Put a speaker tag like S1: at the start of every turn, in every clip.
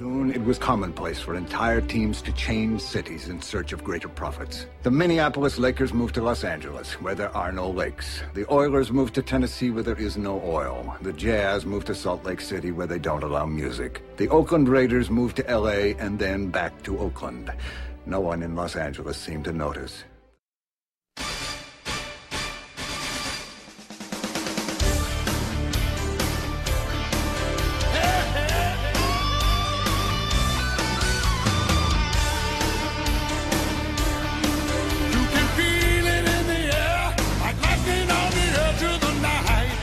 S1: it was commonplace for entire teams to change cities in search of greater profits. The Minneapolis Lakers moved to Los Angeles, where there are no lakes. The Oilers moved to Tennessee, where there is no oil. The Jazz moved to Salt Lake City, where they don't allow music. The Oakland Raiders moved to LA and then back to Oakland. No one in Los Angeles seemed to notice.
S2: You can feel it in the air, like lightning on the edge of the night.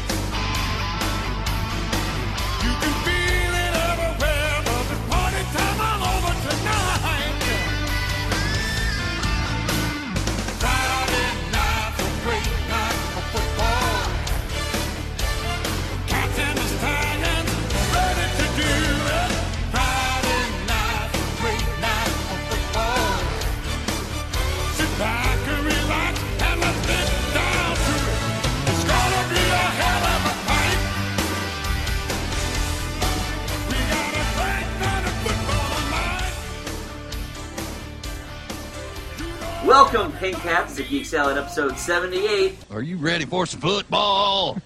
S2: You can feel it everywhere, but the party time all over tonight. Friday night's a great night for football. The captain is tired and ready to do it. Friday night's a great night for football. Sit back and relax and let's get down to it. It's gonna be a hell of a fight. We got a great night of football tonight.
S3: Welcome, Pink Hats, to Geek Salad episode 78.
S4: Are you ready for some football?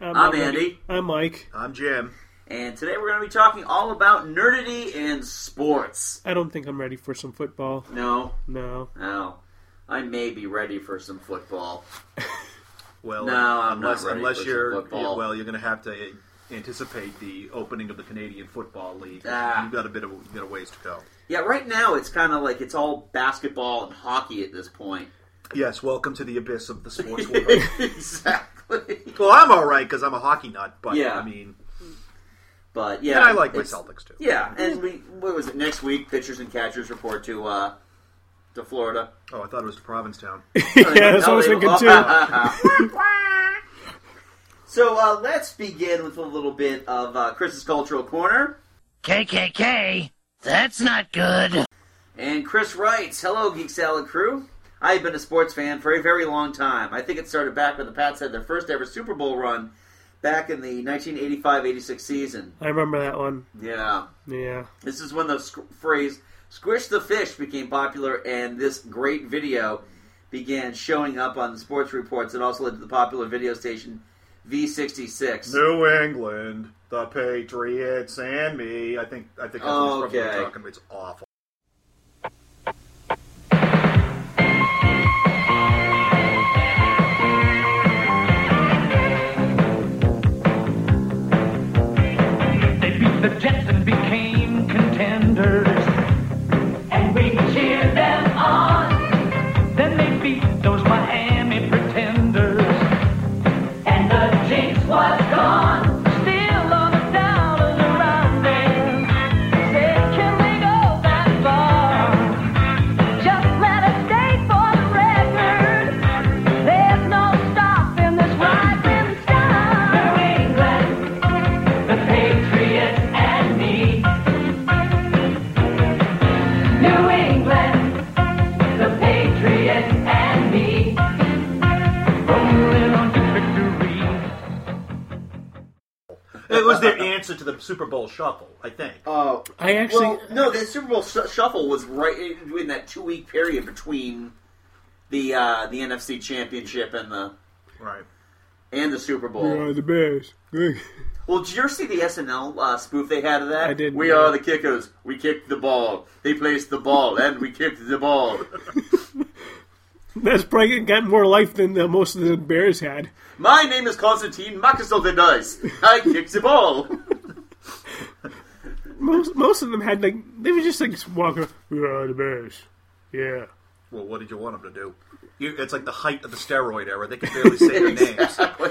S5: I'm,
S3: I'm
S5: not ready.
S3: Andy.
S5: I'm Mike.
S6: I'm Jim.
S3: And today we're going to be talking all about nerdity in sports.
S5: I don't think I'm ready for some football.
S3: No,
S5: No.
S3: no. I may be ready for some football.
S6: Well,
S3: No, I'm not
S6: unless
S3: ready
S6: unless
S3: for some
S6: you're
S3: football.
S6: well, you're going to have to uh, anticipate the opening of the Canadian Football League.
S3: Ah.
S6: You've got a bit of you've got a ways to go.
S3: Yeah, right now it's kind of like it's all basketball and hockey at this point.
S6: Yes, welcome to the abyss of the sports world.
S3: exactly.
S6: well, I'm all right because I'm a hockey nut, but
S3: Yeah.
S6: I mean,
S3: But yeah,
S6: and I like my
S3: it's-
S6: Celtics too.
S3: Yeah, and we what was it next week? Pitchers and catchers report to uh to Florida.
S6: Oh, I thought it was Provincetown.
S5: Yeah, that's what I was thinking too.
S3: so uh, let's begin with a little bit of uh, Chris's cultural corner.
S7: KKK? That's not good.
S3: And Chris writes, "Hello, Geek Salad crew. I have been a sports fan for a very long time. I think it started back when the Pats had their first ever Super Bowl run back in the 1985-86 season.
S5: I remember that one.
S3: Yeah,
S5: Yeah.
S3: This is when the squ- phrase "squish the fish" became popular, and this great video began showing up on the sports reports. It also led to the popular video station V66.
S6: New England, the Patriots, and me. I think I think that's what he's
S3: Okay.
S6: probably talking about. It's awful.
S8: They beat the Jets and became contenders. And we cheered them on. Then they beat those Miami pretenders. And the jinx was gone. Still all the doubters around them said, can we go that far? Just let us state for the record. There's no stopping this rising star. New England the Patriots and me. New England, the Patriots and me. Rolling on to victory.
S6: It was their answer to the Super Bowl shuffle, I think.
S3: Oh,
S5: I actually.
S3: well, no, the Super Bowl sh- shuffle was right in, in that two-week period between the uh, the NFC Championship and the
S6: right.
S3: and the Super Bowl.
S5: we are the Bears.
S3: Well, did you ever see the SNL uh, spoof they had of that?
S5: I didn't,
S3: We
S5: no.
S3: are the kickers. We kicked the ball. They placed the ball, and we kicked the ball.
S5: That's probably got more life than the, most of the Bears had.
S3: My name is Constantine Makasel the Dice. I kick the ball.
S5: Most most of them had like they were just like walking. We are the Bears. Yeah.
S6: Well, what did you want them to do? You, it's like the height of the steroid era. They could barely say their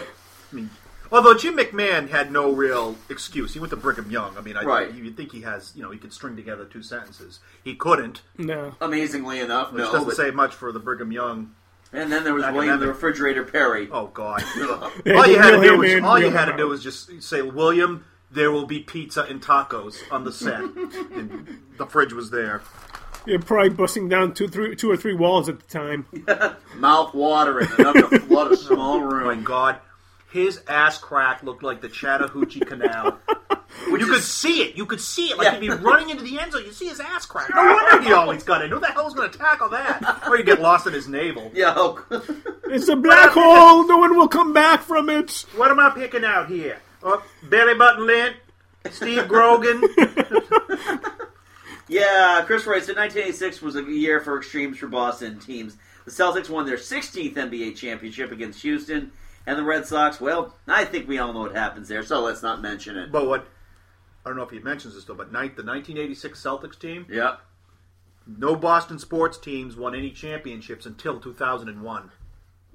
S6: names. Although Jim McMahon had no real excuse, he went to Brigham Young. I mean, I
S3: Right.
S6: you'd think he has, you know, he could string together two sentences. He couldn't,
S5: No.
S3: Amazingly enough,
S6: which
S3: no.
S6: doesn't
S3: but-
S6: say much for the Brigham Young.
S3: and then there was William the
S6: Academic.
S3: Refrigerator Perry.
S6: Oh God! all you had to do was all you had to do was just say, William, there will be pizza and tacos on the set. and the fridge was there.
S5: You're probably busting down two, three, two or three walls at the time.
S3: Mouth watering enough to flood a small
S6: Oh my
S3: room.
S6: God, his ass crack looked like the Chattahoochee Canal.
S3: Which
S6: You
S3: is-
S6: could see it. You could see it. Like
S3: Yeah.
S6: he'd be running into the end zone. You see his ass crack. No wonder he always got it. Who the hell's going to tackle that? Or you get lost in his navel.
S3: yeah, oh,
S5: It's a black hole. No one will come back from it.
S6: What am I picking out here? Oh, Billy Button Lint, Steve Grogan.
S3: yeah. Chris Roy said 1986 was a year for extremes for Boston teams. The Celtics won their 16th NBA championship against Houston, and the Red Sox. Well, I think we all know what happens there, so let's not mention it.
S6: but what? I don't know if he mentions this though, but ninth, the 1986 Celtics team.
S3: yeah,
S6: No Boston sports teams won any championships until 2001.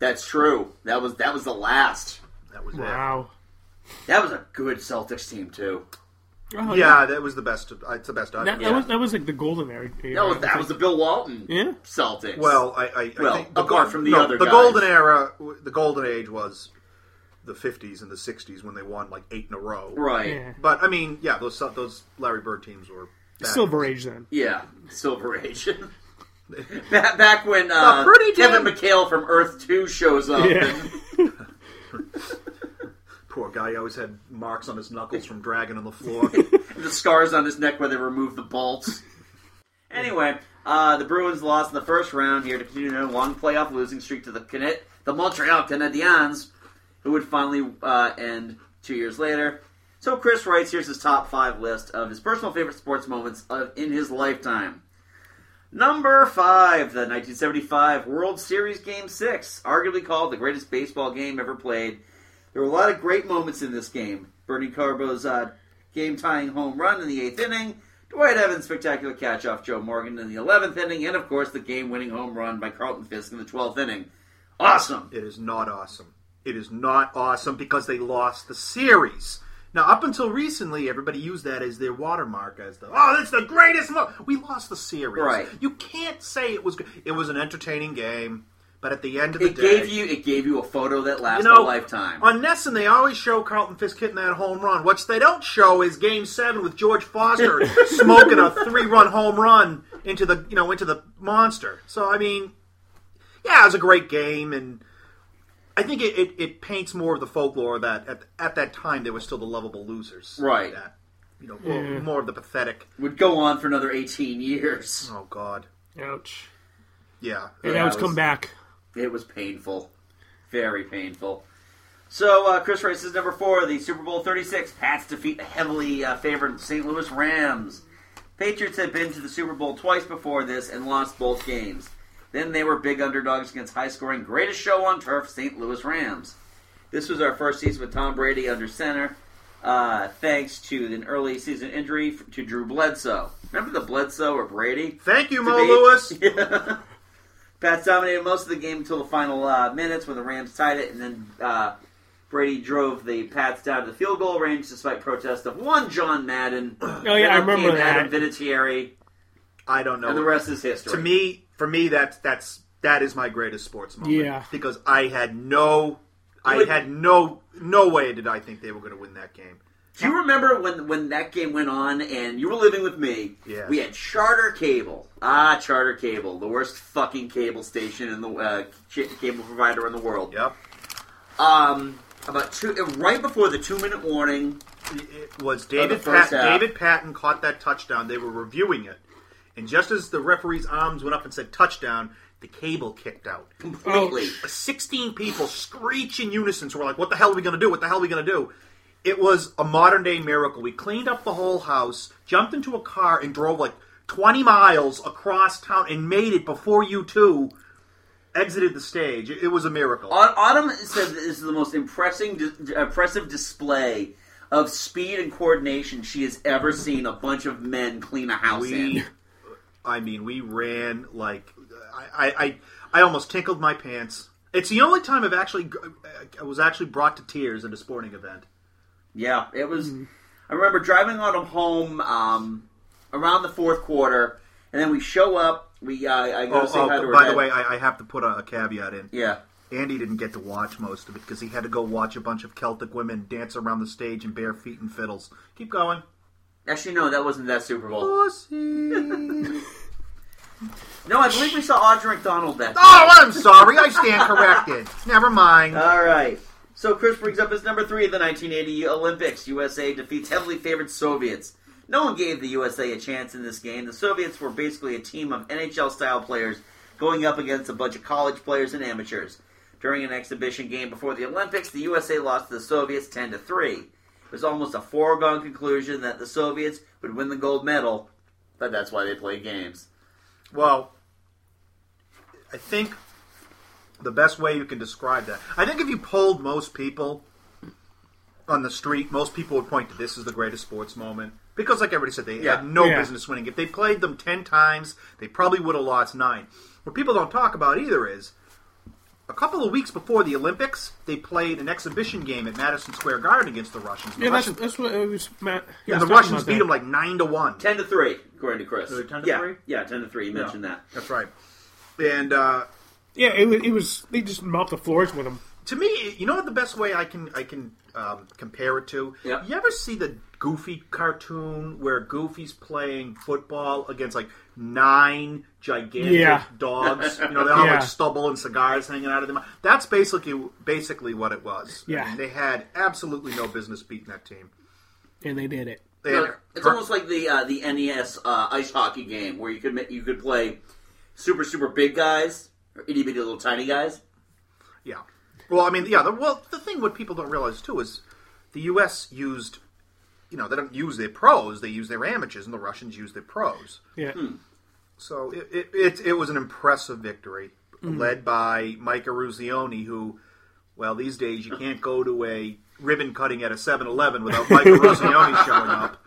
S3: that's true. That was that was the last.
S6: That was
S5: Wow.
S3: That was a good Celtics team too.
S5: Oh,
S6: it. Yeah, that was the best. It's the best. I've
S5: That, that
S3: Yeah.
S5: was that was like the golden era.
S3: That was that was the Bill Walton
S5: Yeah.
S3: Celtics.
S6: Well, I, I,
S3: Well,
S6: I think the
S3: apart
S6: gold-
S3: from the
S6: no,
S3: other
S6: the
S3: guys.
S6: golden era, the golden age was the '50s and the '60s when they won like eight in a row.
S3: right.
S5: yeah.
S6: But I mean, yeah, those those Larry Bird teams were bad.
S5: Silver Age then.
S3: Yeah, Silver Age. back, back when
S6: Now,
S3: uh,
S6: pretty
S3: Kevin
S6: damn-
S3: McHale from Earth Two shows up.
S5: Yeah.
S6: Poor guy, he always had marks on his knuckles from dragging on the floor.
S3: and the scars on his neck where they removed the bolts. anyway, uh, the Bruins lost in the first round here to continue their long playoff losing streak to the Canet- the Montreal Canadiens, who would finally uh, end two years later. So Chris writes here's his top five list of his personal favorite sports moments of in his lifetime. Number five, the 1975 World Series Game Six, arguably called the greatest baseball game ever played. There were a lot of great moments in this game. Bernie Carbo's uh, game tying home run in the eighth inning, Dwight Evans' spectacular catch off Joe Morgan in the 11th inning, and of course the game winning home run by Carlton Fisk in the 12th inning. Awesome!
S6: it is not awesome. It is not awesome because they lost the series. Now, up until recently, everybody used that as their watermark, as the oh, that's the greatest. Mo-. We lost the series.
S3: Right.
S6: You can't say it was. good. It was an entertaining game, but at the end of the
S3: It
S6: day,
S3: gave you it gave you a photo that lasts a lifetime.
S6: On Nesson, they always show Carlton Fisk hitting that home run. What they don't show is Game Seven with George Foster smoking a three-run home run into the you know into the monster. So I mean, yeah, it was a great game, and I think it, it, it paints more of the folklore that at, at that time they were still the lovable losers,
S3: Right.
S6: That, you know, more, more of the pathetic.
S3: Would go on for another 18 years.
S6: Oh God,
S5: Ouch.
S6: yeah.
S5: And
S3: Yeah,
S5: now it's
S3: it
S5: come
S3: was-
S5: back.
S3: It was painful. Very painful. So, uh, Chris Rice is number four, the Super Bowl 36. Pats defeat the heavily uh, favored St. Louis Rams. Patriots had been to the Super Bowl twice before this and lost both games. Then they were big underdogs against high scoring, greatest show on turf, St. Louis Rams. This was our first season with Tom Brady under center, uh, thanks to an early season injury f- to Drew Bledsoe. Remember the Bledsoe or Brady?
S6: Thank you, Mo
S3: Debate.
S6: Lewis.
S3: Pats dominated most of the game until the final uh, minutes when the Rams tied it, and then uh, Brady drove the Pats down to the field goal range despite protest of one John Madden. oh
S5: yeah, I remember that.
S3: Adam Vinatieri,
S6: I don't know.
S3: and the rest is history.
S6: to me, for me, that's that's that is my greatest sports moment.
S5: Yeah.
S6: because I had no, I
S3: Would-
S6: had no, no way did I think they were going to win that game.
S3: do you remember when when that game went on and you were living with me?
S6: Yeah.
S3: We had Charter Cable. Ah, Charter Cable, the worst fucking cable station in the uh, ca- cable provider in the world.
S6: Yep,
S3: Um, about two right before the two minute warning.
S6: it was
S3: the
S6: David
S3: first
S6: Pat-
S3: half.
S6: David Patton caught that touchdown. They were reviewing it, and just as the referee's arms went up and said touchdown, the cable kicked out.
S5: Oh,
S3: Completely.
S6: Sixteen people screech in unison. So we're like, "What the hell are we going to do? What the hell are we going to do?" It was a modern day miracle. We cleaned up the whole house, jumped into a car, and drove like 20 miles across town and made it before you two exited the stage. It it was a miracle.
S3: Au- Autumn says this is the most impressing, dis- impressive display of speed and coordination she has ever seen a bunch of men clean a house
S6: we,
S3: in.
S6: I mean, we ran like I, I, I, I almost tinkled my pants. It's the only time I've actually uh, I was actually brought to tears at a sporting event.
S3: Yeah, it was. I remember driving Autumn home um, around the fourth quarter, and then we show up. We uh, I go
S6: Oh,
S3: to say
S6: oh,
S3: hi to her.
S6: by the
S3: dad.
S6: way, I, I have to put a, a caveat in.
S3: yeah,
S6: Andy didn't get to watch most of it because he had to go watch a bunch of Celtic women dance around the stage in bare feet and fiddles. Keep going.
S3: actually, no, that wasn't that Super Bowl.
S6: Pussy.
S3: No, I believe we saw Audra McDonald that. Uh,
S6: oh, I'm sorry. I stand corrected. Never mind.
S3: All right. So Chris brings up his number three of the 1980 Olympics. USA defeats heavily favored Soviets. No one gave the USA a chance in this game. The Soviets were basically a team of NHL style players going up against a bunch of college players and amateurs. During an exhibition game before the Olympics, the USA lost to the Soviets 10 to 3. It was almost a foregone conclusion that the Soviets would win the gold medal, but that's why they play games.
S6: Well, I think the best way you can describe that, I think if you polled most people on the street, most people would point to this as the greatest sports moment. Because, like everybody said, they
S3: Yeah.
S6: had no
S5: Yeah.
S6: business winning. If they played them 10 times, they probably would have lost nine. What people don't talk about either is a couple of weeks before the Olympics, they played an exhibition game at Madison Square Garden against the Russians. The
S5: Yeah, that's,
S6: Russians,
S5: that's what it was. Matt, he
S6: yeah,
S5: was
S6: the
S5: talking
S6: Russians
S5: about
S6: beat
S5: that.
S6: them like 9 to 1.
S3: 10 to 3, according to Chris.
S6: Was it 10 to
S3: yeah,
S6: 3?
S3: Yeah, 10 to 3. You mentioned that.
S6: That's right. And uh,
S5: Yeah, it was, it was. They just mopped the floors with them.
S6: to me, you know what the best way I can I can um, compare it to.
S3: Yeah.
S6: You ever see the Goofy cartoon where Goofy's playing football against like nine gigantic
S5: Yeah.
S6: dogs? You know, they all
S5: Yeah.
S6: like stubble and cigars hanging out of them. That's basically basically what it was. I
S5: Yeah.
S6: mean, they had absolutely no business beating that team.
S5: and they did it.
S6: They
S3: Yeah,
S6: had
S3: it's
S6: per-
S3: almost like the uh, the NES uh, ice hockey game where you could ma- you could play super super big guys or itty bitty little tiny guys.
S6: Yeah. Well, I mean, yeah. The, well, the thing what people don't realize too is the U.S. used, you know, they don't use their pros; they use their amateurs, and the Russians use their pros.
S5: Yeah,
S3: Hmm.
S6: So it it, it, it was an impressive victory,
S5: Mm-hmm.
S6: led by Mike Ruzioni, who, well, these days you can't go to a ribbon cutting at a 7-Eleven without Mike Ruzioni showing up,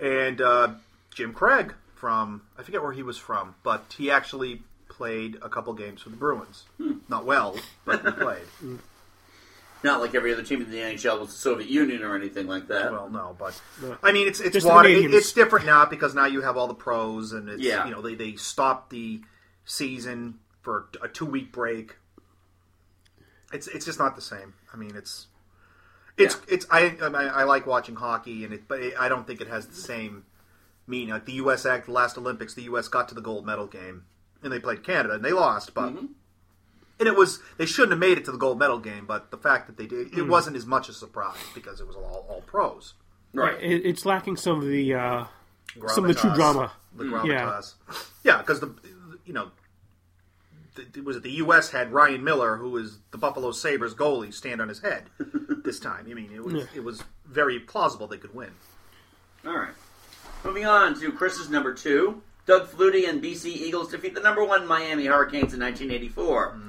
S6: and uh, Jim Craig from I forget where he was from, but he actually played a couple games for the Bruins.
S5: Hmm.
S6: Not well, but he played.
S3: Not like every other team in the NHL was the Soviet Union or anything like that.
S6: Well, no, but I mean, it's it's
S5: Just
S6: water,
S5: the
S6: it,
S5: mediums.
S6: it's different now because now you have all the pros and it's
S3: Yeah.
S6: you know they they stop the season for a two week break. It's it's just not the same. I mean, it's it's it's I, I I like watching hockey and it, but it, I don't think it has the same meaning. Like the U.S. act the last Olympics, the U.S. got to the gold medal game and they played Canada and they lost, but. And it was they shouldn't have made it to the gold medal game, but the fact that they did, it wasn't as much a surprise because it was all, all pros.
S3: right.
S5: it, it's lacking some of the uh, some of the true
S6: Gravitas.
S5: drama.
S6: The
S5: yeah.
S6: gravitas. Yeah, because the you know the, the- was it the U.S. had Ryan Miller, who is the Buffalo Sabres goalie, stand on his head this time. I mean, it was it was very plausible they could win.
S3: All right. Moving on to Chris's number two. Doug Flutie and BC Eagles defeat the number one Miami Hurricanes in 1984.
S5: Hmm.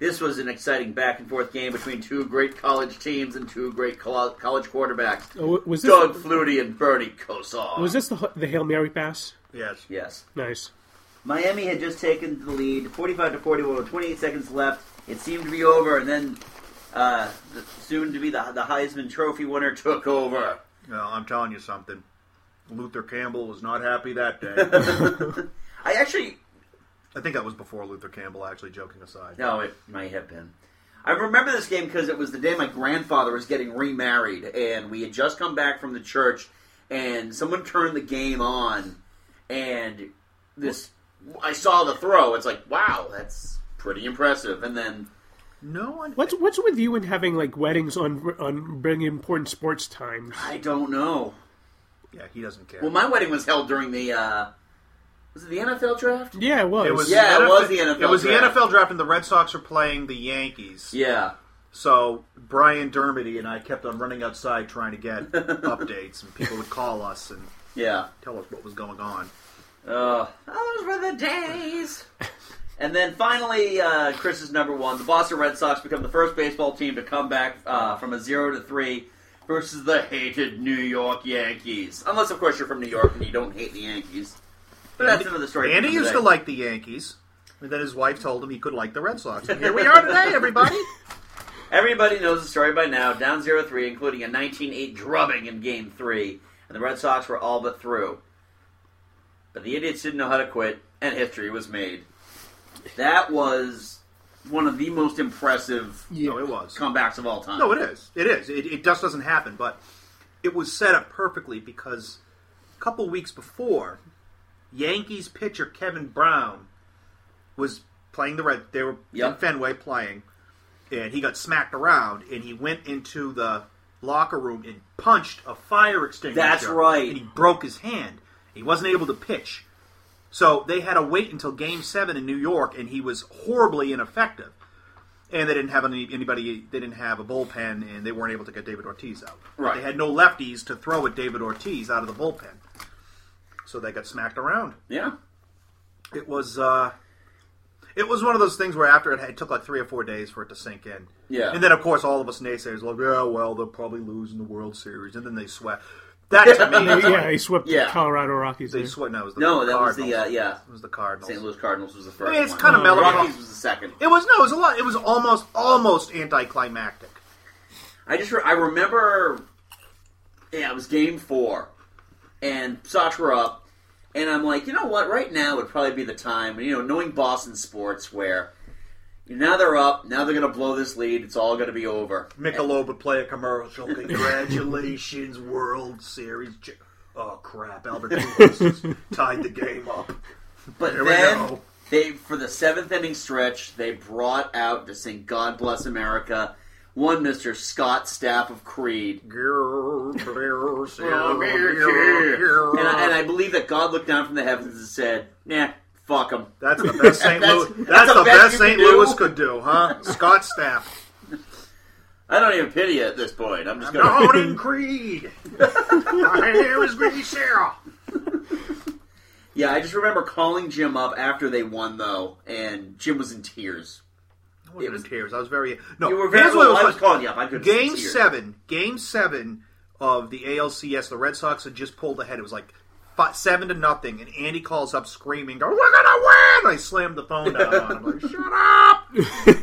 S3: This was an exciting back and forth game between two great college teams and two great col- college quarterbacks,
S5: Oh, was this
S3: Doug Flutie and Bernie Kosar.
S5: was this the the hail mary pass?
S6: Yes.
S3: Yes.
S5: Nice.
S3: Miami had just taken the lead, 45 to 41, with 28 seconds left. It seemed to be over, and then uh, the, soon to be the, the Heisman Trophy winner took over.
S6: Well, I'm telling you something. Luther Campbell was not happy that day.
S3: I actually,
S6: I think that was before Luther Campbell. Actually, joking aside.
S3: no, it might have been. I remember this game because it was the day my grandfather was getting remarried, and we had just come back from the church, and someone turned the game on, and this I saw the throw. It's like, wow, that's pretty impressive. And then
S6: No one.
S5: What's what's with you and having like weddings on on bringing important sports times?
S3: I don't know.
S6: Yeah, he doesn't care.
S3: Well, my wedding was held during the uh, was it the NFL draft?
S5: Yeah, it was.
S6: it was
S3: Yeah, it
S6: the
S3: was the NFL
S6: It was
S3: draft.
S6: the NFL draft, and the Red Sox are playing the Yankees.
S3: Yeah,
S6: So Brian Dermody and I kept on running outside trying to get updates, and people would call us and
S3: yeah.
S6: tell us what was going on.
S3: Uh, those were the days. and then finally, uh, Chris's number one. The Boston Red Sox become the first baseball team to come back uh, from a zero to three versus the hated New York Yankees. Unless, of course, you're from New York and you don't hate the Yankees. But that's another story. for
S6: Andy
S3: another
S6: used
S3: day.
S6: to like the Yankees, and then his wife told him he could like the Red Sox. And here we are today, everybody.
S3: Everybody knows the story by now. Down 0-3, including a 19-8 drubbing in Game 3, and the Red Sox were all but through. But the idiots didn't know how to quit, and history was made. That was one of the most impressive
S6: No, it was.
S3: comebacks of all time.
S6: No, it is. It is. It, it just doesn't happen, but it was set up perfectly because a couple weeks before, Yankees pitcher Kevin Brown was playing the Red. They were
S3: Yep.
S6: in Fenway playing, and he got smacked around, and he went into the locker room and punched a fire extinguisher.
S3: That's right.
S6: And he broke his hand. He wasn't able to pitch. So they had to wait until Game Seven in New York, and he was horribly ineffective. And they didn't have any, anybody. They didn't have a bullpen, and they weren't able to get David Ortiz out.
S3: Right.
S6: They had no lefties to throw at David Ortiz out of the bullpen. So they got smacked around
S3: Yeah.
S6: it was uh it was one of those things where after it, had, it took like three or four days for it to sink in.
S3: Yeah.
S6: And then of course all of us naysayers were like, yeah, well they'll probably lose in the World Series, and then they sweat. That to me, is
S5: yeah,
S6: like,
S5: he swept
S3: Yeah.
S5: the Colorado Rockies.
S6: they
S5: there.
S6: sweat. No, it was the
S3: No, that was
S6: Cardinals.
S3: the uh, yeah.
S6: It was the Cardinals.
S3: St. Louis Cardinals was the first.
S6: I mean, it's
S3: one.
S6: kind of melodramatic.
S3: Rockies was the second.
S6: It was no, it was a lot. It was almost almost anticlimactic.
S3: I just re- I remember, yeah, it was game four, and Sox were up, and I'm like, you know what? Right now would probably be the time. You know, knowing Boston sports, where now they're up, now they're gonna blow this lead. It's all gonna be over.
S6: Michelob would play a commercial. Congratulations, World Series. ch- Oh crap! Albert Pujols has tied the game up.
S3: But
S6: Here we
S3: then
S6: go.
S3: they, for the seventh inning stretch, they brought out to sing "God Bless America." One Mister Scott Staff of Creed. And I, and I believe that God looked down from the heavens and said, "Nah, fuck them."
S6: That's the best St. Louis.
S3: That's-
S6: That's,
S3: that's
S6: the
S3: the best
S6: best
S3: you can
S6: St. Louis
S3: do.
S6: could do, huh? Scott Staff,
S3: I don't even pity you at this point. I'm just gonna.
S6: Norman Creed. My hair is greasy, Sarah.
S3: Yeah, I just remember calling Jim up after they won though, and Jim was in tears.
S6: I was in tears. I was very no.
S3: You were very.
S6: Oh, here's what it
S3: I was
S6: was like.
S3: calling you up. I could
S6: Game seven, game seven of the ALCS. The Red Sox had just pulled ahead. It was like five, seven to nothing, and Andy calls up screaming, "We're gonna win!" I slammed the phone down on him. I'm like, "Shut up!"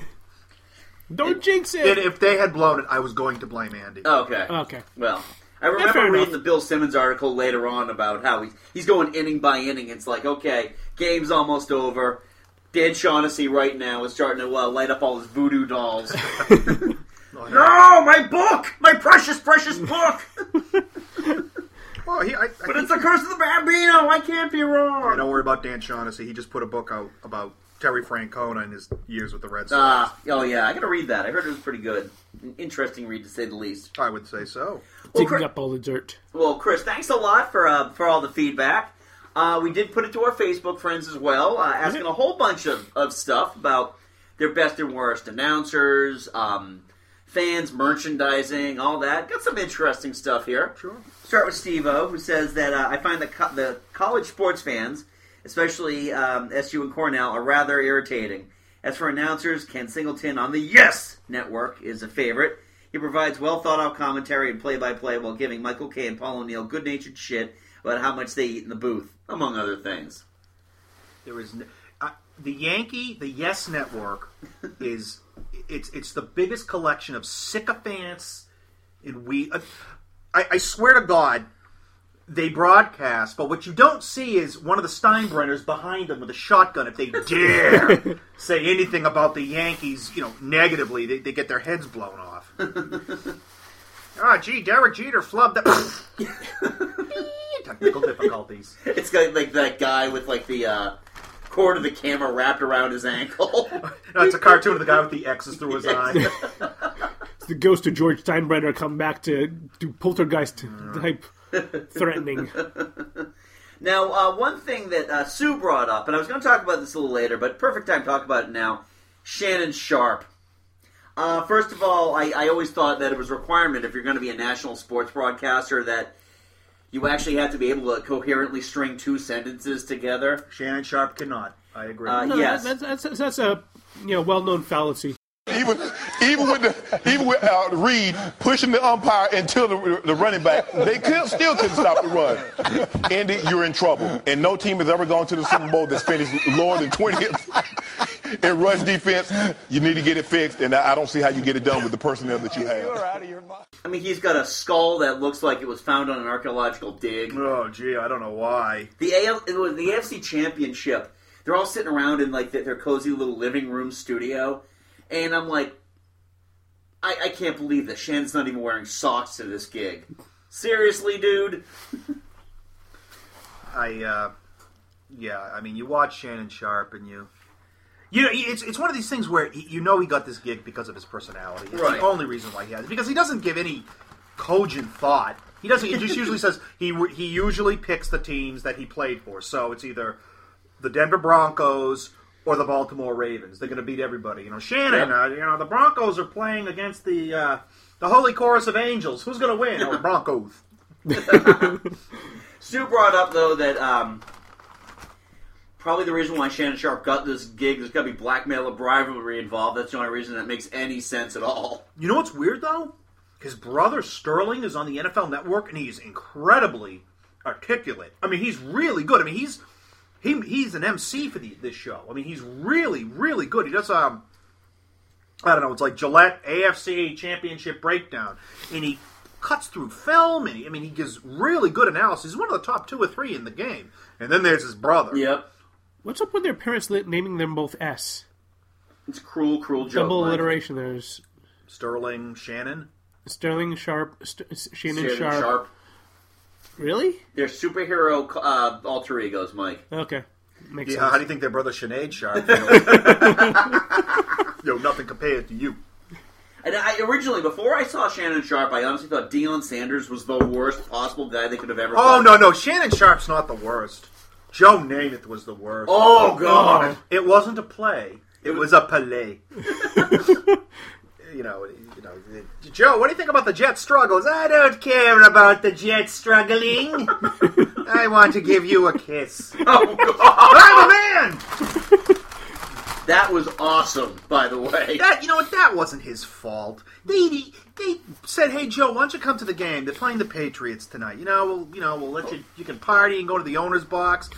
S5: Don't jinx
S6: And
S5: it.
S6: if they had blown it, I was going to blame Andy.
S3: Oh, Okay.
S5: Okay.
S3: Well, I
S5: Oh. fair
S3: remember
S5: enough.
S3: reading the Bill Simmons article later on about how he's he's going inning by inning. It's like, okay, game's almost over. Dan Shaughnessy right now is starting to uh, light up all his voodoo dolls. no, Oh, my book, my precious, precious book.
S6: Well, he, I, I
S3: but
S6: think-
S3: it's the curse of the Bambino. I can't be
S6: Hey,
S3: wrong.
S6: don't worry about Dan Shaughnessy. He just put a book out about Terry Francona and his years with the Red Sox.
S3: Ah, oh yeah, I gotta read that. I heard it was pretty good, An interesting read to say the least.
S6: I would say so.
S3: Well,
S5: Digging
S3: Chris,
S5: up all the dirt.
S3: well, Chris thanks a lot for uh, for all the feedback. Uh, we did put it to our Facebook friends as well, uh, asking a whole bunch of, of stuff about their best and worst announcers, um, fans, merchandising, all that. Got some interesting stuff here.
S6: Sure.
S3: Start with Steve O, who says that uh, I find that co- the college sports fans, especially um, SU and Cornell, are rather irritating. As for announcers, Ken Singleton on the Yes Network is a favorite. He provides well thought out commentary and play by play while giving Michael K and Paul O'Neill good natured shit about how much they eat in the booth, among other things.
S6: There is n uh, the Yankee, the Yes Network is it's it's the biggest collection of sycophants and we. Uh, I, I swear to God, they broadcast, but what you don't see is one of the Steinbrenners behind them with a shotgun. If they dare say anything about the Yankees, you know, negatively, they, they get their heads blown off. Ah, gee, Derek Jeter flubbed that. Technical difficulties.
S3: It's got like that guy with like the uh, cord of the camera wrapped around his ankle.
S6: No, it's a cartoon of the guy with the X's through his eye.
S5: It's the ghost of George Steinbrenner come back to do poltergeist type threatening.
S3: Now, uh, one thing that uh, Sue brought up, and I was going to talk about this a little later, but perfect time to talk about it now. Shannon Sharp. Uh, first of all, I, I always thought that it was a requirement if you're going to be a national sports broadcaster that you actually have to be able to coherently string two sentences together.
S6: Shannon Sharp cannot. I agree.
S3: Uh,
S5: No,
S3: yes.
S5: that- that's, that's, that's a you know well known fallacy.
S9: Even even with the even with uh, Reed pushing the umpire until the, the running back, they could, still couldn't stop the run. Andy, you're in trouble, and no team has ever gone to the Super Bowl that's finished lower than 20th in rush defense. You need to get it fixed, and I I don't see how you get it done with the personnel that you have.
S3: I mean, he's got a skull that looks like it was found on an archaeological dig.
S6: oh, gee, I don't know why.
S3: The AL, it was the AFC Championship. They're all sitting around in like their, their cozy little living room studio, and I'm like, I, I can't believe that Shan's not even wearing socks to this gig. Seriously, dude.
S6: I, uh, yeah, I mean, you watch Shannon Sharp and you, You know, it's, it's one of these things where y- you know he got this gig because of his personality. It's
S3: Right.
S6: the only reason why he has it. Because he doesn't give any cogent thought. He doesn't. He just usually says he w- he usually picks the teams that he played for. So it's either the Denver Broncos or the Baltimore Ravens. They're going to beat everybody. You know, Shannon.
S3: Yep.
S6: Uh, you know, the Broncos are playing against the uh, the Holy Chorus of Angels. Who's going to win? oh, Broncos.
S3: Stu brought up though that um, probably the reason why Shannon Sharp got this gig there's got to be blackmail or bribery involved. That's the only reason that makes any sense at all.
S6: You know what's weird though? His brother Sterling is on the NFL Network, and he's incredibly articulate. I mean, he's really good. I mean, he's he, he's an MC for the, this show. I mean, he's really really good. He does um, I don't know, it's like Gillette AFC Championship breakdown, and he cuts through film, and he, I mean, he gives really good analysis. He's one of the top two or three in the game. And then there's his brother.
S3: Yep,
S5: What's up with their parents li- naming them both S?
S3: it's a cruel, cruel joke.
S5: Double
S3: Mike.
S5: alliteration. There's
S6: Sterling Shannon.
S5: Sterling Sharp, St- S- Shannon,
S3: Shannon
S5: Sharp.
S3: Sharp.
S5: Really?
S3: They're superhero uh, alter egos, Mike.
S5: Okay, makes
S6: Yeah, how do
S5: sense.
S6: you think their brother Sinead Sharp? feels? Yo, nothing compared to you.
S3: And I originally, before I saw Shannon Sharp, I honestly thought Deion Sanders was the worst possible guy they could have ever.
S6: Oh
S3: found.
S6: no, no, Shannon Sharp's not the worst. Joe Namath was the worst.
S3: Oh god!
S6: It wasn't a play. It was a play. you know, you know. it- Joe, what do you think about the Jets' struggles? I don't care about the Jets struggling. I want to give you a kiss.
S3: Oh god!
S6: I'm a man.
S3: That was awesome, by the way.
S6: That you know what? That wasn't his fault. They they said, "Hey Joe, why don't you come to the game? They're playing the Patriots tonight. You know, we'll, you know, we'll let you you can party and go to the owner's box."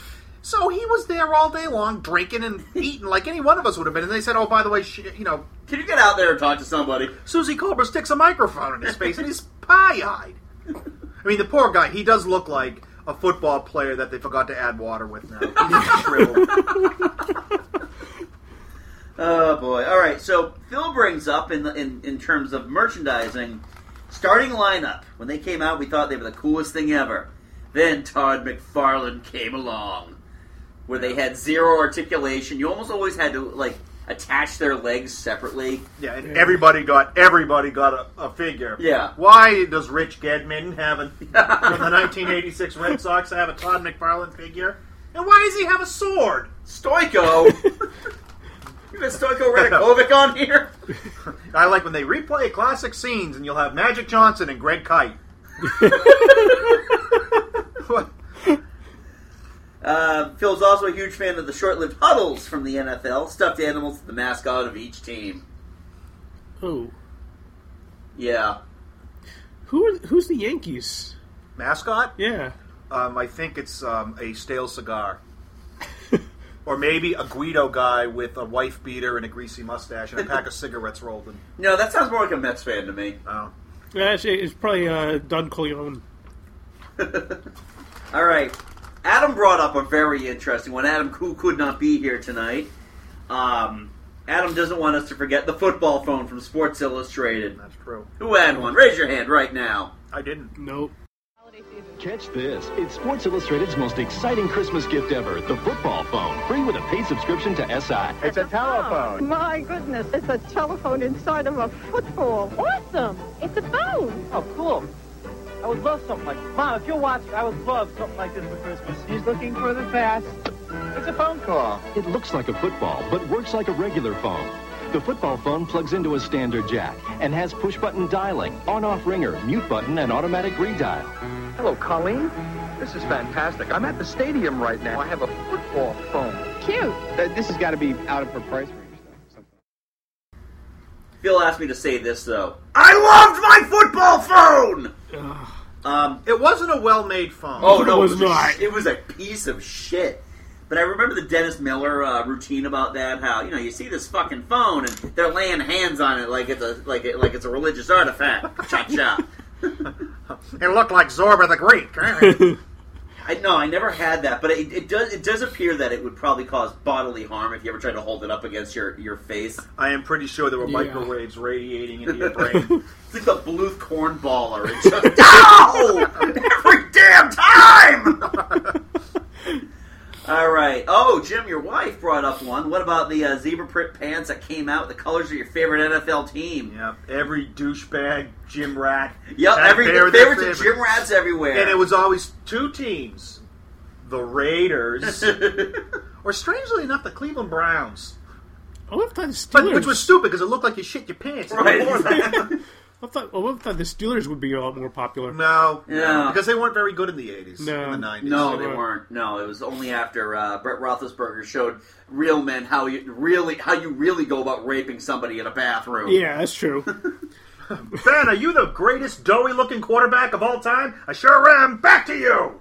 S6: So he was there all day long, drinking and eating like any one of us would have been. And they said, "Oh, by the way, sh- you know,
S3: Can you get out there and talk to somebody?
S6: Susie Colbert sticks a microphone in his face and he's pie-eyed." I mean, the poor guy. He does look like a football player that they forgot to add water with now. He's shriveled.
S3: Oh boy! All right, so Phil brings up in the, in in terms of merchandising, starting lineup. When they came out, we thought they were the coolest thing ever. Then Todd McFarlane came along, where they had zero articulation. You almost always had to like attach their legs separately.
S6: Yeah, and everybody got everybody got a, a figure.
S3: Yeah.
S6: Why does Rich Gedman have a from the 1986 Red Sox have a Todd McFarlane figure? And why does he have a sword?
S3: Stoico, you got Stoico Radakovic on here.
S6: I like when they replay classic scenes, and you'll have Magic Johnson and Greg Kite. What?
S3: Uh, Phil's also a huge fan of the short-lived huddles from the NFL, stuffed animals, the mascot of each team.
S5: Oh,
S3: Yeah,
S5: who are who's the Yankees?
S6: Mascot?
S5: Yeah,
S6: Um, I think it's um, a stale cigar. Or maybe a Guido guy with a wife beater and a greasy mustache and a pack of cigarettes rolled in.
S3: no, that sounds more like a Mets fan to me.
S6: Oh.
S5: yeah it's, it's probably uh, Don Corleone.
S3: All right. Adam brought up a very interesting one. Adam, who could not be here tonight, um, Adam doesn't want us to forget the football phone from Sports Illustrated.
S6: That's true.
S3: Who had one? Raise your hand right now.
S6: I didn't.
S5: Nope.
S10: Catch this. It's Sports Illustrated's most exciting Christmas gift ever, the football phone, free with a paid subscription to SI.
S9: It's a telephone.
S11: My goodness, it's a telephone inside of a football. Awesome! It's a phone.
S7: Oh, cool. I would love something like Mom, if you're watching, I would love something like this for Christmas. He's looking for the past. It's a phone call.
S10: It looks like a football, but works like a regular phone. The football phone plugs into a standard jack and has push button dialing, on off ringer, mute button, and automatic redial.
S7: Hello, Colleen. This is fantastic. I'm at the stadium right now. I have a football phone. Uh,
S11: Cute.
S7: This has got to be out of her price range.
S3: Phil asked me to say this, though. I loved my football phone! Um,
S6: It wasn't a well-made phone.
S3: oh, no,
S5: It was
S3: a-
S5: not.
S3: it was a piece of shit. But I remember the Dennis Miller uh, routine about that. How you know you see this fucking phone and they're laying hands on it like it's a like it, like it's a religious artifact. Chop chop.
S6: it looked like Zorba the Greek. Alright.
S3: I no, I never had that, but it, it does it does appear that it would probably cause bodily harm if you ever tried to hold it up against your your face.
S6: I am pretty sure there were
S5: Yeah.
S6: microwaves radiating into your brain.
S3: It's like the Bluth cornballer. It's just, Ow! Every damn time. All right. Oh, Jim, your wife brought up one. What about the uh, zebra print pants that came out with the colors of your favorite NFL team?
S6: Yep. Every douchebag, gym rat.
S3: Yep.
S6: had a
S3: Every
S6: favorite-
S3: favorites
S6: their
S3: of gym rats everywhere.
S6: And it was always two teams the Raiders, or strangely enough, the Cleveland Browns.
S5: I love that Steelers.
S6: But, which was stupid because it looked like you shit your pants.
S5: Right.
S6: Before that.
S5: I thought, I would have thought the Steelers would be a lot more popular.
S6: No,
S3: Yeah.
S6: because they weren't very good in the '80s,
S5: No.
S6: in the '90s.
S3: No, they weren't. No, it was only after uh, Brett Roethlisberger showed real men how you really how you really go about raping somebody in a bathroom.
S5: Yeah, that's true.
S6: Ben, are you the greatest doughy-looking quarterback of all time? I sure am. Back to you.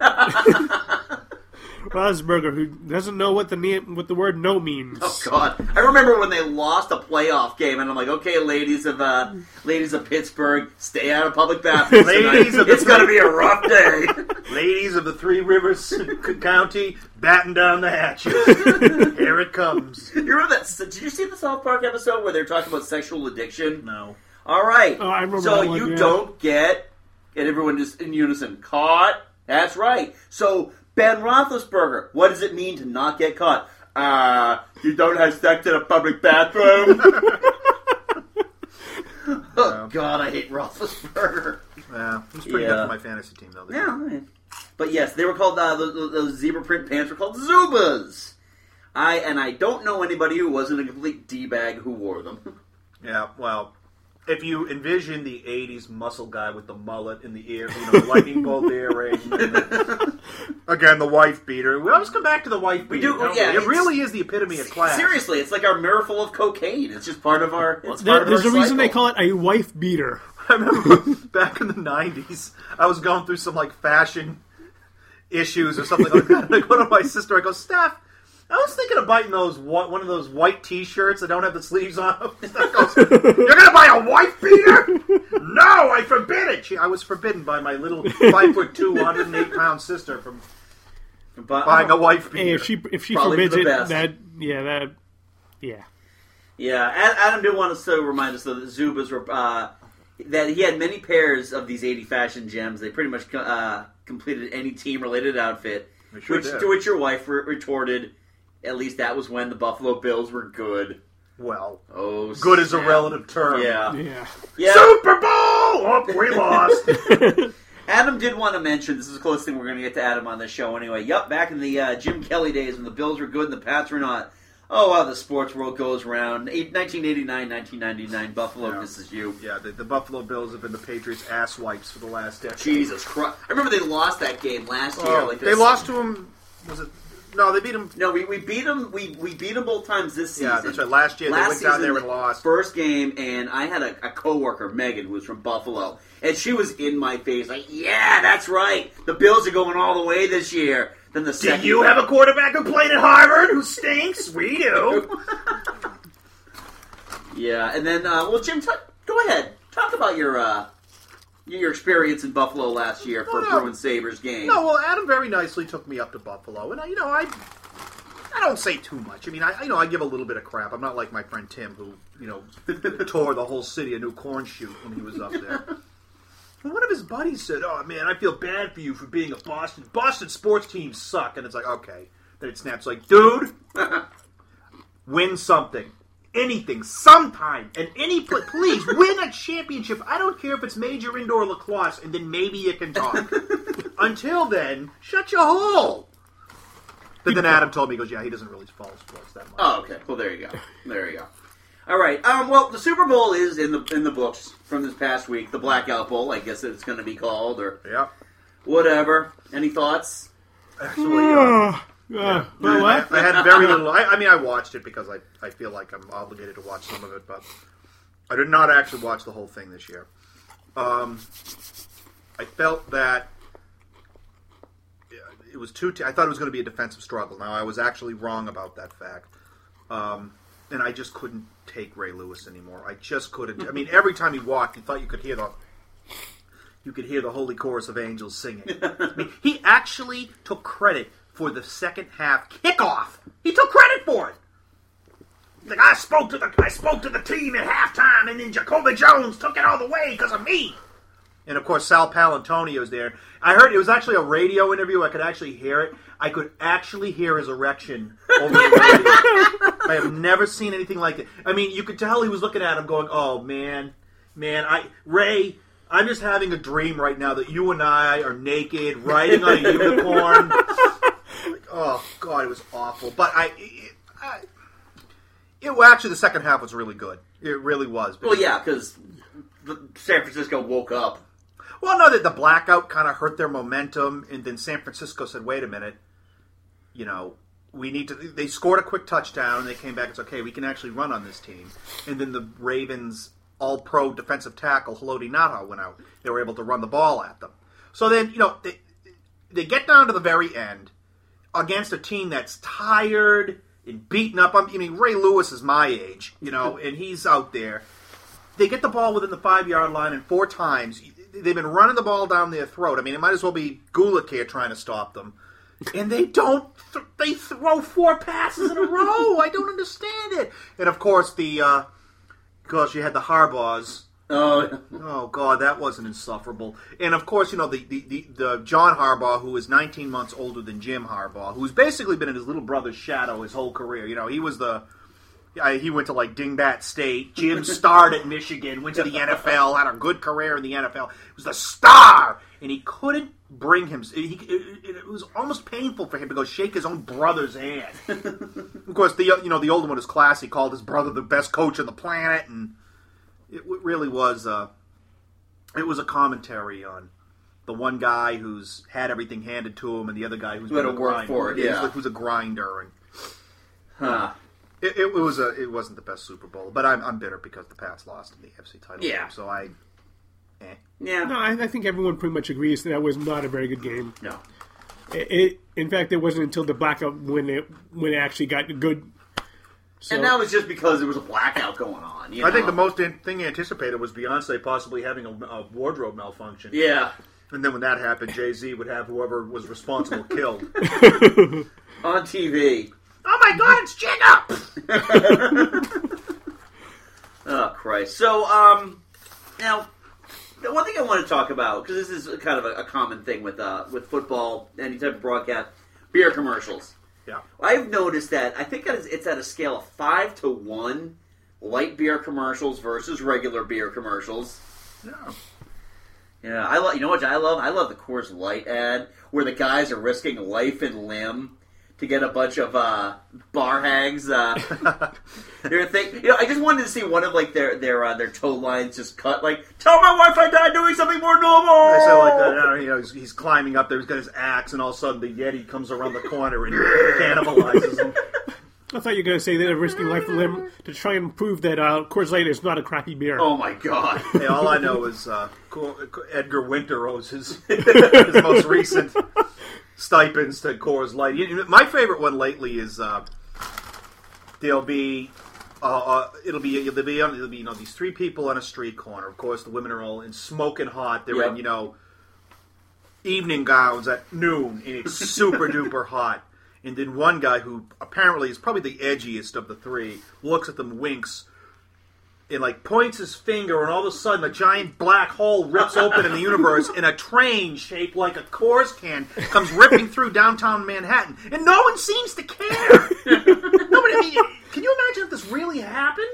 S5: Rosberger, who doesn't know what the name, what the word "no" means.
S3: Oh God! I remember when they lost a playoff game, and I'm like, "Okay, ladies of uh, ladies of Pittsburgh, stay out of public bathrooms
S6: Ladies
S3: tonight.
S6: of the
S3: it's going to be a rough day."
S6: Ladies of the Three Rivers c- County, batten down the hatches. Here it comes.
S3: you remember that? Did you see the South Park episode where they're talking about sexual addiction?
S6: No.
S3: All right.
S5: Oh, I remember
S3: so
S5: that one,
S3: you
S5: yeah.
S3: don't get, and everyone just in unison, caught. That's right. So Ben Roethlisberger, what does it mean to not get caught? Uh, you don't have sex in a public bathroom. oh God, I hate Roethlisberger.
S6: Yeah, it was pretty
S3: Yeah.
S6: good for my fantasy team though.
S3: Yeah. all right. But yes, they were called uh, those, those zebra print pants were called Zubas. I and I don't know anybody who wasn't a complete d bag who wore them.
S6: Yeah, well, if you envision the '80s muscle guy with the mullet and the ear, you know, the lightning bolt earring. and the- Again, the wife beater. We always come back to the wife beater.
S3: We do-
S6: don't
S3: yeah,
S6: we? it
S3: it's-
S6: really is the epitome of class.
S3: Seriously, it's like our miracle of cocaine. It's just part of our. It's
S5: There-
S3: part
S5: there's a
S3: of our
S5: reason they
S3: cycle.
S5: call it a wife beater.
S6: I remember back in the '90s, I was going through some like fashion issues or something like that. And I go to my sister. I go, Steph. I was thinking of biting those whi- one of those white T-shirts that don't have the sleeves on. them." Steph goes, "You're gonna buy a wife beater? No, I forbid it." She, I was forbidden by my little five foot two, 108 pound sister from
S3: But- uh,
S6: buying a wife
S5: And
S6: beater.
S5: if she if she
S3: Probably
S5: forbids
S3: for the
S5: it,
S3: best.
S5: that yeah that yeah.
S3: Yeah, Ad- Adam did want us to remind us though that Zubas were uh, that he had many pairs of these eighty fashion gems. They pretty much co- uh, completed any team related outfit.
S6: They sure
S3: which
S6: did.
S3: to which your wife re- retorted, at least that was when the Buffalo Bills were good.
S6: well,
S3: Oh,
S6: good is a
S3: snap.
S6: relative term.
S3: Yeah,
S5: Yeah.
S3: yeah.
S6: Super Bowl. Oh, we lost.
S3: Adam did want to mention this is the closest thing we're going to get to Adam on this show anyway. Yup, back in the uh, Jim Kelly days when the Bills were good and the Pats were not. Oh, wow, the sports world goes round. Eight- 1989, 1999, Buffalo
S6: Yeah.
S3: misses you.
S6: Yeah, the, the Buffalo Bills have been the Patriots' ass wipes for the last decade.
S3: Jesus Christ. I remember they lost that game last
S6: Oh,
S3: year. Like
S6: they
S3: this-
S6: lost to him. Was it? No, they beat him.
S3: No, we, we beat them. We, we beat them both times this season.
S6: Yeah, that's right. Last year they went down there and
S3: the
S6: lost.
S3: First game, and I had a, a coworker, Megan, who was from Buffalo, and she was in my face like, "Yeah, that's right. The Bills are going all the way this year." Then the
S6: Do
S3: second,
S6: you have a quarterback who played at Harvard who stinks? We do.
S3: yeah, and then uh, well, Jim, t- go ahead, talk about your uh, your experience in Buffalo last year for
S6: No, no.
S3: Bruins Sabers game.
S6: no, well, Adam very nicely took me up to Buffalo, and I, you know, I, I don't say too much. I mean, I, I know I give a little bit of crap. I'm not like my friend Tim, who you know tore the whole city a new corn shoot when he was up there. And One of his buddies said, "Oh man, I feel bad for you for being a Boston. Boston sports teams suck." And it's like, okay. Then it snaps like, dude, win something, anything, sometime, and any pl- please win a championship. I don't care if it's major indoor lacrosse, and then maybe you can talk. Until then, shut your hole. But then Adam told me, he goes, yeah, he doesn't really follow sports that much.
S3: Oh, okay. Well, there you go. There you go. All right. Um, well, the Super Bowl is in the in the books from this past week. The Blackout Bowl, I guess it's going to be called or
S6: Yeah.
S3: whatever. Any thoughts?
S6: Actually, uh,
S5: Uh, but what?
S6: I had very little. I, I mean, I watched it because I, I feel like I'm obligated to watch some of it, but I did not actually watch the whole thing this year. Um, I felt that it was two. Te- I thought it was going to be a defensive struggle. Now I was actually wrong about that fact, um, and I just couldn't take Ray Lewis anymore. I just couldn't. I mean, every time he walked, you thought you could hear the you could hear the holy chorus of angels singing. I mean, he actually took credit for the second half kickoff. He took credit for it. He's Like I spoke to the I spoke to the team at halftime, and then Jacoby Jones took it all the way because of me. And of course, Sal Palantonio's there. I heard it was actually a radio interview. I could actually hear it. I could actually hear his erection over the radio. I have never seen anything like it. I mean, you could tell he was looking at him, going, "Oh man, man, I Ray." I'm just having a dream right now that you and I are naked, riding on a unicorn. Like, oh God, it was awful. But I, it, I, it well, actually the second half was really good. It really was.
S3: Well, yeah, because San Francisco woke up.
S6: Well, no, that the blackout kind of hurt their momentum, and then San Francisco said, "Wait a minute, you know, we need to." They scored a quick touchdown, and they came back. It's okay, we can actually run on this team. And then the Ravens' All-Pro defensive tackle Haloti Nata went out. They were able to run the ball at them. So then, you know, they they get down to the very end against a team that's tired and beaten up. I mean, Ray Lewis is my age, you know, and he's out there. They get the ball within the five yard line, and four times they've been running the ball down their throat. I mean, it might as well be Gulick here trying to stop them, and they don't. Th- they throw four passes in a row. I don't understand it. And of course, the uh, gosh, you had the Harbaughs.
S3: Oh,
S6: oh God, that wasn't insufferable. And of course, you know the, the, the, the John Harbaugh, who is 19 months older than Jim Harbaugh, who's basically been in his little brother's shadow his whole career. You know, he was the I, he went to like Dingbat State. Jim starred at Michigan, went to the NFL, had a good career in the NFL. He was the star, and he couldn't bring him. He, it, it was almost painful for him to go shake his own brother's hand. of course, the you know the older one is classy, called his brother the best coach on the planet, and it w- really was uh, it was a commentary on the one guy who's had everything handed to him and the other guy who's
S3: Who had
S6: been
S3: to
S6: a
S3: work
S6: grinder,
S3: for it,
S6: who's-
S3: yeah.
S6: who's a grinder and
S3: Huh.
S6: it, it was a it wasn't the best Super Bowl, but I'm, I'm bitter because the Pats lost in the FC title
S5: Yeah.
S6: game, so I eh.
S3: Yeah.
S5: No, I, I think everyone pretty much agrees that that was not a very good game.
S3: No.
S5: It, it in fact, it wasn't until the blackout when it when it actually got good. So,
S3: and that was just because there was a blackout going on. You
S6: I think
S3: know?
S6: the most an- thing anticipated was Beyonce possibly having a, a wardrobe malfunction.
S3: Yeah.
S6: and then when that happened, Jay Z would have whoever was responsible killed.
S3: on TV.
S6: Oh my God, it's Jigga!
S3: Oh Christ! So, um, now the one thing I want to talk about because this is kind of a, a common thing with uh with football, any type of broadcast, beer commercials.
S6: yeah.
S3: I've noticed that I think it's it's at a scale of five to one, light beer commercials versus regular beer commercials.
S6: Yeah.
S3: Yeah, I love. You know what I love? I love the Coors Light ad where the guys are risking life and limb to get a bunch of uh, bar hags. Uh, their thing. You know, I just wanted to see one of like their their uh, their toe lines just cut. Like, tell my wife I died doing something more normal.
S6: I said like that. I don't, you know, he's, he's climbing up there. He's got his axe, and all of a sudden the Yeti comes around the corner and cannibalizes him.
S5: I thought you were going to say they're risking life and limb to try and prove that uh, Coors Light is not a crappy beer.
S3: Oh my God!
S6: Hey, all I know is uh, Co- Edgar Winter owes his, his most recent stipends to Coors Light. You- you- My favorite one lately is uh, there'll be uh, uh, it'll be it'll be, on, it'll be you know these three people on a street corner. Of course, the women are all in smoking hot. They're
S3: Yep.
S6: in you know evening gowns at noon, and it's super duper hot. And then one guy who apparently is probably the edgiest of the three looks at them, winks, and like points his finger, and all of a sudden a giant black hole rips open in the universe, and a train shaped like a Coors can comes ripping through downtown Manhattan, and no one seems to care. Nobody. I mean, can you imagine if this really happened?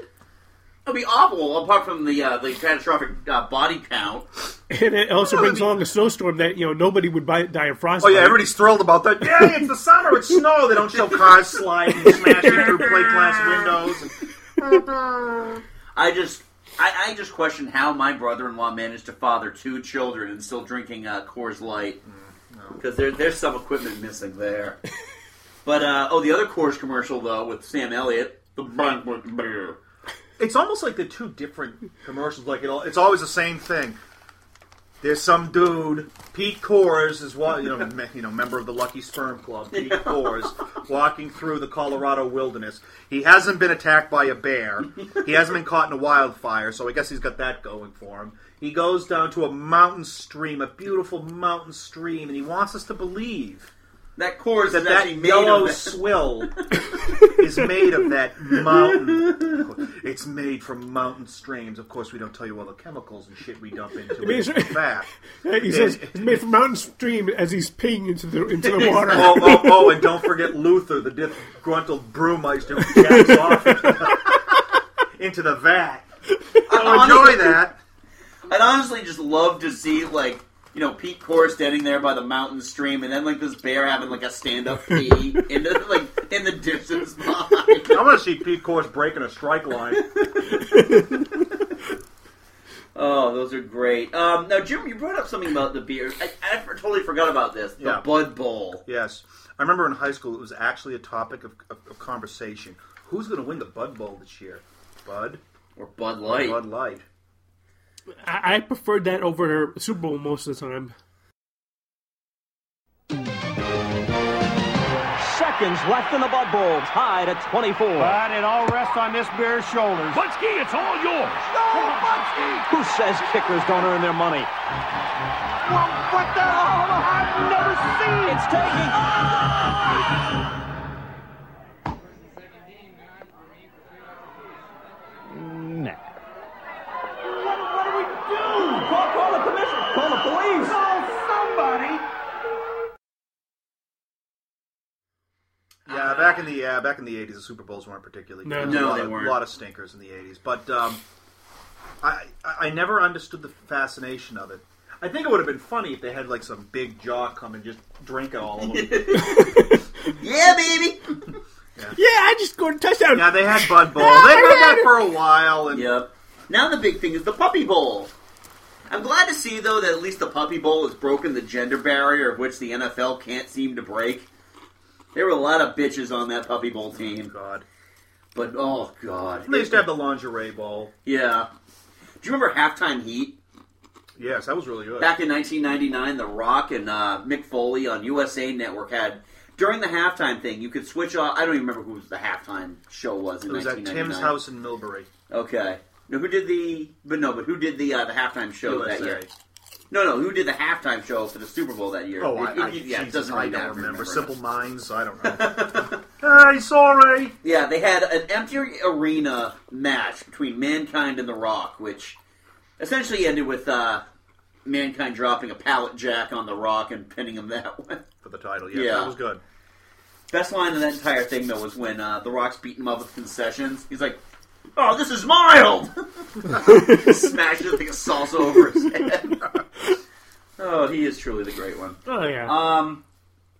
S3: It'd be awful. Apart from the uh, the catastrophic uh, body count.
S5: And it also brings along a snowstorm that you know nobody would buy, die of frostbite.
S6: Oh yeah, everybody's thrilled about that. Yeah, it's the summer. It's snow. They don't show cars sliding, and smashing through plate glass windows.
S3: I just. I, I just question how my brother-in-law managed to father two children and still drinking uh, Coors Light
S6: Mm,
S3: because there, there's some equipment missing there. but uh, oh, the other Coors commercial though with Sam Elliott, the Brunswick beer.
S6: It's almost like they're two different commercials. Like it all, it's always the same thing. There's some dude, Pete Coors, is what you know, me, you know, member of the Lucky Sperm Club, Pete Coors, walking through the Colorado wilderness. He hasn't been attacked by a bear. He hasn't been caught in a wildfire, so I guess he's got that going for him. He goes down to a mountain stream, a beautiful mountain stream, and he wants us to believe
S3: that Coors
S6: that
S3: is
S6: that
S3: actually made
S6: yellow
S3: of that.
S6: swill is made of that mountain. It's made from mountain streams. Of course, we don't tell you all the chemicals and shit we dump into
S5: I mean,
S6: it.
S5: it's-
S6: Fat.
S5: he says it's made from mountain stream as he's peeing into the into the water.
S6: oh, oh, oh, and don't forget Luther, the disgruntled brewmeister, who jacks off into- into the vat.
S3: I
S6: enjoy that.
S3: I'd honestly just love to see like you know Pete Core standing there by the mountain stream, and then like this bear having like a stand up pee in the like in the distance. I
S6: want to see Pete Course breaking a strike line.
S3: Oh, those are great. Um, now, Jim, you brought up something about the beer. I, I for- totally forgot about this. The
S6: Yeah.
S3: Bud Bowl.
S6: Yes. I remember in high school it was actually a topic of, of, of conversation. Who's going to win the Bud Bowl this year? Bud?
S3: Or Bud
S5: Light.
S6: Bud Light.
S5: I, I preferred that over Super Bowl most of the time.
S12: Seconds left in the Bud Bowl, tied at 24.
S13: But it all rests on this bear's shoulders. Butsky, it's all yours. No, Butsky!
S12: Who says kickers don't earn their money?
S13: What the hell? I've never seen. It's taking.
S12: Nah.
S13: What do we do? Call, call the commission. Call the police. Call somebody.
S3: Uh-huh.
S6: Yeah, back in the uh, back in the eighties, the Super Bowls weren't particularly
S3: No.
S6: good.
S3: No,
S6: a lot
S3: they
S6: of,
S3: weren't.
S6: lot of stinkers in the eighties, but um, I I I never understood the fascination of it. I think it would have been funny if they had like some big jock come and just drink it all of them.
S3: yeah, baby.
S6: Yeah.
S5: I just scored a touchdown.
S6: Yeah, they had Bud Bowl. They've had that for a while. And
S3: Yep. Now the big thing is the Puppy Bowl. I'm glad to see though that at least the Puppy Bowl has broken the gender barrier of which the NFL can't seem to break. There were a lot of bitches on that Puppy Bowl team.
S6: Oh, God.
S3: But oh god.
S6: They used to have the lingerie bowl.
S3: Yeah. Do you remember halftime heat?
S6: Yes, that was really good.
S3: Back in 1999, The Rock and uh, Mick Foley on USA Network had during the halftime thing. You could switch off. I don't even remember who the halftime show was.
S6: It
S3: In
S6: was at Tim's
S3: 1999.
S6: house in Millbury.
S3: Okay. No, who did the? But no, but who did the uh, the halftime show that
S6: USA.
S3: year? No, no, who did the halftime show for the Super Bowl that year?
S6: Oh, I,
S3: It- it-
S6: I,
S3: yeah, it
S6: Jesus,
S3: doesn't
S6: I
S3: really
S6: don't
S3: matter.
S6: remember.
S3: remember.
S6: Simple Minds. I don't know. hey, sorry.
S3: Yeah, they had an empty arena match between Mankind and The Rock, which essentially ended with uh, Mankind dropping a pallet jack on The Rock and pinning him that way.
S6: For the title, yeah, that was good.
S3: Best line in that entire thing, though, was when uh, The Rock's beating him up with concessions. He's like, oh, this is mild! Smashes a thing of salsa over his head. oh, he is truly the great one.
S5: Oh yeah.
S3: Um,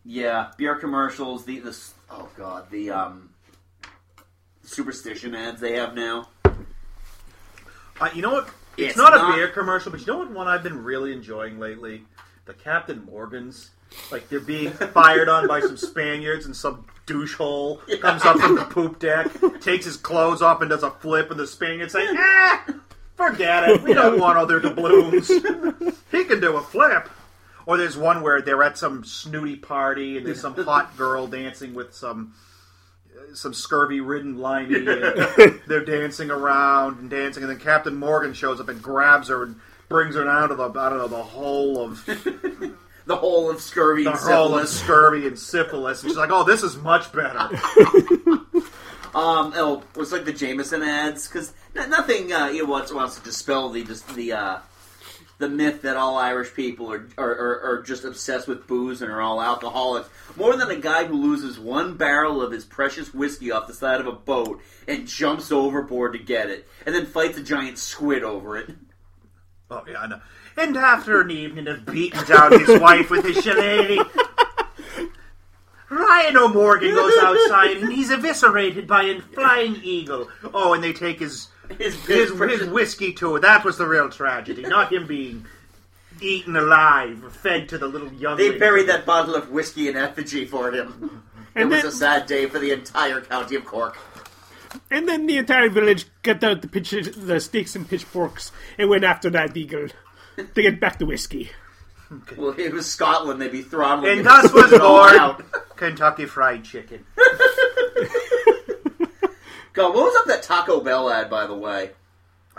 S3: yeah, beer commercials. The the s- oh god, the um, superstition ads they have now.
S6: Uh, you know what? It's,
S3: It's
S6: not,
S3: not-
S6: a beer commercial, but you know what one I've been really enjoying lately? The Captain Morgans. Like they're being fired on by some Spaniards and some douchehole comes up from the poop deck, takes his clothes off and does a flip, and the Spaniards say, "Ah, forget it. We don't want all their doubloons. He can do a flip." Or there's one where they're at some snooty party and there's some hot girl dancing with some some scurvy ridden limey. and they're dancing around and dancing, and then Captain Morgan shows up and grabs her and brings her down to the I don't know the whole of
S3: the whole of scurvy,
S6: the
S3: and
S6: whole of
S3: syphilis.
S6: scurvy and syphilis. And she's like, "Oh, this is much better."
S3: Um, oh, it was like the Jameson ads because n- nothing uh, you know, wants wants to dispel the just the uh, the myth that all Irish people are are, are are just obsessed with booze and are all alcoholics. More than a guy who loses one barrel of his precious whiskey off the side of a boat and jumps overboard to get it, and then fights a giant squid over it.
S6: Oh yeah, I know. And after an evening of beating down his wife with his shillelagh, Ryan O'Morgan goes outside and he's eviscerated by a flying eagle. Oh, and they take his
S3: his,
S6: his, whiskey too. That was the real tragedy, not him being eaten alive, fed to the little young.
S3: They buried that bottle of whiskey in effigy for him. It
S5: And
S3: was
S5: then-
S3: a sad day for the entire county of Cork.
S5: And then the entire village got out the pitches, the sticks and pitchforks, and went after that eagle to get back the whiskey.
S3: Well, if it was Scotland. They'd be throttling.
S6: And
S3: it.
S6: thus was
S3: It all
S6: born
S3: out.
S6: Kentucky Fried Chicken.
S3: God, what was up that Taco Bell ad, by the way?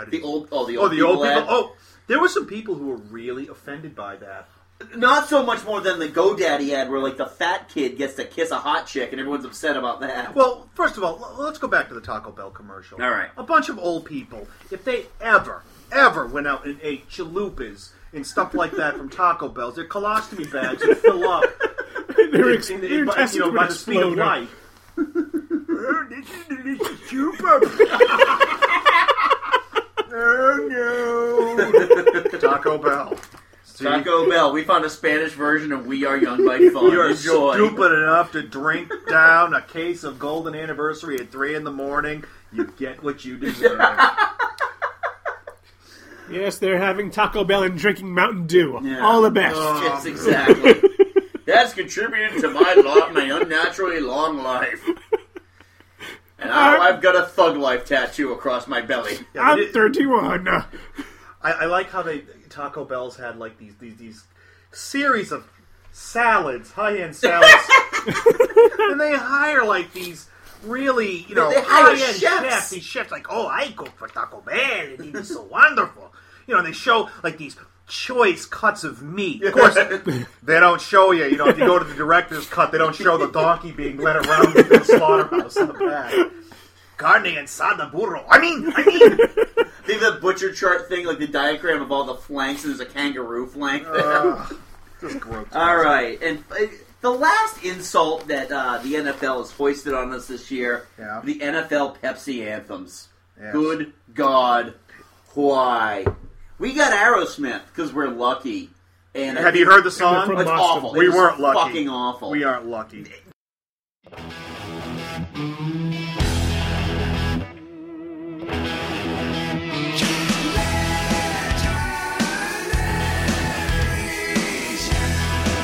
S3: The old, oh, the old,
S6: oh, the old
S3: ad.
S6: people. Oh, there were some people who were really offended by that.
S3: Not so much more than the GoDaddy ad where like the fat kid gets to kiss a hot chick and everyone's upset about that.
S6: Well, first of all, l- let's go back to the Taco Bell commercial.
S3: All right.
S6: A bunch of old people, if they ever, ever went out and ate chalupas and stuff like that from Taco Bells, their colostomy bags would fill up.
S5: Their
S6: in- in- in- by, you know, by the speed of light. oh no! Taco Bell.
S3: Taco Bell. We found a Spanish version of "We Are Young" by phone.
S6: You're
S3: Enjoy.
S6: stupid enough to drink down a case of Golden Anniversary at three in the morning. You get what you deserve.
S5: Yes, they're having Taco Bell and drinking Mountain Dew. All the best.
S6: Oh,
S3: Yes, exactly. That's contributed to my long, my unnaturally long life. And now I've got a thug life tattoo across my belly.
S5: I'm 31.
S6: I, I like how they Taco Bell's had like these these these series of salads, high end salads, and they hire like these really you know
S13: They- they hire
S6: high end
S13: chefs.
S6: chefs. These chefs like, oh, I cook for Taco Bell, and it's so wonderful. You know, they show like these choice cuts of meat. Of course, they don't show you. You know, if you go to the director's cut, they don't show the donkey being led around in the slaughterhouse in the back. Carne asada burro. I mean, I mean.
S3: They have that butcher chart thing, like the diagram of all the flanks, and there's a kangaroo flank there.
S6: Ugh, this is gross.
S3: All right, and uh, the last insult that uh, the NFL has hoisted on us this year:
S6: Yeah.
S3: the NFL Pepsi anthems.
S6: Yes.
S3: Good God, why? We got Aerosmith because we're lucky. And I
S6: Have you
S3: think-
S6: heard the song?
S3: It's awful.
S6: We
S3: It's
S6: weren't lucky.
S3: Fucking awful.
S6: We aren't lucky.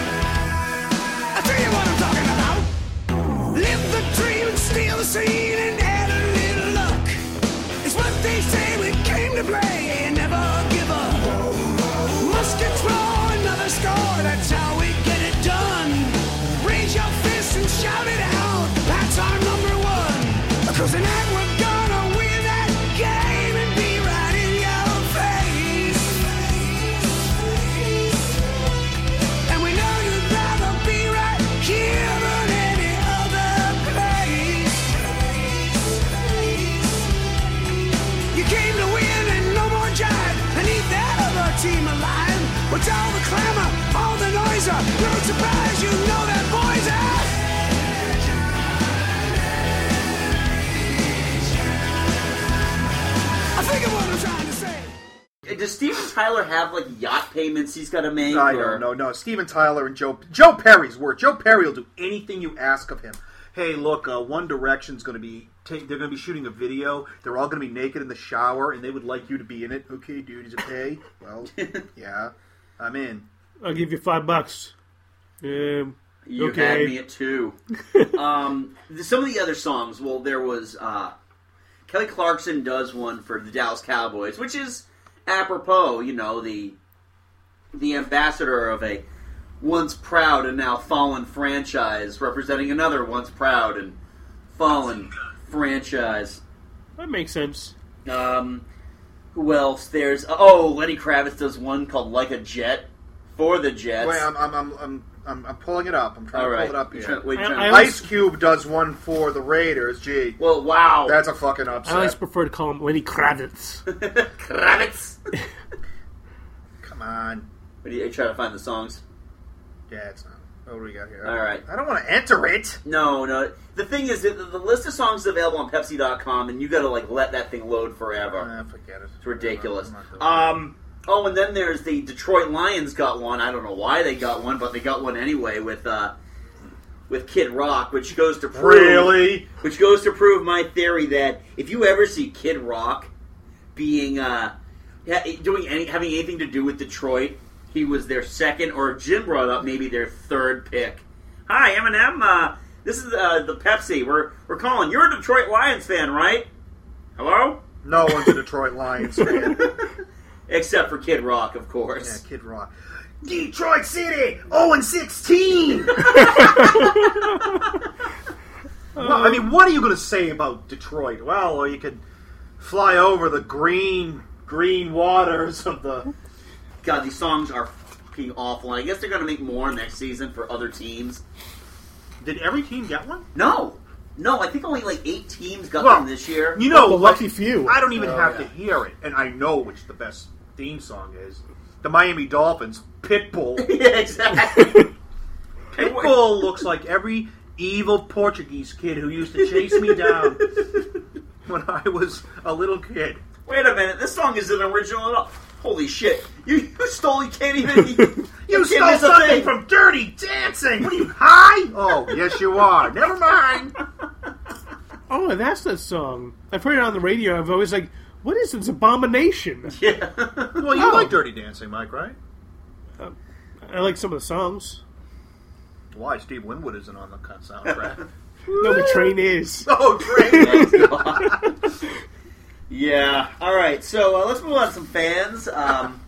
S2: I tell you what I'm talking about. Live the dream and steal the scene and add a little luck. It's what they say we came to play and never give up. Muskets roll another score, that's how we get it done. Raise your fist and shout it out, that's our number one. Cause tonight we're gonna win that game and be right in your face. And we know you'd rather be right here than any other place. You came to win and no more jive, and eat that other team alive. With all the clamor, all the noise, uh, no surprise, you know that boys out. I think of what I'm trying to say.
S3: Does Steven Tyler have like yacht payments he's got to make?
S6: I
S3: or-
S6: don't know. No, Steven Tyler and Joe Joe Perry's work. Joe Perry will do anything you ask of him. Hey, look, uh, One Direction's going to be ta- they're going to be shooting a video. They're all going to be naked in the shower, and they would like you to be in it. Okay, dude, is it pay? Well, yeah, I'm in.
S5: I'll give you five bucks. Um,
S3: You
S5: okay.
S3: had me at two. um, th- some of the other songs. Well, there was uh, Kelly Clarkson does one for the Dallas Cowboys, which is apropos. You know the the ambassador of a once proud and now fallen franchise, representing another once proud and fallen franchise.
S5: That makes sense.
S3: Um, who else? There's oh, Lenny Kravitz does one called "Like a Jet" for the Jets.
S6: Wait, I'm I'm, I'm I'm I'm I'm pulling it up. I'm trying
S3: All
S6: to
S3: right.
S6: pull it up here.
S3: You're trying- wait, you're trying- I- I
S6: Ice
S3: always-
S6: Cube does one for the Raiders. Gee,
S3: well, wow,
S6: that's a fucking
S5: I always
S6: upset.
S5: prefer to call him Lenny Kravitz.
S3: Kravitz.
S6: Come on,
S3: What do you, are you trying to find the songs?
S6: yeah, it's not. What do we got here?
S3: All right.
S6: I don't want to enter it.
S3: No, no. The thing is, that the the list of songs is available on Pepsi.com, and you got to like let that thing load forever.
S6: Ah, forget it.
S3: It's ridiculous. Um. Oh, and then there's the Detroit Lions got one. I don't know why they got one, but they got one anyway with uh, with Kid Rock, which goes to prove,
S6: Really?
S3: which goes to prove my theory that if you ever see Kid Rock being uh, ha- doing any having anything to do with Detroit, he was their second, or Jim brought up maybe their third pick. Hi, Eminem. Uh, this is uh, the Pepsi. We're we're calling. You're a Detroit Lions fan, right? Hello,
S6: No one's a Detroit Lions fan.
S3: except for Kid Rock, of course.
S6: Yeah, Kid Rock. Detroit City, 0 and 16. well, I mean, what are you going to say about Detroit? Well, or you could fly over the green, green waters of the.
S3: God, these songs are fucking awful. And I guess they're going to make more next season for other teams.
S6: Did every team get one?
S3: No, no. I think only like eight teams got
S6: Well,
S3: them this year.
S6: You know, like,
S5: few.
S6: I don't even
S3: Oh,
S6: have
S3: yeah.
S6: to hear it, and I know which the best theme song is. The Miami Dolphins, Pitbull.
S3: yeah, exactly.
S6: Pitbull looks like every evil Portuguese kid who used to chase me down when I was a little kid.
S3: Wait a minute, this song isn't original at all. Holy shit! You, you stole. You can't even. You,
S6: You
S3: can't
S6: stole
S3: miss a
S6: something
S3: thing.
S6: from Dirty Dancing. What are you high? Oh, yes, you are. Never mind.
S5: Oh, and that's that song. I've heard it on the radio. I've always like, what is this abomination?
S3: Yeah.
S6: Well, you
S5: Oh.
S6: like Dirty Dancing, Mike, right?
S5: I like some of the songs.
S6: Why Steve Winwood isn't on the cut soundtrack?
S5: No, the train is.
S6: oh, great!
S3: Yeah. All right. So uh, let's move on to some fans. Um,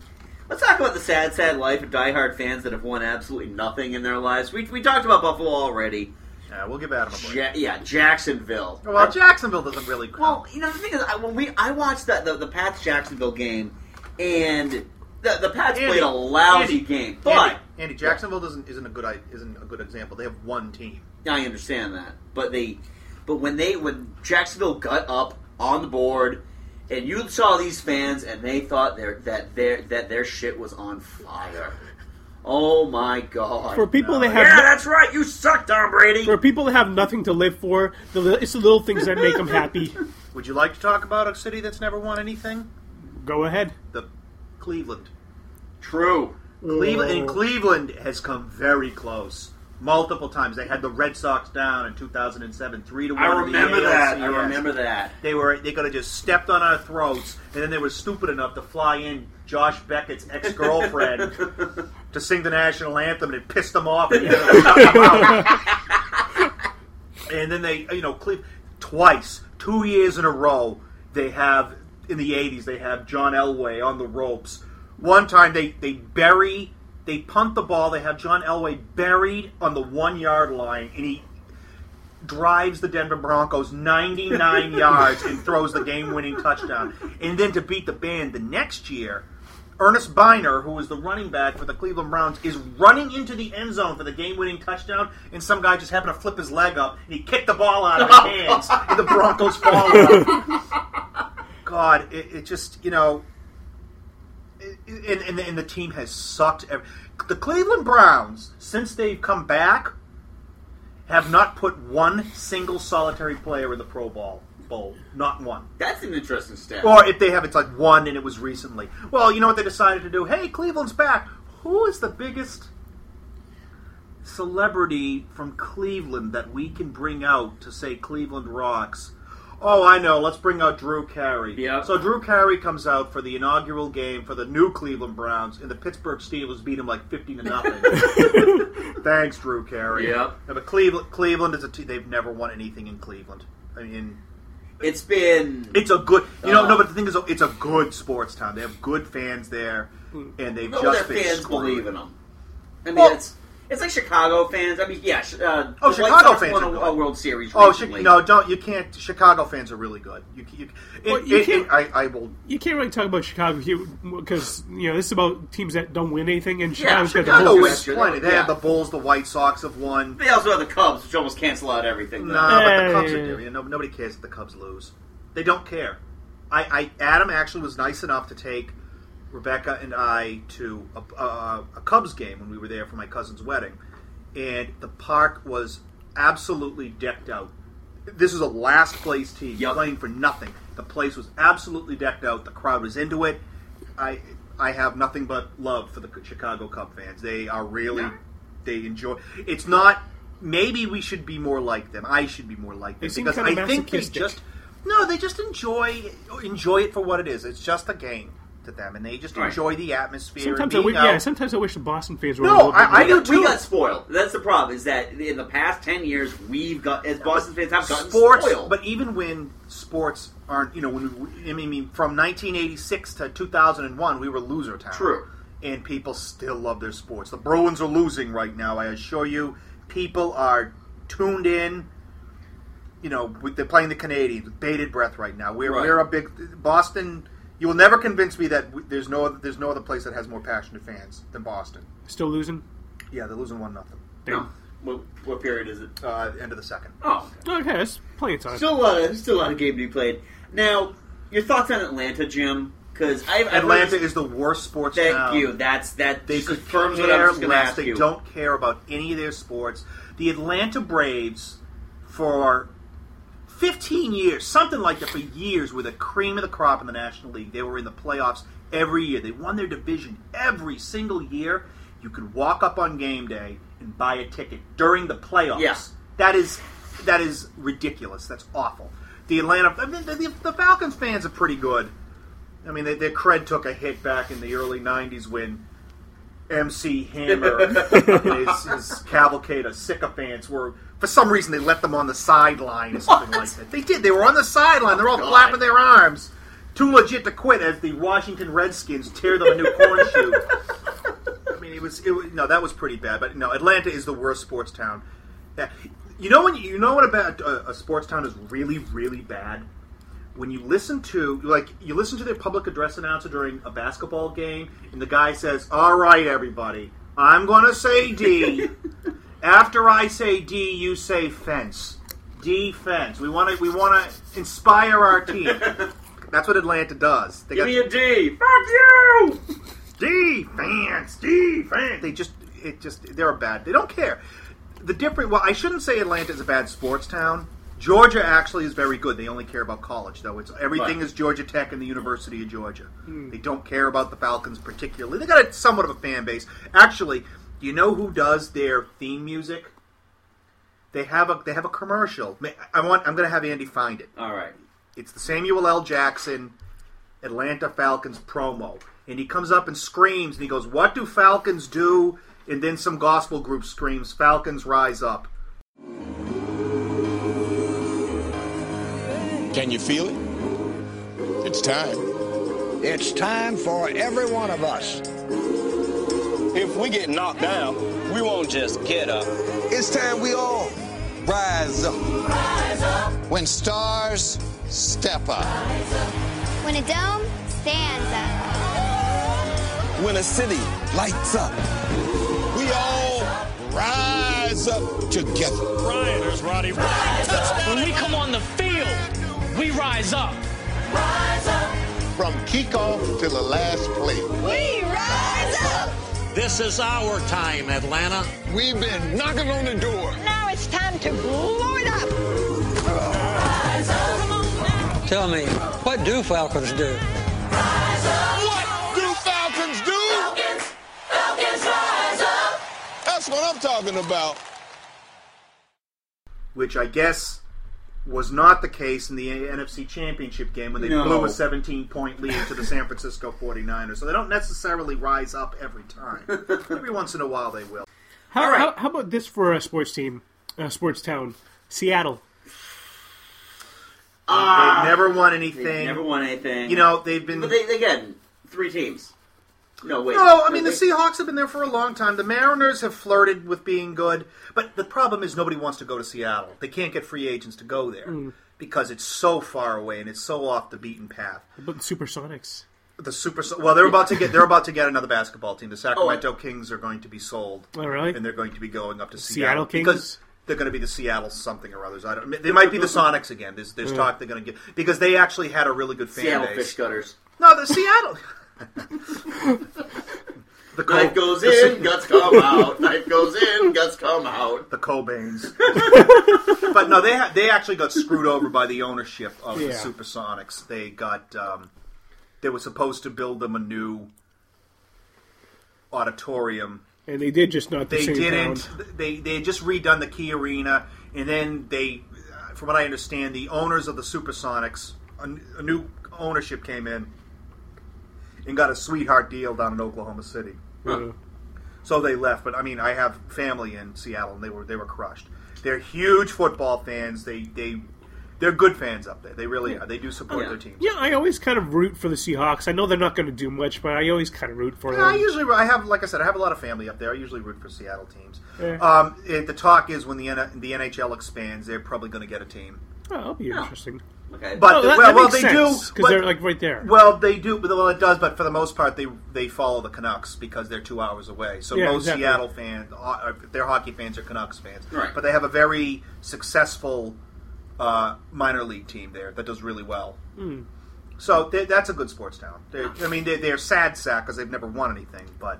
S3: let's talk about the sad, sad life of diehard fans that have won absolutely nothing in their lives. We, we talked about Buffalo already.
S6: Yeah, we'll give Adam a
S3: break. Ja- yeah, Jacksonville.
S6: well, Jacksonville doesn't really.
S3: Well, you know the thing is, I, when we I watched that the, the Pats Jacksonville game, and the the Pats
S6: Andy,
S3: played a lousy
S6: Andy,
S3: game, but
S6: Andy, Andy, Jacksonville doesn't isn't a good i- isn't a good example. They have one team.
S3: I understand that. But they, but when they when Jacksonville got up on the board, and you saw these fans, and they thought their that their that their shit was on fire. Oh my god!
S5: For people that have
S3: yeah, that's right. You suck, Tom Brady.
S5: For people that have nothing to live for, the, li- it's the little things that make them happy.
S6: Would you like to talk about a city that's never won anything?
S5: Go ahead.
S6: The Cleveland.
S3: True.
S6: Cleveland and
S5: Oh.
S6: Cleveland has come very close. Multiple times they had the Red Sox down in 2007, three to one.
S3: I
S6: in the
S3: remember that. I
S6: ALCS.
S3: remember that.
S6: They were they could have just stepped on our throats, and then they were stupid enough to fly in Josh Beckett's ex girlfriend to sing the national anthem, and it pissed them off. And, and then they, you know, Cle- twice, two years in a row, they have in the '80s they have John Elway on the ropes. One time they they bury. They punt the ball. They have John Elway buried on the one yard line, and he drives the Denver Broncos 99 yards and throws the game-winning touchdown. And then to beat the band the next year, Ernest Biner, who is the running back for the Cleveland Browns, is running into the end zone for the game-winning touchdown, and some guy just happened to flip his leg up and he kicked the ball out of his hands, and the Broncos fall. over. God, it, it just you know. it- it- And, and, and the team has sucked. ev- The Cleveland Browns, since they've come back, have not put one single solitary player in the Pro Bowl. Bowl, not one.
S3: That's an interesting stat.
S6: Or if they have, it's like one, and it was recently. Well, you know what they decided to do? Hey, Cleveland's back. Who is the biggest celebrity from Cleveland that we can bring out to say Cleveland rocks? Oh, I know. Let's bring out Drew Carey. Yeah. So Drew Carey comes out for the inaugural game for the new Cleveland Browns, and the Pittsburgh Steelers beat him like fifteen to nothing. Thanks, Drew Carey.
S3: Yep.
S6: No, but Cleveland, Cleveland is a team. They've never won anything in Cleveland. I mean,
S3: it's been.
S6: It's a good. You
S5: Uh-huh.
S6: know, no, but the thing is, it's a good sports town. They have good fans there,
S5: Hmm.
S6: and they've
S3: No,
S6: just
S3: their
S6: been
S3: fans
S6: screwed.
S3: believe in them. I mean,
S6: Well-
S3: it's it's like Chicago fans. I mean, yeah. sh- Uh,
S6: Oh,
S3: the
S6: Chicago
S3: White Sox
S6: fans
S3: won
S6: are
S3: a,
S6: good.
S3: a World Series.
S6: Oh, Chi-
S3: recently.
S6: no, don't you can't. Chicago fans are really good. You, c- you, c- it,
S5: Well, you
S6: it-
S5: can't-
S6: it- I, I will.
S5: You can't really talk about Chicago here because you know this is about teams that don't win anything, and
S3: Yeah,
S5: Chicago's got the
S6: Chicago
S5: whole.
S6: wins plenty. They
S3: Yeah.
S6: have the Bulls, the White Sox have won.
S3: They also have the Cubs, which almost cancel out everything.
S6: No,
S3: though.
S6: but the Cubs
S5: Hey.
S6: are doing it. No, nobody cares if the Cubs lose. They don't care. I, I Adam actually was nice enough to take Rebecca and I to a, a, a Cubs game when we were there for my cousin's wedding, and the park was absolutely decked out. This is a last place team playing for nothing. The place was absolutely decked out. The crowd was into it. I I have nothing but love for the Chicago Cub fans. They are really they enjoy. It's not. Maybe we should be more like them. I should be more like them
S5: They seem
S6: because
S5: kinda
S6: I think they
S5: masochistic.
S6: just no, they just enjoy enjoy it for what it is. It's just a game to them, and they just
S3: Right.
S6: enjoy the atmosphere.
S5: Sometimes I
S6: and
S5: wish,
S6: being out.
S5: yeah, sometimes I wish the Boston fans were. a
S6: No,
S5: little bit
S6: I- I
S5: more-
S6: do
S3: We
S6: too.
S3: got spoiled. That's the problem. Is that in the past ten years we've got as Boston fans have gotten
S6: sports,
S3: spoiled.
S6: but even when sports aren't, you know, when we, I mean, from 1986 to 2001, we were loser town.
S3: True.
S6: and people still love their sports. The Bruins are losing right now. I assure you, people are tuned in. You know, with- they're playing the Canadians with bated breath right now. We're
S3: Right.
S6: we're a big Boston You will never convince me that w- there's no there's no other place that has more passionate fans than Boston.
S5: Still losing?
S6: Yeah, they're losing one nothing.
S5: Damn.
S3: What, what period is it?
S6: Uh, end of the second.
S3: Oh,
S5: okay, that's plenty of time.
S3: Still a lot of still a lot of game to be played. Now, your thoughts on Atlanta, Jim? Because I've, I've
S6: Atlanta
S3: heard,
S6: is the worst sports
S3: Thank
S6: town.
S3: you. That's that.
S6: They
S3: just
S6: could
S3: confirms
S6: care
S3: what I was going to
S6: less.
S3: ask
S6: they
S3: you.
S6: don't care about any of their sports. The Atlanta Braves, for 15 years, something like that, for years, were the cream of the crop in the National League. They were in the playoffs every year. They won their division every single year. You could walk up on game day and buy a ticket during the playoffs.
S3: Yeah.
S6: That is that is ridiculous. That's awful. The Atlanta, I mean, the, the, the Falcons fans are pretty good. I mean, they, their cred took a hit back in the early '90s when MC Hammer and his, his cavalcade of sycophants were, for some reason, they left them on the sideline or something like that. They did. They were on the sideline. They're all flapping their arms, too legit to quit as the Washington Redskins tear them a new cornshoe. I mean, it was, it was no, that was pretty bad. But no, Atlanta is the worst sports town. Yeah. You know when you, you know what about a, a sports town is really really bad when you listen to like you listen to their public address announcer during a basketball game and the guy says all right everybody i'm going to say d after i say d you say fence defense we want to we want to inspire our team that's what atlanta does they
S3: Give me
S6: got
S3: a D. Fuck you.
S6: defense defense they just it just they're bad they don't care the different well i shouldn't say atlanta is a bad sports town georgia actually is very good they only care about college though it's everything
S3: Right.
S6: is georgia tech and the university of georgia they don't care about the falcons particularly they got a somewhat of a fan base actually you know who does their theme music they have a they have a commercial Ma- i want i'm going to have andy find it
S3: All right.
S6: it's the Samuel L. Jackson Atlanta Falcons promo. And he comes up and screams and he goes, What do Falcons do? And then some gospel group screams, Falcons rise up.
S9: Can you feel it? It's time.
S14: It's time for every one of us.
S15: If we get knocked down, we won't just get up.
S14: It's time we all rise up. When stars step up.
S16: When a dome stands up.
S15: When a city lights up, we all rise up together. Ryan, there's Roddy.
S17: When we come on the field, we rise up. Rise up.
S18: From kickoff to the last play.
S17: We rise up.
S18: This is our time, Atlanta. We've been knocking on the door.
S11: Now it's time to blow it up.
S19: Tell me, what do Falcons do?
S15: What do Falcons do? Falcons, Falcons rise up.
S9: That's what I'm talking about.
S6: which I guess was not the case in the NFC Championship game when they
S9: No.
S6: blew a 17 point lead to the San Francisco 49ers. So they don't necessarily rise up every time. every once in a while they will.
S5: How, how, how about this for a sports team, a sports town? Seattle.
S3: Ah.
S6: they've never won anything.
S3: They've never won anything.
S6: You know, they've been.
S3: But they, they again, three teams. No wait.
S6: No, I mean the
S3: they-
S6: Seahawks have been there for a long time. The Mariners have flirted with being good, but the problem is nobody wants to go to Seattle. They can't get free agents to go there
S5: Mm.
S6: because it's so far away and it's so off the beaten path.
S5: How about the Supersonics?
S6: The super well, they're about to get they're about to get another basketball team. The Sacramento Kings are going to be sold,
S5: Oh, really?
S6: and they're going to be going up to Seattle,
S5: Seattle Kings?
S6: because they're going to be the Seattle something or others. I don't. They might be the Sonics again. There's, there's
S3: Yeah.
S6: talk they're going to get because they actually had a really good fan
S3: Seattle
S6: base.
S3: fish gutters.
S6: No, the Seattle. The
S3: Knife goes in, guts come out. Knife goes in, guts come out.
S6: The Cobains. but no, they ha- they actually got screwed over by the ownership of the
S3: Yeah.
S6: Supersonics. They got um, they were supposed to build them a new auditorium.
S5: And they did just not the
S6: They
S5: same
S6: didn't.
S5: town.
S6: They they had just redone the Key Arena, and then they, uh, from what I understand, the owners of the Supersonics, a, n- a new ownership came in, and got a sweetheart deal down in Oklahoma City.
S5: Huh.
S6: So they left, but I mean, I have family in Seattle, and they were they were crushed. They're huge football fans. They they they're good fans up there. They really are. They do support their team.
S5: Oh, Yeah, I always kind of root for the Seahawks. I know they're not going to do much, but I always kind of root for
S6: Yeah, I
S5: them.
S6: usually I have like I said I have a lot of family up there. I usually root for Seattle teams.
S5: Yeah.
S6: Um, it, the talk is when the N- the NHL expands, they're probably going to get a team.
S5: Oh, that'll be interesting.
S3: Okay.
S6: But
S5: oh,
S6: the-
S5: that,
S6: well,
S5: that
S6: well,
S5: makes
S6: they
S5: sense,
S6: do
S5: because they're
S6: but-
S5: like right there.
S6: Well, they do, but well, it does. But for the most part, they they follow the Canucks because they're two hours away. So
S5: Yeah,
S6: most
S5: exactly.
S6: Seattle fans, ho- or their hockey fans, are Canucks fans.
S5: Right.
S6: But they have a very successful uh, minor league team there that does really well.
S5: Hmm.
S6: So they, that's a good sports town. They're, I mean, they're, they're sad sack because they've never won anything, but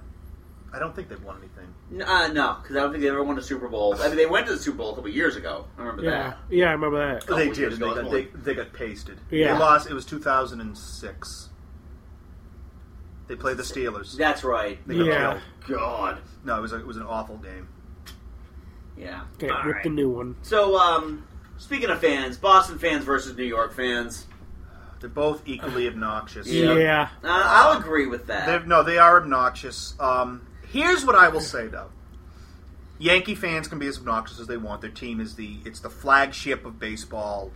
S6: I don't think they've won anything.
S3: N- Uh, no, because I don't think they ever won a Super Bowl. I mean, they went to the Super Bowl a couple years ago. I remember
S5: Yeah, yeah, I remember that.
S3: Couple
S6: they
S3: years
S6: did. and
S3: ago,
S6: They got,
S3: that's
S6: they, they got pasted.
S5: Yeah.
S6: They lost. It was 2006. They played the Steelers.
S3: That's right.
S6: They got
S5: Yeah.
S6: killed. God. No, it was a, it was an awful game.
S3: that. Yeah.
S5: Okay,
S3: All
S5: rip
S3: right.
S5: the new one.
S3: So, um, speaking of fans, Boston fans versus New York fans.
S6: They're both equally obnoxious.
S5: Yeah.
S3: Uh, I'll agree with that.
S6: They're, no, they are obnoxious. Um, here's what I will say though: Yankee fans can be as obnoxious as they want. Their team is the it's the flagship of baseball.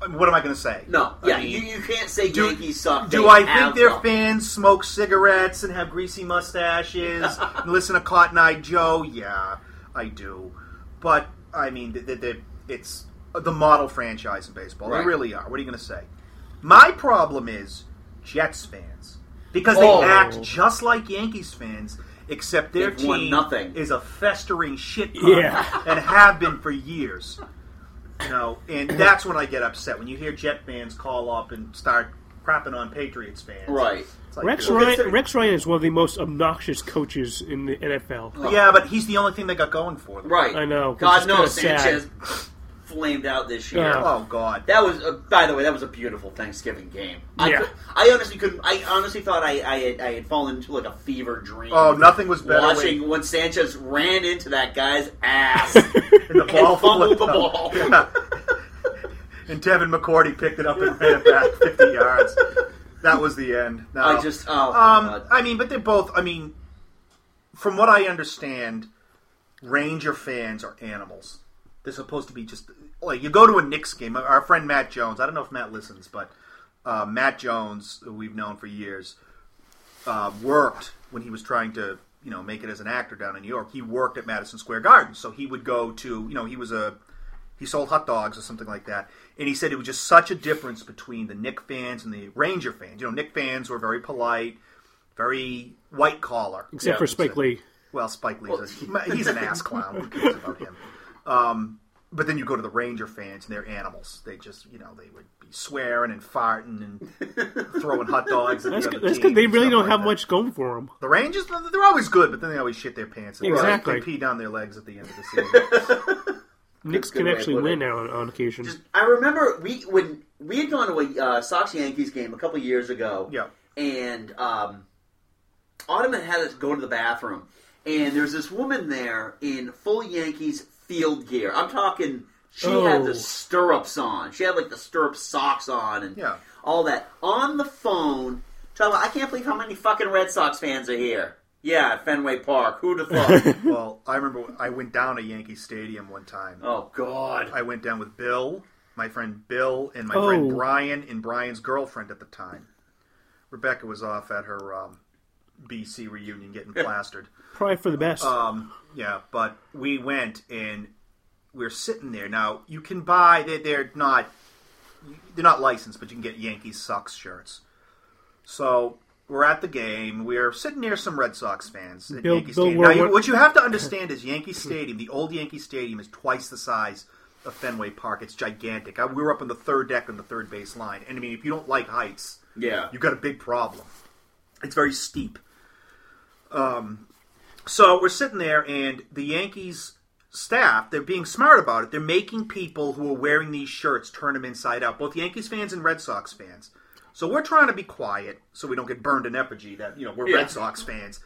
S6: I mean, what am I going to say?
S3: No,
S6: I
S3: yeah,
S6: mean,
S3: you, you can't say
S6: do-
S3: Yankees suck.
S6: Do
S3: They
S6: I
S3: have
S6: think their
S3: them.
S6: fans smoke cigarettes and have greasy mustaches and listen to Cotton Eye Joe? Yeah, I do. But I mean, th th- th- it's the model franchise in baseball. They
S3: Right.
S6: really are. What are you going to say? My problem is Jets fans because they
S3: Oh.
S6: act just like Yankees fans, except their
S3: They've
S6: team
S3: won nothing.
S6: is a festering shit
S5: Yeah.
S6: and have been for years. You know, and that's when I get upset when you hear Jet fans call up and start crapping on Patriots fans.
S3: Right.
S6: It's like,
S5: Rex
S6: well,
S5: Ryan,
S6: consider-
S5: Rex Ryan is one of the most obnoxious coaches in the NFL.
S6: Yeah, but he's the only thing they got going for them.
S3: Right.
S5: I know. which
S3: God
S5: is
S3: knows
S5: kinda sad.
S3: Sanchez flamed out this year.
S5: Yeah.
S6: Oh God.
S3: That was, uh, by the way, that was a beautiful Thanksgiving game. I,
S6: Yeah.
S3: could, I honestly couldn't. I honestly thought I, I, had, I had fallen into like a fever dream.
S6: Oh, nothing was better when-
S3: Watching when, Sanchez ran into that guy's ass and
S6: And the ball
S3: fumbled
S6: flipped
S3: the
S6: up.
S3: ball.
S6: Yeah. and Devin McCourty picked it up and ran it back 50 yards. That was the end. No.
S3: I just- oh,
S6: um, I mean, but they're both. I mean, from what I understand, Ranger fans are animals. They're supposed to be just like you go to a Knicks game. Our friend Matt Jones. I don't know if Matt listens, but uh, Matt Jones, who we've known for years, uh, worked when he was trying to you know make it as an actor down in New York. He worked at Madison Square Garden, so he would go to you know he was a he sold hot dogs or something like that, and he said it was just such a difference between the Nick fans and the Ranger fans. You know, Nick fans were very polite, very white collar,
S5: Except for Spike Lee.
S6: Well, Spike Lee's a, he's an ass clown. Who cares about him? Um, but then you go to the Ranger fans, and they're animals. They just, you know, they would be swearing and farting and throwing hot dogs. At
S5: That's
S6: the
S5: good.
S6: other
S5: That's good. They
S6: team and
S5: really
S6: stuff
S5: don't
S6: like
S5: have
S6: that.
S5: much going for them.
S6: The Rangers, they're always good, but then they always shit their pants.
S5: Exactly.
S6: They pee down their legs at the end of the season.
S5: Knicks
S3: good
S5: can
S3: way
S5: actually
S3: of putting
S5: win on, on occasion.
S3: I remember we when we had gone to a uh, Sox Yankees game a couple years ago.
S6: Yeah.
S3: And um, Ottoman had us go to the bathroom, and there was this woman there in full Yankees field gear. I'm talking. She had
S6: Oh.
S3: the stirrups on. She had like the stirrup socks on and
S6: Yeah.
S3: all that on the phone. Talking about, I can't believe how many fucking Red Sox fans are here. Yeah, at Fenway Park. Who'd have thought?
S6: well, I remember when I went down to Yankee Stadium one time.
S3: Oh, God.
S6: I went down with Bill, my friend Bill, and my
S5: Oh.
S6: friend Brian, and Brian's girlfriend at the time. Rebecca was off at her um, BC reunion getting plastered.
S5: Probably for the best.
S6: Um, yeah, but we went and we're sitting there. Now you can buy they're, they're not they're not licensed, but you can get Yankees sucks shirts. So we're at the game. We're sitting near some Red Sox fans at
S5: Bill-
S6: Yankee
S5: Bill,
S6: Stadium.
S5: we're-
S6: Now, you,
S5: we're-
S6: what you have to understand is Yankee Stadium, the old Yankee Stadium, is twice the size of Fenway Park. It's gigantic. I, we were up on the third deck on the third base line, and I mean, if you don't like heights,
S3: Yeah.
S6: you got a big problem. It's very steep. Um, so we're sitting there, and the Yankees staff, they're being smart about it. They're making people who are wearing these shirts turn them inside out, both Yankees fans and Red Sox fans. So we're trying to be quiet so we don't get burned in effigy that, you know, we're
S3: Yeah.
S6: Red Sox fans.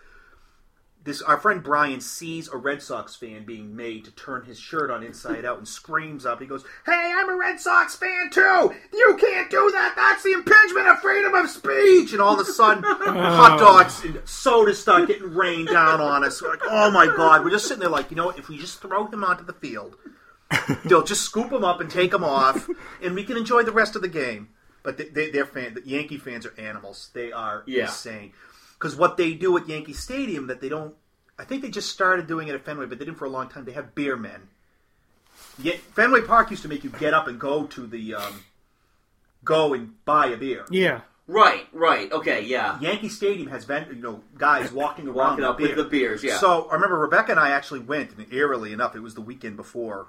S6: This our friend Brian sees a Red Sox fan being made to turn his shirt on inside out and screams up. He goes, Hey, I'm a Red Sox fan too! You can't do that! That's the impingement of freedom of speech! And all of a sudden, hot dogs and sodas start getting rained down on us. We're like, oh my god, we're just sitting there like, you know what, if we just throw him onto the field, they'll just scoop him up and take him off, and we can enjoy the rest of the game. But they, they, they're fan, the Yankee fans are animals. They are
S3: Yeah.
S6: insane. Because what they do at Yankee Stadium that they don't, I think they just started doing it at Fenway, but they didn't for a long time. They have beer men Get, Fenway Park used to make you get up and go to the, um, go and buy a beer.
S5: Yeah.
S3: Right, right, okay, yeah.
S6: Yankee Stadium has vent, you know, guys walking around
S3: Walking
S6: with
S3: up with the beers, yeah.
S6: So I remember Rebecca and I actually went, and eerily enough, it was the weekend before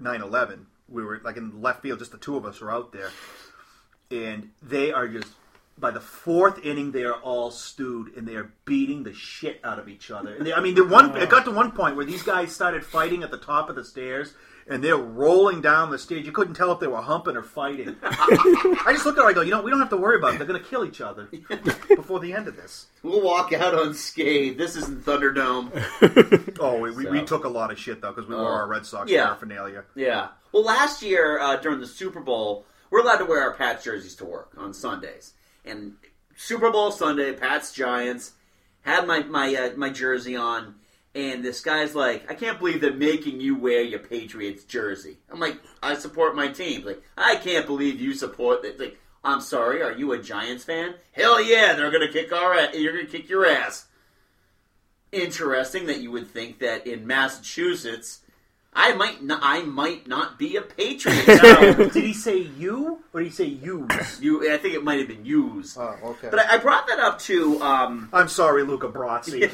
S6: 9-11. We were like in left field, just the two of us were out there, and they are just by the fourth inning they are all stewed and they are beating the shit out of each other. And they, I mean, the one it got to one point where these guys started fighting at the top of the stairs. And they're rolling down the stage. You couldn't tell if they were humping or fighting. I just looked at her. I go, you know, we don't have to worry about it. They're going to kill each other before the end of this.
S3: We'll walk out unscathed. This isn't Thunderdome.
S6: Oh, we, we, we took a lot of shit though because we
S3: Oh.
S6: wore our Red Sox
S3: Yeah.
S6: paraphernalia.
S3: Yeah. Well, last year uh, during the Super Bowl, we're allowed to wear our Pats jerseys to work on Sundays. And Super Bowl Sunday, Pats Giants, had my my uh, my jersey on, and this guy's like, "I can't believe they're making you wear your Patriots jersey." I'm like, "I support my team." Like, I can't believe you support that. Like, I'm sorry, are you a Giants fan? Hell yeah, they're gonna kick our ass. You're gonna kick your ass. Interesting that you would think that in Massachusetts I might not, I might not be a patriot.
S6: did he say you or did he say use?
S3: you, I think it might have been used.
S6: Oh, okay.
S3: But I, I brought that up to. Um,
S6: I'm sorry, Luca Brasi.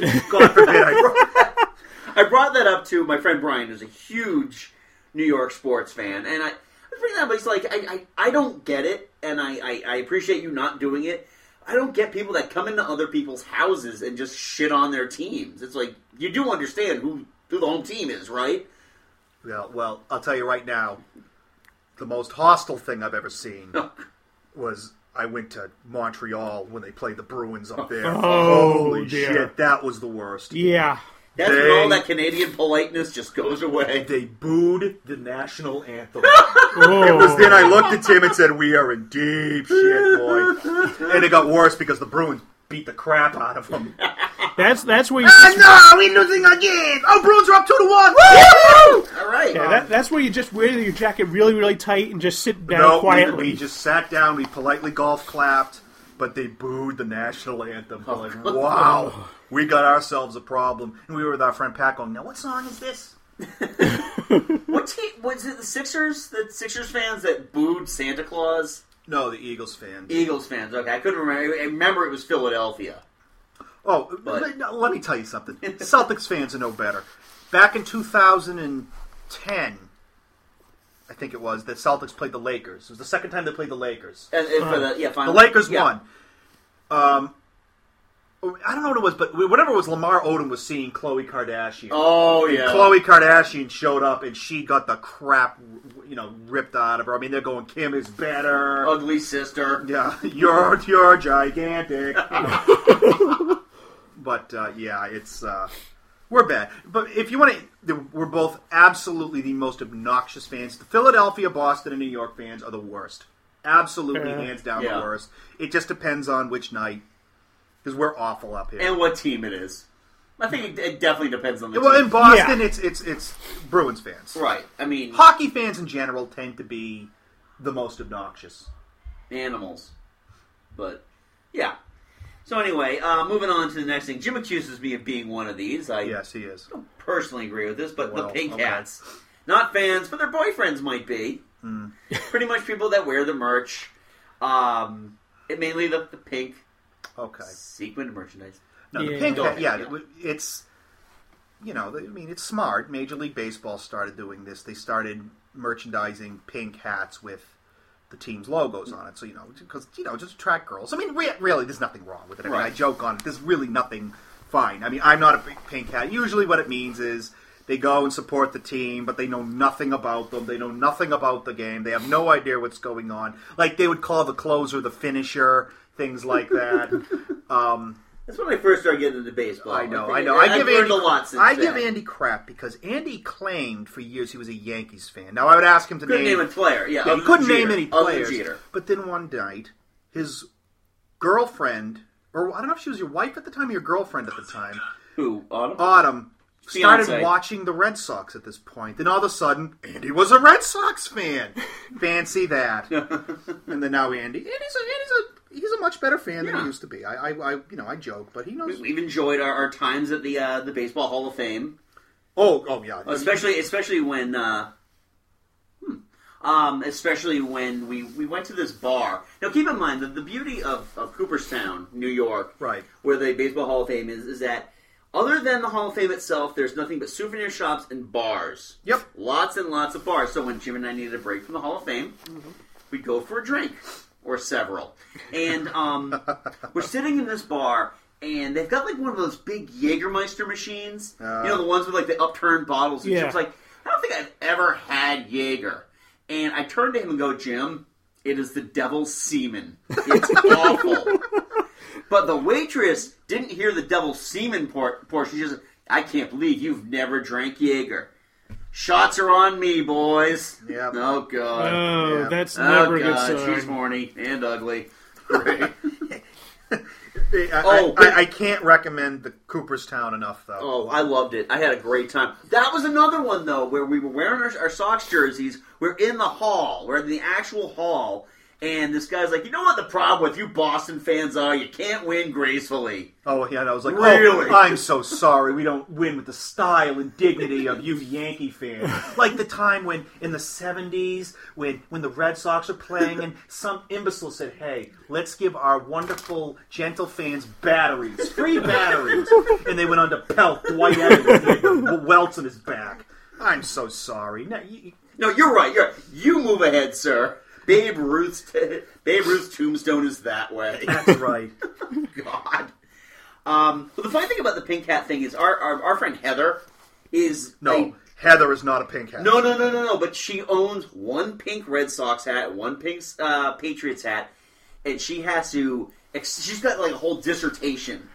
S3: I brought that up to my friend Brian, who's a huge New York sports fan, and I, I was bringing that up. But he's like, I, I, I don't get it, and I, I, I appreciate you not doing it. I don't get people that come into other people's houses and just shit on their teams. It's like you do understand who who the home team is, right?
S6: Yeah, well, I'll tell you right now, the most hostile thing I've ever seen was I went to Montreal when they played the Bruins up there.
S5: Oh,
S6: Holy
S5: dear.
S6: shit, that was the worst.
S5: Yeah.
S3: That's when all
S6: They-
S3: that Canadian politeness just goes away.
S6: They booed the national anthem. It
S5: Oh,
S6: was then I looked at Tim and said, "We are in deep shit, boy." And it got worse because the Bruins beat the crap out of them.
S5: That's that's where you.
S6: Ah, no, we're losing again. Oh, Bruins are up two to one.
S3: All right.
S5: Yeah, that, that's where you just wear your jacket really, really tight and just sit down
S6: no, we-
S5: quietly.
S6: We, just sat down. We politely golf clapped, but they booed the national anthem. We're like,
S5: God.
S6: wow, we got ourselves a problem. And we were with our friend Pat going, "Now what song is this?"
S3: What team was it? The Sixers? The Sixers fans that booed Santa Claus?
S6: No, the Eagles fans.
S3: Eagles fans. Okay, I couldn't remember. I remember it was Philadelphia.
S6: Oh,
S3: But-
S6: let- no, let me tell you something. Celtics fans are no better. Back in 2010, I think it was, the Celtics played the Lakers. It was the second time they played the Lakers.
S3: And- and Uh, for the- yeah, final-
S6: the Lakers
S3: yeah.
S6: won. Um, I don't know what it was, but whatever it was, Lamar Odom was seeing Khloe Kardashian.
S3: Oh,
S6: And
S3: yeah.
S6: Khloe Kardashian showed up, and she got the crap, you know, ripped out of her. I mean, they're going, Kim is better.
S3: Ugly sister.
S6: Yeah, you're you're gigantic. but uh, yeah, it's uh, we're bad. But if you want to, we're both absolutely the most obnoxious fans. The Philadelphia, Boston, and New York fans are the worst. Absolutely,
S3: Yeah.
S6: hands down,
S3: Yeah.
S6: the worst. It just depends on which night, because we're awful up here.
S3: And what team it is. I think it, it definitely depends on the
S6: well,
S3: team.
S6: in Boston, it's it's it's Bruins fans,
S3: Right. I mean,
S6: Hockey fans in general tend to be the most obnoxious.
S3: animals. But, yeah. So, anyway, uh, moving on to the next thing. Jim accuses me of being one of these. I
S6: Yes, he is.
S3: personally agree with this, but
S6: Well,
S3: the pink
S6: okay.
S3: hats. Not fans, but their boyfriends might be.
S6: Hmm.
S3: Pretty much people that wear the merch. Um, and mainly the, the pink
S6: Okay.
S3: sequined merchandise.
S6: No, the pink hat. Yeah, it- it's you know, I mean, it's smart. Major League Baseball started doing this. They started merchandising pink hats with the team's logos on it. So you know, because you know, just attract girls. I mean, re- really, there's nothing wrong with it. I mean, I
S3: Right.
S6: joke on it. There's really nothing fine. I mean, I'm not a big pink hat. Usually, what it means is. They go and support the team, but they know nothing about them. They know nothing about the game. They have no idea what's going on. Like they would call the closer the finisher, things like that. um,
S3: That's when I first started getting into baseball.
S6: I know,
S3: Like,
S6: I know.
S3: I've
S6: I give
S3: learned
S6: Andy,
S3: a lot since
S6: I
S3: then.
S6: give Andy crap because Andy claimed for years he was a Yankees fan. Now I would ask him to
S3: Couldn't
S6: name,
S3: name a player, yeah, other
S6: he
S3: than
S6: couldn't
S3: Jeter.
S6: name any
S3: Other than
S6: players.
S3: Jeter.
S6: But then one night, his girlfriend, or I don't know if she was your wife at the time or your girlfriend at the time,
S3: who Autumn,
S6: Autumn started
S3: Fiance.
S6: watching the Red Sox at this point, and all of a sudden Andy was a Red Sox fan. Fancy that! and then now Andy, Andy's a, Andy's a he's a much better fan than he used to be. I, I, I you know I joke, but he knows.
S3: We- We've enjoyed our, our times at the uh, the Baseball Hall of Fame,
S6: Oh, oh yeah.
S3: especially especially when uh, Um, especially when we, we went to this bar. Now, keep in mind that the beauty of, of Cooperstown, New York, right, where the Baseball Hall of Fame is, is that other than the Hall of Fame itself, there's nothing but souvenir shops and bars. Yep, lots and lots of bars. So when Jim and I needed a break from the Hall of Fame, we'd go for a drink or several. And um, we're sitting in this bar, and they've got like one of those big Jägermeister machines. you know, the ones with like the upturned bottles. And
S2: Yeah.
S3: Jim's like, I don't think I've ever had Jaeger. And I turned to him and go, Jim, it is the devil's semen. It's awful. But the waitress didn't hear the devil's semen por- portion. She just, I can't believe you've never drank Jaeger. Shots are on me, boys. Yeah. Oh God.
S5: Oh, that's
S3: Oh,
S5: never a good
S3: God,
S5: sign.
S3: She's horny and ugly.
S6: I,
S3: Oh,
S6: I, I, I can't recommend the Cooperstown enough, though.
S3: Oh, I loved it. I had a great time. That was another one though, where we were wearing our, our Sox jerseys. We're in the hall. We're in the actual hall, and this guy's like, "You know what the problem with you Boston fans are? You can't win gracefully."
S6: Oh yeah, and I was like,
S3: Really?
S6: oh, I'm so sorry. We don't win with the style and dignity of you Yankee fans. Like the time when in the '70s, when when the Red Sox were playing, and some imbecile said, "Hey, let's give our wonderful, gentle fans batteries, free batteries," and they went on to pelt Dwight Evans, with welts in his back. I'm so sorry. No, you,
S3: No, you're right. You're right. you move ahead, sir. Babe Ruth's Babe Ruth's tombstone is that way. That's
S6: right.
S3: God. Um, but the funny thing about the pink hat thing is our our, our friend Heather is
S6: no,
S3: a-
S6: Heather is not a pink hat.
S3: no, no, no, no, no. But she owns one pink Red Sox hat, one pink uh, Patriots hat, and she has to. Ex- she's got like a whole dissertation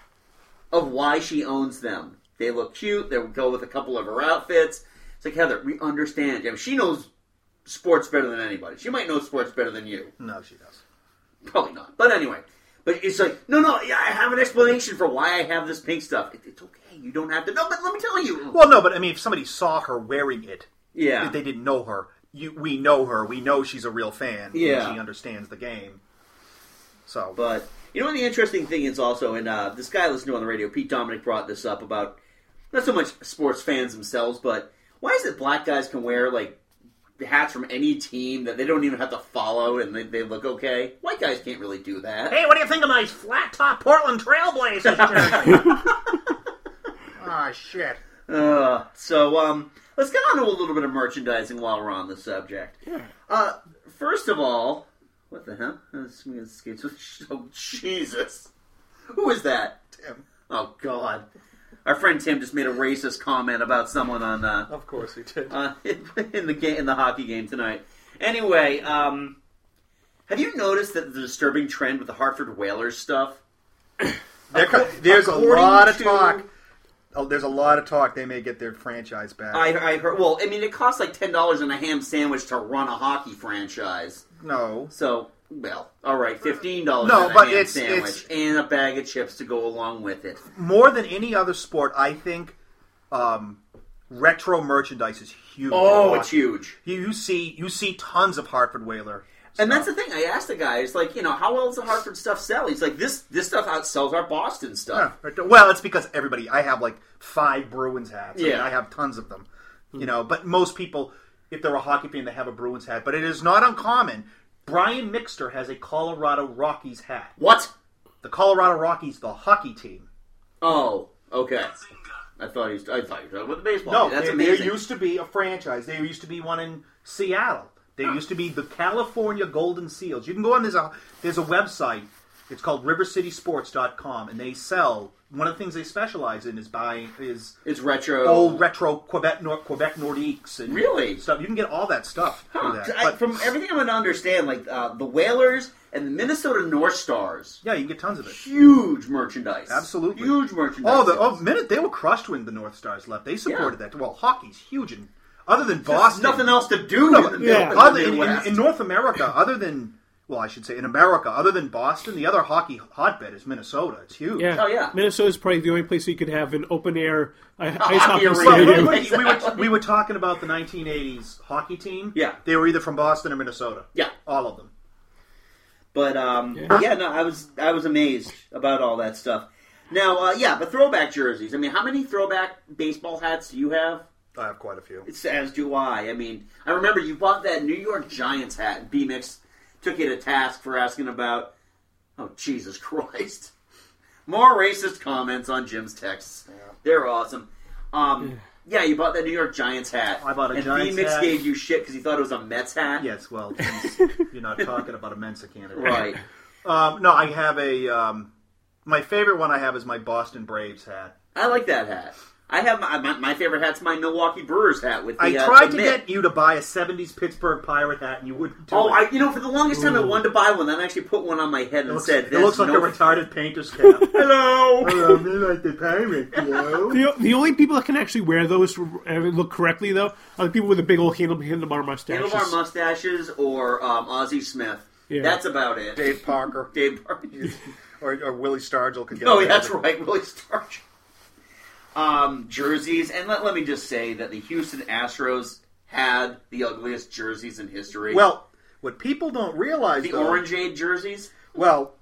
S3: of why she owns them. They look cute. They go with a couple of her outfits. It's like Heather, we understand. I mean, she knows sports better than anybody. She might know sports better than you.
S6: No, she does.
S3: Probably not. But anyway, but it's like, no, no, yeah, I have an explanation for why I have this pink stuff. It- it's okay. You don't have to. No, but let me tell you.
S6: Well, no, but I mean, if somebody saw her wearing it,
S3: Yeah.
S6: if they didn't know her, you, we know her. We know she's a real fan. and
S3: Yeah.
S6: she understands the game. So,
S3: but you know, what the interesting thing is also, and uh, this guy I listened to on the radio, Pete Dominic, brought this up about not so much sports fans themselves, but why is it black guys can wear like hats from any team that they don't even have to follow and they, they look okay? White guys can't really do that.
S6: what do you think of my flat top Portland Trailblazers jersey? Ah, shit.
S3: Uh, so um, let's get on to a little bit of merchandising while we're on the subject. Uh, first of all, what the hell? This man skates with. Oh Jesus! Who is that? Tim. Oh God! Our friend Tim just made a racist comment about someone on. Uh,
S6: of course he did.
S3: Uh, in the game, in the hockey game tonight. Anyway, um, have you noticed that the disturbing trend with the Hartford Whalers stuff?
S6: There's a
S3: According
S6: lot of
S3: to-
S6: talk. Oh, there's a lot of talk. They may get their franchise back.
S3: I, I heard. Well, I mean, it costs like ten dollars and a ham sandwich to run a hockey franchise.
S6: no.
S3: So, well, all right, fifteen dollars.
S6: No,
S3: a
S6: but
S3: ham
S6: it's-
S3: sandwich and a bag of chips to go along with it.
S6: More than any other sport, I think um, retro merchandise is huge.
S3: Oh,
S6: in
S3: it's
S6: hockey.
S3: huge.
S6: You, you see, you see tons of Hartford Whaler.
S3: And that's the thing. I asked the guy. It's like, you know, how well does the Hartford stuff sell? He's like, this this stuff outsells our Boston
S6: Yeah,
S3: stuff.
S6: right. Well, it's because everybody. I have like five Bruins hats. I, mean,
S3: Yeah. Hmm.
S6: I have tons of them. You know, but most people, if they're a hockey fan, they have a Bruins hat. But it is not uncommon. Brian Mixter has a Colorado Rockies hat.
S3: What?
S6: The Colorado Rockies, the hockey team.
S3: Oh, okay. I thought he was, I thought you were talking about the baseball.
S6: No,
S3: Oh, that's
S6: there,
S3: amazing.
S6: there used to be a franchise. There used to be one in Seattle. There used to be the California Golden Seals. You can go on there's a there's a website. It's called RiverCitySports.com, and they sell. One of the things they specialize in is buying is
S3: It's retro-
S6: old Oh, retro Quebec Nor- Quebec Nordiques and
S3: Really?
S6: stuff. You can get all that stuff
S3: Huh,
S6: through that.
S3: 'cause I- from everything I'm going to understand, like uh, the Whalers and the Minnesota North Stars.
S6: Yeah, you can get tons of it.
S3: Huge merchandise.
S6: Absolutely,
S3: Huge merchandise.
S6: Oh, the oh, minute they were crushed when the North Stars left. They supported that. Well, hockey's huge, and other than
S3: There's
S6: Boston,
S3: nothing else to do in the middle- in the
S6: other, in, in-
S3: Midwest.
S6: in North America, other than well, I should say in America, other than Boston, the other hockey hotbed is Minnesota. It's huge.
S5: Yeah. Minnesota's probably the only place you could have an open air uh, ice hockey,
S6: Hockey
S5: stadium.
S6: arena. Well, we, we- we were, we were talking about the 1980s hockey team.
S3: Yeah.
S6: They were either from Boston or Minnesota.
S3: Yeah.
S6: All of them.
S3: But um, yeah. no, I was I was amazed about all that stuff. Now, uh, yeah, the throwback jerseys. I mean, how many throwback baseball hats do you have?
S6: I have quite a few.
S3: It's, as do I. I mean, I remember you bought that New York Giants hat, and B-Mix took you to task for asking about. Oh Jesus Christ! More racist comments on Jim's texts. They're awesome. Um, yeah, you bought that New York Giants hat. I
S6: bought a
S3: and
S6: Giants
S3: B-Mix
S6: hat.
S3: gave you shit because he thought it was a Mets hat.
S6: Yes, well, you're not talking about a Mensa candidate,
S3: Right.
S6: Um, no, I have a. Um, my favorite one I have is my Boston Braves hat.
S3: I like that hat. I have my, my, my favorite hat's my Milwaukee Brewers hat with the
S6: I
S3: uh,
S6: tried
S3: the
S6: to
S3: mitt.
S6: get you to buy a '70s Pittsburgh Pirate hat, and you wouldn't. Do
S3: Oh,
S6: it.
S3: I, you know, for the longest time, I wanted to buy one. Then I actually put one on my head and
S6: It looks,
S3: said,
S6: it
S3: "There's
S6: looks like
S3: no
S6: a retarded painter's cap.
S5: Hello.
S6: Hello, me like the pirate. Hello.
S5: The, the only people that can actually wear those and look correctly though are the people with the big old handle handlebar mustaches.
S3: handlebar mustaches or um, Ozzie Smith.
S5: Yeah.
S3: That's about it.
S6: Dave Parker.
S3: Dave Parker.
S6: or, or Willie Stargell could get.
S3: oh,
S6: away
S3: yeah, that's
S6: with it.
S3: right. Willie Starch. Um, jerseys, and let, let me just say that the Houston Astros had the ugliest jerseys in history.
S6: Well, what people don't realize
S3: the
S6: though,
S3: orangeade jerseys.
S6: Well,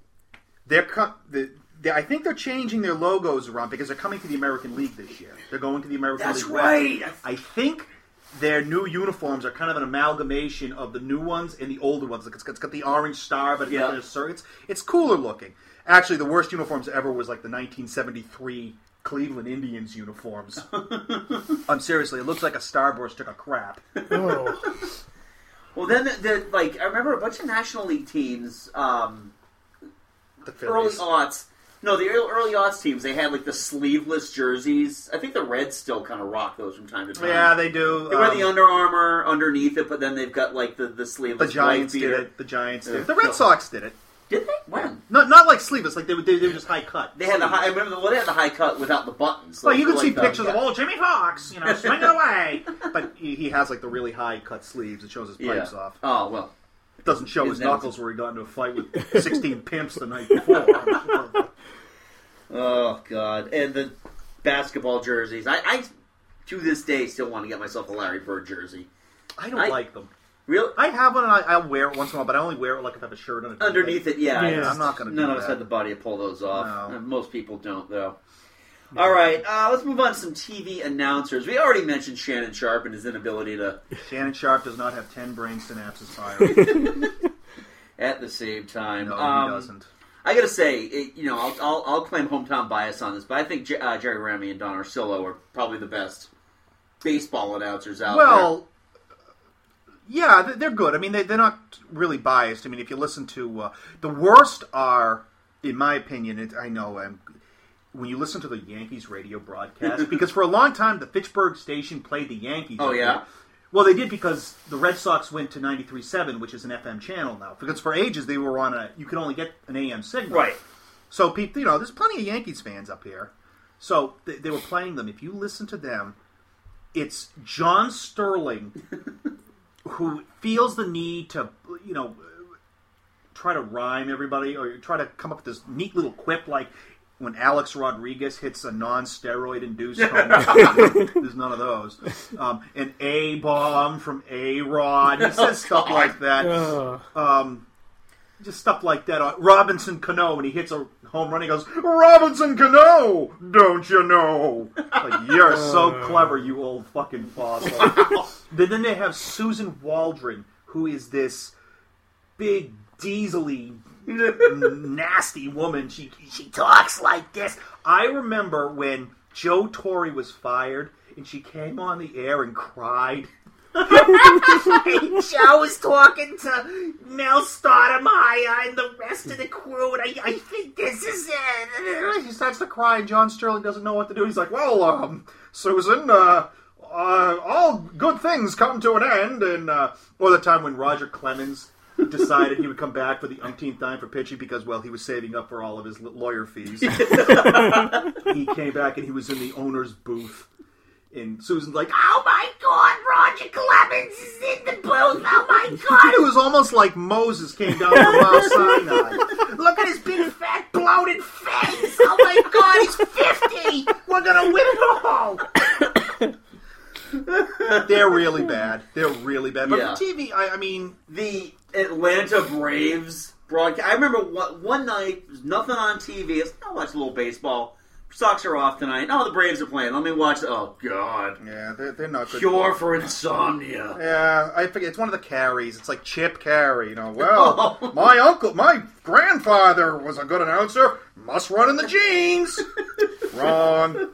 S6: they're co- the, they, I think they're changing their logos around because they're coming to the American League this year. They're going to the American
S3: That's
S6: League.
S3: right.
S6: West. I think their new uniforms are kind of an amalgamation of the new ones and the older ones. Like, It's, it's got the orange star, but it's
S3: Yeah.
S6: got the circuits. It's cooler looking. Actually, the worst uniforms ever was like the 1973 Cleveland Indians uniforms. I'm seriously, it looks like a Starburst took a crap.
S3: Well, then, the, the, like, I remember a bunch of National League teams, um,
S6: The
S3: early
S6: Phillies.
S3: aughts. No, the ear- early aughts teams, they had, like, the sleeveless jerseys. I think the Reds still kind of rock those from time to time.
S6: Yeah, they do.
S3: They wear
S6: Um,
S3: the Under Armour underneath it, but then they've got like the the
S6: The
S3: sleeveless.
S6: Giants
S3: white
S6: did
S3: beard.
S6: it. The Giants did
S3: Yeah.
S6: it. The Red
S3: No.
S6: Sox did it.
S3: Did they? When?
S6: Not not like sleeveless. Like they were they, they were just high cut.
S3: They had the high. I remember the, well, they had the high cut without the buttons.
S6: Well, you
S3: Like-
S6: can see
S3: like um, the-
S6: pictures of
S3: yeah.
S6: old Jimmy Fox, you know, swinging away. But he, he has like the really high cut sleeves. It shows his pipes
S3: Yeah.
S6: off.
S3: Oh well.
S6: It doesn't show his
S3: Isn't that-
S6: knuckles where he got into a fight with sixteen pimps the night before.
S3: Oh god! And the basketball jerseys. I, I to this day still want to get myself a Larry Bird jersey.
S6: I don't like them.
S3: Really?
S6: I have one. and I, I wear it once in a while, but I only wear it like if I have a shirt on it.
S3: Underneath it, yeah. it's-
S6: I'm not going to.
S3: None
S6: do
S3: of us
S6: that.
S3: had the body to pull those off. And Most people don't, though. All right, uh, let's move on to some TV announcers. We already mentioned Shannon Sharp and his inability to
S6: Shannon Sharp does not have ten brain synapses firing.
S3: at the same time.
S6: No, he
S3: Um,
S6: doesn't.
S3: I gotta say, it, you know, I'll, I'll, I'll claim hometown bias on this, but I think J- uh, Jerry Ramy and Don Arcillo are probably the best baseball announcers out
S6: well, yeah, th- they're good. I mean, they, they're not really biased. I mean, if you listen to uh, the worst are, in my opinion, it, I know um when you listen to the Yankees radio broadcast because for a long time the Pittsburgh station played the Yankees.
S3: Oh,
S6: up
S3: yeah?
S6: there. Well, they did because the Red Sox went to 93.7, which is an FM channel now. Because for ages they were on a, you could only get an AM signal.
S3: Right.
S6: So people, you know, there's plenty of Yankees fans up here. So they, they were playing them. If you listen to them, it's John Sterling who feels the need to, you know, try to rhyme everybody or try to come up with this neat little quip like when Alex Rodriguez hits a non-steroid induced home, there's none of those. Um, an A bomb from A Rod. He says stuff like that.
S5: Ugh.
S6: Um, just stuff like that. Uh, Robinson Cano when he hits a home run, he goes, "Robinson Cano, don't you know?" Like you're so clever, you old fucking fossil. then then they have Susan Waldron, who is this big, diesely, nasty woman. She she talks like this. I remember when Joe Torre was fired, and she came on the air and cried. Joe was talking to Mel Stoudemire and the rest of the crew, and I, I think this is it. He starts to cry, and John Sterling doesn't know what to do. He's like, "Well, um, Susan, uh, uh, all good things come to an end." And uh, or the time when Roger Clemens decided he would come back for the umpteenth time for pitching because, well, he was saving up for all of his l- lawyer fees. he came back and he was in the owner's booth. And Susan's like, oh my god, Roger Clemens is in the booth, oh my god! it was almost like Moses came down from Mount Sinai. Look at his big fat bloated face! Oh my god, he's 50! We're gonna win it all! They're really bad. They're really bad. But
S3: Yeah.
S6: for TV, I, I mean,
S3: the Atlanta Braves broadcast. I remember one, one night, there's nothing on TV. It's I watched a little baseball. socks are off tonight. Oh, the Braves are playing. Let me watch. Oh God.
S6: Yeah, they're, they're not good.
S3: Cure for insomnia.
S6: Yeah, I forget. It's one of the carries. It's like Chip Carey. You know, well, my uncle, my grandfather was a good announcer. Must run in the jeans. Wrong.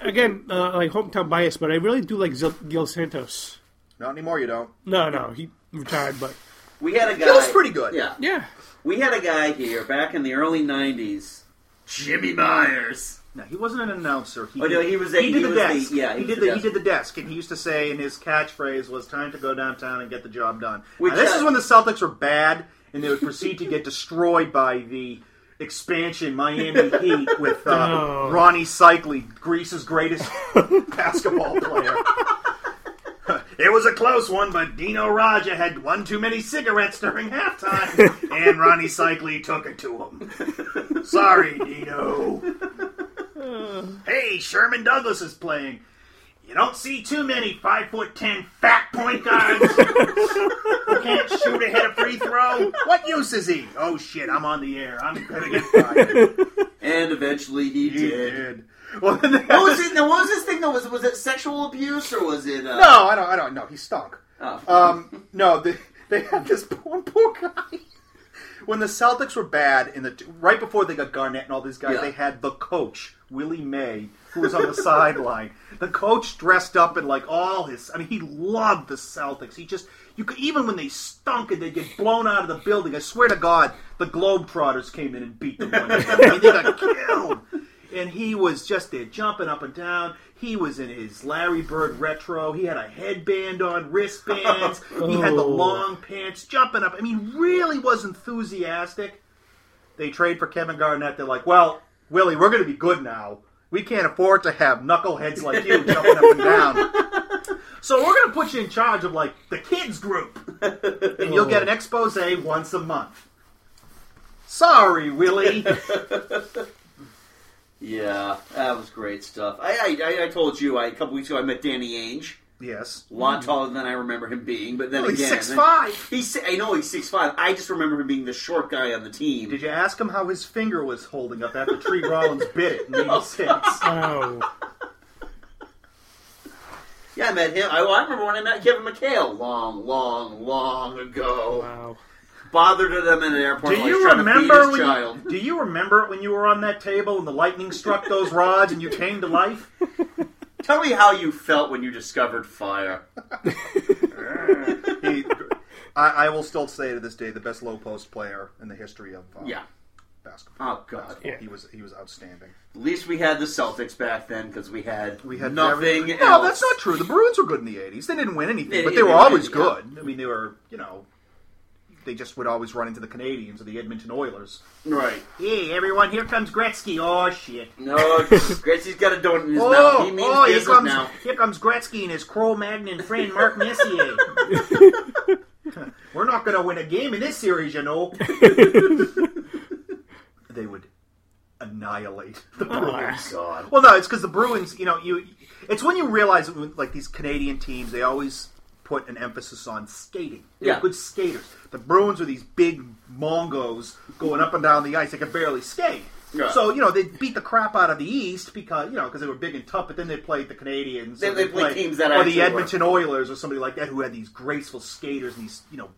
S5: Again, uh, like hometown bias, but I really do like Zil- Gil Santos.
S6: Not anymore. You don't.
S5: No, no, he retired, but
S3: We had a guy.
S5: Gil's pretty good.
S3: Yeah.
S5: Yeah.
S3: We had a guy here back in the early '90s, Jimmy Myers.
S6: No, he wasn't an announcer. He
S3: Oh, no, he was a-
S6: he did
S3: he
S6: the
S3: was the-
S6: desk.
S3: yeah, he
S6: he,
S3: was
S6: did
S3: the
S6: the, he did the desk, and he used to say, and his catchphrase was "Time to go downtown and get the job done."
S3: Which,
S6: Now, this
S3: uh,
S6: is when the Celtics were bad, and they would proceed to get destroyed by the expansion Miami Heat with uh,
S5: Oh.
S6: Ronnie Cycli, Greece's greatest basketball player. It was a close one, but Dino Raja had one too many cigarettes during halftime, and Ronnie Cycli took it to him. Sorry, Dino. Hey, Sherman Douglas is playing. You don't see too many five foot ten fat point guards who can't shoot or hit a free throw. What use is he? Oh shit, I'm on the air. I'm gonna get
S3: And eventually he, did.
S6: Well, what
S3: was it? Now, what was this thing? That was was it sexual abuse or was it? Uh,
S6: No, I don't. I don't. know. he stunk.
S3: Oh.
S6: Um, no, they, they had this poor, poor guy. When the Celtics were bad in the right before they got Garnett and all these guys,
S3: Yeah.
S6: they had the coach Willie May, who was on the sideline. The coach dressed up in like all his. I mean, he loved the Celtics. He just you could even when they stunk and they would get blown out of the building. I swear to God, the Globetrotters came in and beat them. One day. I mean, they got killed and he was just there jumping up and down. He was in his Larry Bird retro. He had a headband on, wristbands. He had the
S5: Oh.
S6: long pants, jumping up. I mean, really was enthusiastic. They trade for Kevin Garnett. They're like, well, Willie, we're going to be good now. We can't afford to have knuckleheads like you jumping up and down. So we're going to put you in charge of like the kids group, and you'll get an expose once a month. Sorry, Willie.
S3: Yeah, that was great stuff. I I, I, I told you I, a couple weeks ago I met Danny Ainge.
S6: yes.
S3: A lot taller than I remember him being, but then
S6: Well, he's
S3: again, eh?
S6: 6'5".
S3: He's si- I know he's six five. I just remember him being the short guy on the team.
S6: Did you ask him how his finger was holding up after Tree Rollins bit it in '86?
S5: Oh.
S3: Yeah, I met him. I, well, I remember when I met Kevin McHale long, long, long ago.
S5: Wow.
S3: Bothered them in an airport.
S6: Do
S3: while he's
S6: you
S3: trying To feed
S6: remember?
S3: his
S6: When
S3: child.
S6: you, do you remember it when you were on that table and the lightning struck those rods and you came to life?
S3: Tell me how you felt when you discovered fire.
S6: He, I, I will still say to this day the best low post player in the history of uh,
S3: Yeah.
S6: basketball.
S3: Oh, God.
S6: Basketball.
S3: Yeah.
S6: he was he was outstanding.
S3: At least we had the Celtics back then because we had we
S6: had
S3: nothing.
S6: very-
S3: else.
S6: No, that's not true. The Bruins were good in the '80s. They didn't win anything,
S3: They-
S6: but
S3: they
S6: they were
S3: didn't
S6: always
S3: win, yeah.
S6: good. I mean, they were you know, they just would always run into the Canadians or the Edmonton Oilers.
S3: Right.
S6: Hey, everyone! Here comes Gretzky. Oh shit!
S3: No, Gracie's got a donut in his
S6: Oh,
S3: mouth. He means
S6: oh, here
S3: business
S6: comes
S3: now.
S6: here comes Gretzky and his Cro-Magnon friend Mark Messier. We're not going to win a game in this series, you know. they would annihilate the
S3: Oh,
S6: Bruins.
S3: God.
S6: Well, no, it's because the Bruins. You know, you. It's when you realize, like these Canadian teams, they always put an emphasis on skating. They're
S3: Yeah.
S6: good skaters. The Bruins are these big mongos going up and down the ice. They could barely skate.
S3: Yeah.
S6: So you know they beat the crap out of the East because you know because they were big and tough. But then they played the Canadians.
S3: Then
S6: or
S3: they played teams that
S6: or
S3: actually
S6: the
S3: were.
S6: Edmonton Oilers or somebody like that who had these graceful skaters and these you know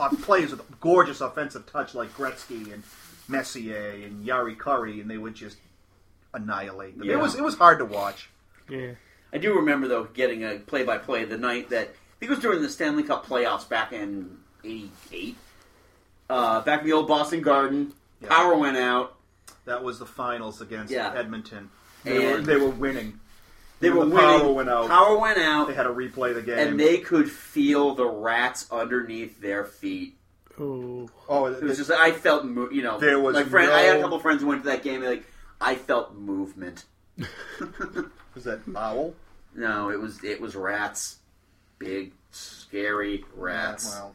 S6: uh, players with gorgeous offensive touch like Gretzky and Messier and Yari Curry, and they would just annihilate them.
S3: Yeah.
S6: It was it was hard to watch.
S5: Yeah.
S3: I do remember though getting a play-by-play the night that I think it was during the Stanley Cup playoffs back in '88. Uh, back in the old Boston Garden, power went out.
S6: That was the finals against
S3: Yeah.
S6: Edmonton. They were,
S3: And-
S6: they were winning.
S3: They
S6: Even
S3: were
S6: the
S3: winning.
S6: Power went out.
S3: Power went out,
S6: They had to replay the game.
S3: and they could feel the rats underneath their feet.
S5: Oh.
S6: oh,
S3: It was just I felt mo- you know
S6: There was
S3: my friend. I had a
S6: no-
S3: couple friends who went to that game. and like I felt movement.
S6: was that bowel?
S3: No, it was it was rats, big scary rats.
S6: Well,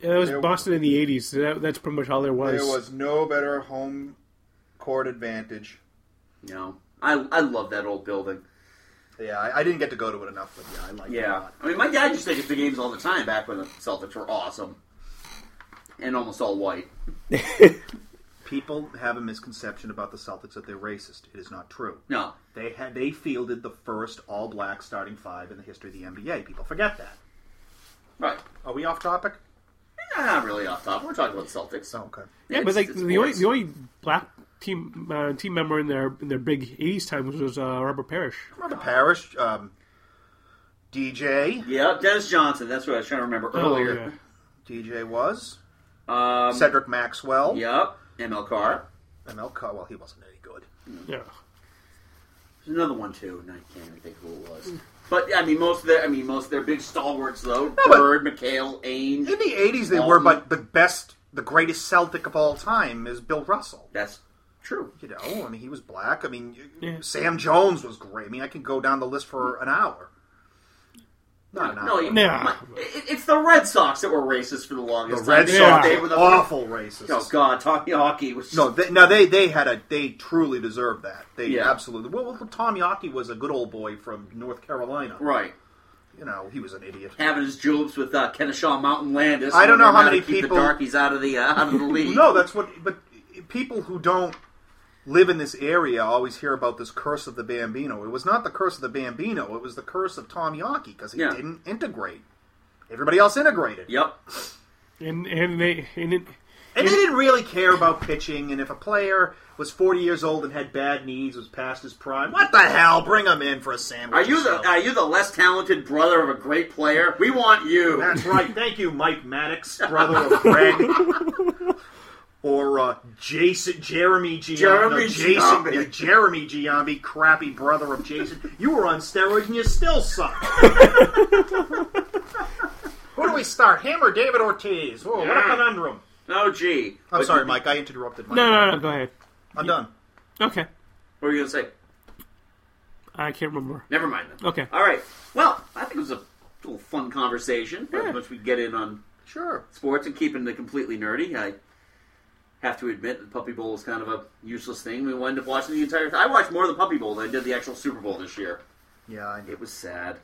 S5: Yeah, that was
S6: There-
S5: Boston in the 80s. so That, that's pretty much all there was.
S6: there was no better home court advantage.
S3: No, I I love that old building.
S6: Yeah, I, I didn't get to go to it enough, but yeah, I like it a
S3: Yeah,
S6: lot.
S3: I mean, my dad used to take us to games all the time back when the Celtics were awesome and almost all white.
S6: people have a misconception about the Celtics that they're racist. It is not true.
S3: No.
S6: They had they fielded the first all black starting five in the history of the NBA. People forget that.
S3: Right.
S6: Are we off topic?
S3: Nah, not really off topic. We're talking about the Celtics.
S6: Oh, okay.
S5: Yeah, but like the only the only black team uh, team member in their in their big '80s time was, was uh, Robert Parrish.
S6: Robert Parrish, um, DJ.
S3: Yeah, Dennis Johnson. That's what I was trying to remember
S6: Oh,
S3: earlier.
S6: yeah. DJ was.
S3: Um,
S6: Cedric Maxwell.
S3: Yep. ML Carr.
S6: ML Carr. Well, he wasn't any good.
S5: Yeah.
S3: There's another one too, and I can't even think who it was. But I mean, most of their I mean, most of their big stalwarts though:
S6: but-
S3: Bird, McHale, Ainge.
S6: In the '80s, they
S3: Um,
S6: were, but the best, the greatest Celtic of all time is Bill Russell.
S3: That's true.
S6: You know, I mean, he was black. I mean, you- Sam Jones was great. I mean, I could go down the list for an hour. Not an hour.
S3: No, you, it, it's the Red Sox that were racist for the
S6: The
S3: longest time.
S6: Red
S3: They
S6: Sox
S3: they
S6: were
S3: the-
S6: awful racist.
S3: Oh God, talking hockey was
S6: No, they, now they they had a they truly deserved that. They
S3: Yeah.
S6: absolutely. Well, well, Tom Yockey was a good old boy from North Carolina,
S3: Right.
S6: You know, he was an idiot.
S3: having his jubes with uh, Kennesaw Mountain Landis.
S6: I don't know
S3: wondering to
S6: how many
S3: keep
S6: people-
S3: the darkies out of the uh, out of the league.
S6: No, that's what. But people who don't live in this area always hear about this curse of the Bambino. It was not the curse of the Bambino. It was the curse of Tom Yockey because he
S5: Yeah.
S6: didn't integrate. Everybody else integrated.
S3: Yep.
S5: And and they and it,
S6: And they didn't really care about pitching. And if a player was 40 years old and had bad knees, was past his prime, what the hell? Bring him in for a
S3: Are
S6: sandwich.
S3: you
S6: or
S3: the
S6: something.
S3: are you the less talented brother of a great player? We want you.
S6: That's right. Thank you, Mike Maddox, brother of Greg. or uh, Jason, Jeremy Giambi.
S13: Jeremy
S6: no, Jason,
S13: Giambi.
S6: yeah, Jeremy Giambi, crappy brother of Jason. You were on steroids and you still suck. Who do we start? Him or David Ortiz? Whoa, what a conundrum.
S3: Oh, gee.
S6: I'm sorry, Mike. I interrupted. Mike.
S5: No, no, no. Go ahead.
S6: I'm done.
S5: Okay.
S3: What were you gonna say?
S5: I can't remember.
S3: Never mind. Then.
S5: Okay.
S3: All right. Well, I think it was a little fun conversation. Not much we get in on
S6: sure
S3: sports and keeping it completely nerdy. I have to admit the Puppy Bowl is kind of a useless thing. We wound up watching the entire. I watched more of the Puppy Bowl than I did the actual Super Bowl this year.
S6: Yeah, I
S3: it was sad.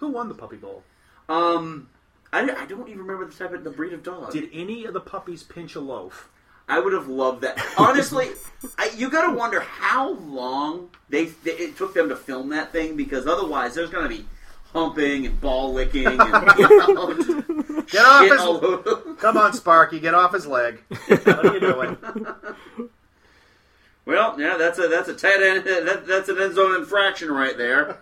S6: Who won the Puppy Bowl?
S3: Um, I, I don't even remember the type of the breed of dog.
S6: Did any of the puppies pinch a loaf?
S3: I would have loved that. Honestly, I, you got to wonder how long they, they it took them to film that thing because otherwise there's going to be humping and ball licking and you know,
S6: Get off
S3: shit
S6: his-
S3: all over.
S6: Come on, Sparky, get off his leg. What are you doing?
S3: Well, yeah, that's a that's a tight end that, that's an end zone infraction right there.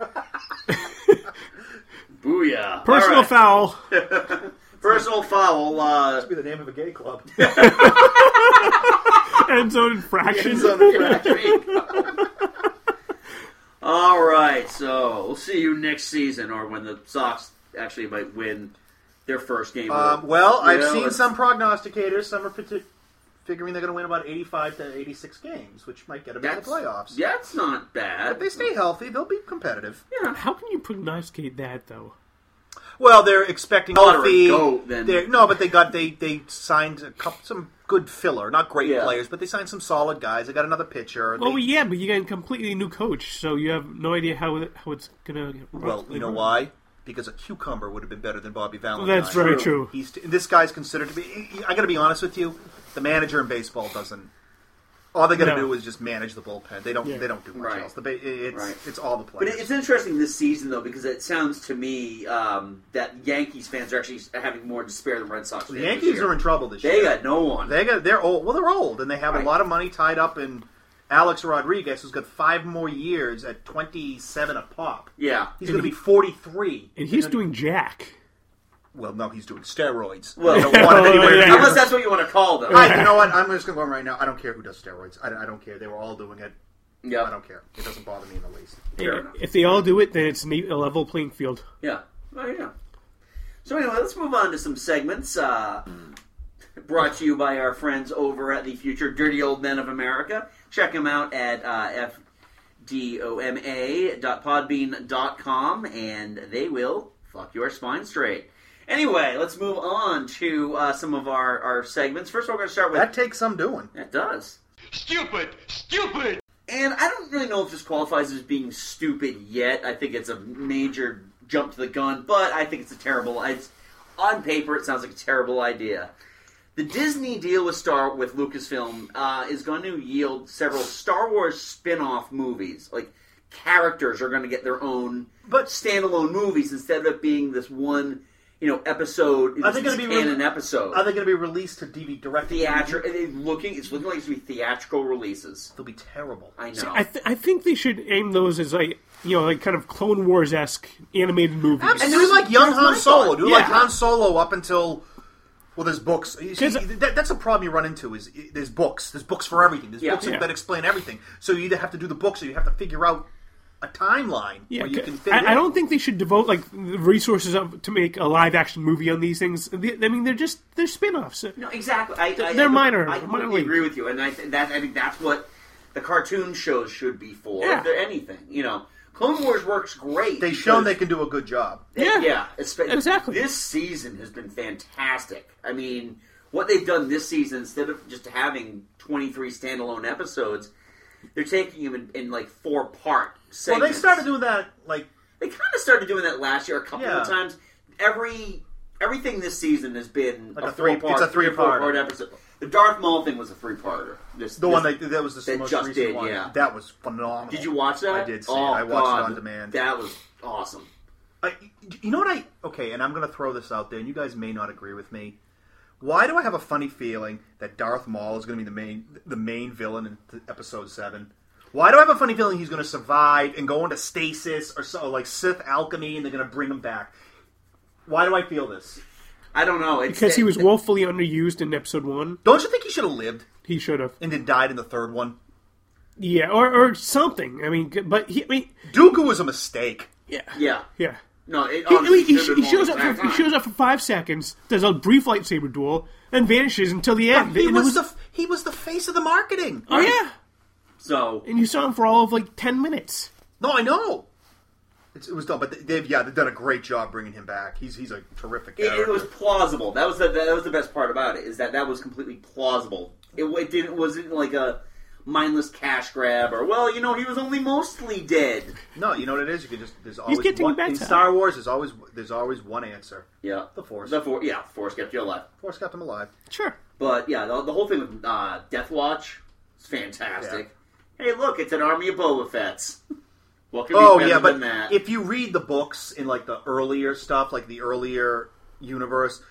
S3: Booyah!
S5: Personal
S3: All right.
S5: foul.
S3: Personal foul. Uh, Must
S6: be the name of a gay club.
S5: End zone infraction.
S3: All right, so we'll see you next season, or when the Sox actually might win their first game.
S6: Um, well,
S3: You
S6: I've
S3: know,
S6: seen
S3: it's-
S6: some prognosticators. Some are partic- figuring they're going to win about 85 to 86 games, which might get them in the
S3: That's-
S6: playoffs.
S3: yeah, it's not bad.
S6: If they stay healthy, they'll be competitive.
S5: Yeah. How can you prognosticate that though?
S6: Well, they're expecting
S5: Hotter
S6: healthy.
S5: goat than-
S6: they're- no, but they got they they signed a couple, some good filler, not great
S5: Yeah.
S6: players, but they signed some solid guys. They got another pitcher.
S5: Oh, Well,
S6: They-
S5: yeah, but you got a completely new coach, so you have no idea how it, how it's gonna.
S6: Well, you know why? Because a cucumber would have been better than Bobby Valentine.
S5: That's very True. true.
S6: He's this guy's considered to be. I got to be honest with you. The manager in baseball doesn't. All they got to
S3: No.
S6: do is just manage the bullpen. They don't.
S3: Yeah.
S6: They don't do much
S3: Right.
S6: else. The ba- it's
S3: Right.
S6: it's all the
S3: But
S6: players.
S3: it- it's interesting this season though, because it sounds to me um, that Yankees fans are actually having more despair than Red Sox.
S6: the
S3: Fans this
S6: Yankees
S3: year.
S6: are in trouble this
S3: They
S6: year.
S3: got no one.
S6: They got. They're old. Well, they're old, and they have a lot of money tied up in Alex Rodriguez, who's got five more years at twenty-seven a pop.
S3: Yeah,
S6: He's going to be forty-three.
S5: And he's doing jack.
S6: Well, no, he's doing steroids.
S5: Well-
S6: They don't want him
S5: Oh,
S6: anywhere
S5: yeah.
S6: near
S5: Unless
S6: them.
S5: that's what you wanna call them.
S6: I, you know what? I'm just going to go on right now. I don't care who does steroids. I, I don't care. They were all doing it.
S3: Yeah.
S6: I don't care. It doesn't bother me in the least.
S5: If they all do it, then it's an eight- a level playing field.
S3: Yeah. Oh, yeah. So anyway, let's move on to some segments uh, brought to you by our friends over at the Future Dirty Old Men of America. Check them out at uh, fdoma.podbean.com, and they will fuck your spine straight. Anyway, let's move on to uh, some of our, our segments. First, we're going to start with
S6: That takes some doing.
S3: It does. Stupid! Stupid! And I don't really know if this qualifies as being stupid yet. I think it's a major jump to the gun, but I think it's a terrible. It's, on paper, it sounds like a terrible idea. The The Disney deal with Star with Lucasfilm uh, is going to yield several Star Wars spin-off movies. Like characters are going to get their own, but standalone movies instead of being this one, you know, episode.
S6: Are they going to
S3: it's
S6: be
S3: canon
S6: re-
S3: episode?
S6: Are they going to be released to DVD directly?
S3: Theatri- it- looking, it's looking like it's going to be theatrical releases.
S6: They'll be terrible.
S3: I know.
S5: I, th- I think they should aim those as like you know like kind of Clone Wars esque animated movies.
S6: And do like young Han Solo. Do like
S5: Yeah.
S6: Han Solo up until well, there's books. You see, that, that's a problem you run into is i- there's books. There's books for everything. There's
S5: Yeah.
S6: books
S5: Yeah.
S6: that explain everything. So you either have to do the books or you have to figure out a timeline
S5: Yeah,
S6: where you
S5: c-
S6: can fit. it in.
S5: I, I don't think they should devote like the resources up to make a live action movie on these things. The- I mean, they're just they're spin-offs.
S3: No, exactly. I, I,
S5: they're
S3: I,
S5: minor.
S3: I completely agree with you, and I th- that I think that's what the cartoon shows should be for.
S6: Yeah.
S3: If they're anything, you know, Clone Wars works great.
S6: They've shown they can do a good job.
S3: Yeah, yeah, exactly. This season has been fantastic. I mean, what they've done this season instead of just having twenty three standalone episodes, they're taking them in, in like four part
S6: Well,
S3: segments.
S6: they started doing that like
S3: they kind of started doing that last year a couple
S6: Yeah.
S3: of times. Every everything this season has been
S6: Like a
S3: four
S6: three- it's a three-parter.
S3: part episode. The Darth Maul thing was a three parter. This
S6: the
S3: this-
S6: one that that was the
S3: that
S6: most
S3: just
S6: recent
S3: did,
S6: one.
S3: yeah.
S6: That was phenomenal.
S3: Did you watch that?
S6: I did. See
S3: Oh,
S6: it. I watched
S3: God,
S6: it on demand.
S3: That was awesome.
S6: I, you know what I? Okay, and I'm going to throw this out there, and you guys may not agree with me. Why do I have a funny feeling that Darth Maul is going to be the main the main villain in th- Episode Seven? Why do I have a funny feeling he's going to survive and go into stasis or so like Sith alchemy, and they're going to bring him back? Why do I feel this?
S3: I don't know.
S5: because he was woefully underused in episode one.
S6: Don't you think he should have lived?
S5: He should have,
S6: and then died in the third one.
S5: Yeah, or or something. I mean, g- but he, I mean,
S6: Dooku was a mistake.
S5: Yeah,
S3: yeah,
S5: yeah.
S3: No, it,
S5: He, I
S3: honestly
S5: mean, he,
S3: should've
S5: sh-
S3: been
S5: he shows
S3: more
S5: up. For,
S3: than
S5: he shows up for five seconds. Does a brief lightsaber duel and vanishes until the end.
S6: He
S5: And it
S6: was,
S5: was-
S6: the he was the face of the marketing.
S5: oh yeah,
S3: So
S5: and you saw him for all of like ten minutes.
S6: No, I know. It's, it was done, but they've yeah they've done a great job bringing him back. He's he's a terrific
S3: It,
S6: character.
S3: it was plausible. That was the that was the best part about it is that that was completely plausible. It, it didn't wasn't like a mindless cash grab or well you know he was only mostly dead.
S6: no, you know what it is. You can just there's always
S3: getting
S6: one,
S3: better.
S6: in Star Wars. There's always there's always one answer.
S3: Yeah,
S6: the force.
S3: The force. Yeah, force kept you alive.
S6: Force kept him alive.
S5: Sure.
S3: But yeah, the, the whole thing with uh, Death Watch is fantastic. Hey, look, it's an army of Boba Fett's. What could be
S6: Oh
S3: better
S6: yeah,
S3: than
S6: but
S3: that?
S6: if you read the books in like the earlier stuff, like the earlier universe,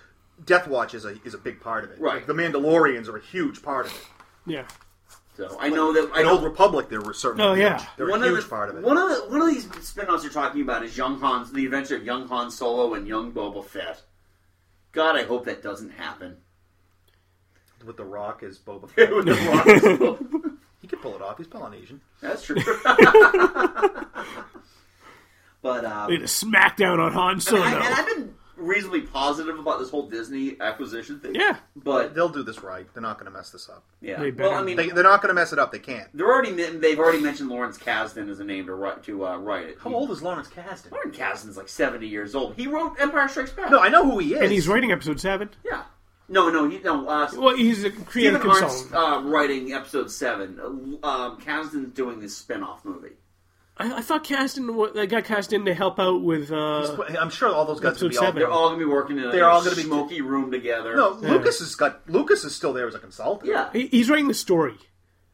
S6: Death Watch is a is a big part of it.
S3: Right.
S6: Like, the Mandalorians are a huge part of it.
S5: Yeah.
S3: So I know that I
S6: in
S3: know
S6: Old Republic there were certainly
S5: Oh, yeah.
S6: huge. They're
S3: one
S6: a huge
S3: of the,
S6: part of it.
S3: One of the, one of these spin-offs you're talking about is Young Han, the adventure of Young Han Solo and Young Boba Fett. God, I hope that doesn't happen.
S6: With the Rock is Boba Fett.
S3: With The Rock.
S6: he could pull it off. He's Polynesian.
S3: That's true. but um,
S5: They had a smackdown on Han Solo.
S3: I, and I've been reasonably positive about this whole Disney acquisition thing.
S5: Yeah,
S3: but
S6: they'll do this right. They're not going to mess this up.
S3: Yeah. They better. Well, I mean-
S6: they, are not going to mess it up. They can't.
S3: They're already they've already mentioned Lawrence Kasdan as a name to write to uh, write it. How
S6: old is Lawrence Kasdan?
S3: Lawrence Kasdan's like seventy years old. He wrote Empire Strikes Back.
S5: and he's writing episode seven.
S3: Yeah. No, no, he, no. Uh,
S5: Well, he's a creative
S3: Stephen Arndt's,
S5: consultant.
S3: uh, writing episode seven. Uh, Um, Kasdan's doing this spin-off movie.
S5: I, I thought Caston wa- I got cast in to help out with. Uh,
S6: I'm sure all those guys
S5: episode
S6: will be all-
S5: seven.
S3: They're all gonna be working in a,
S6: They're all gonna be-
S3: smoky room together.
S6: No, Lucas has got Lucas is still there as a consultant.
S3: Yeah.
S5: He- he's writing the story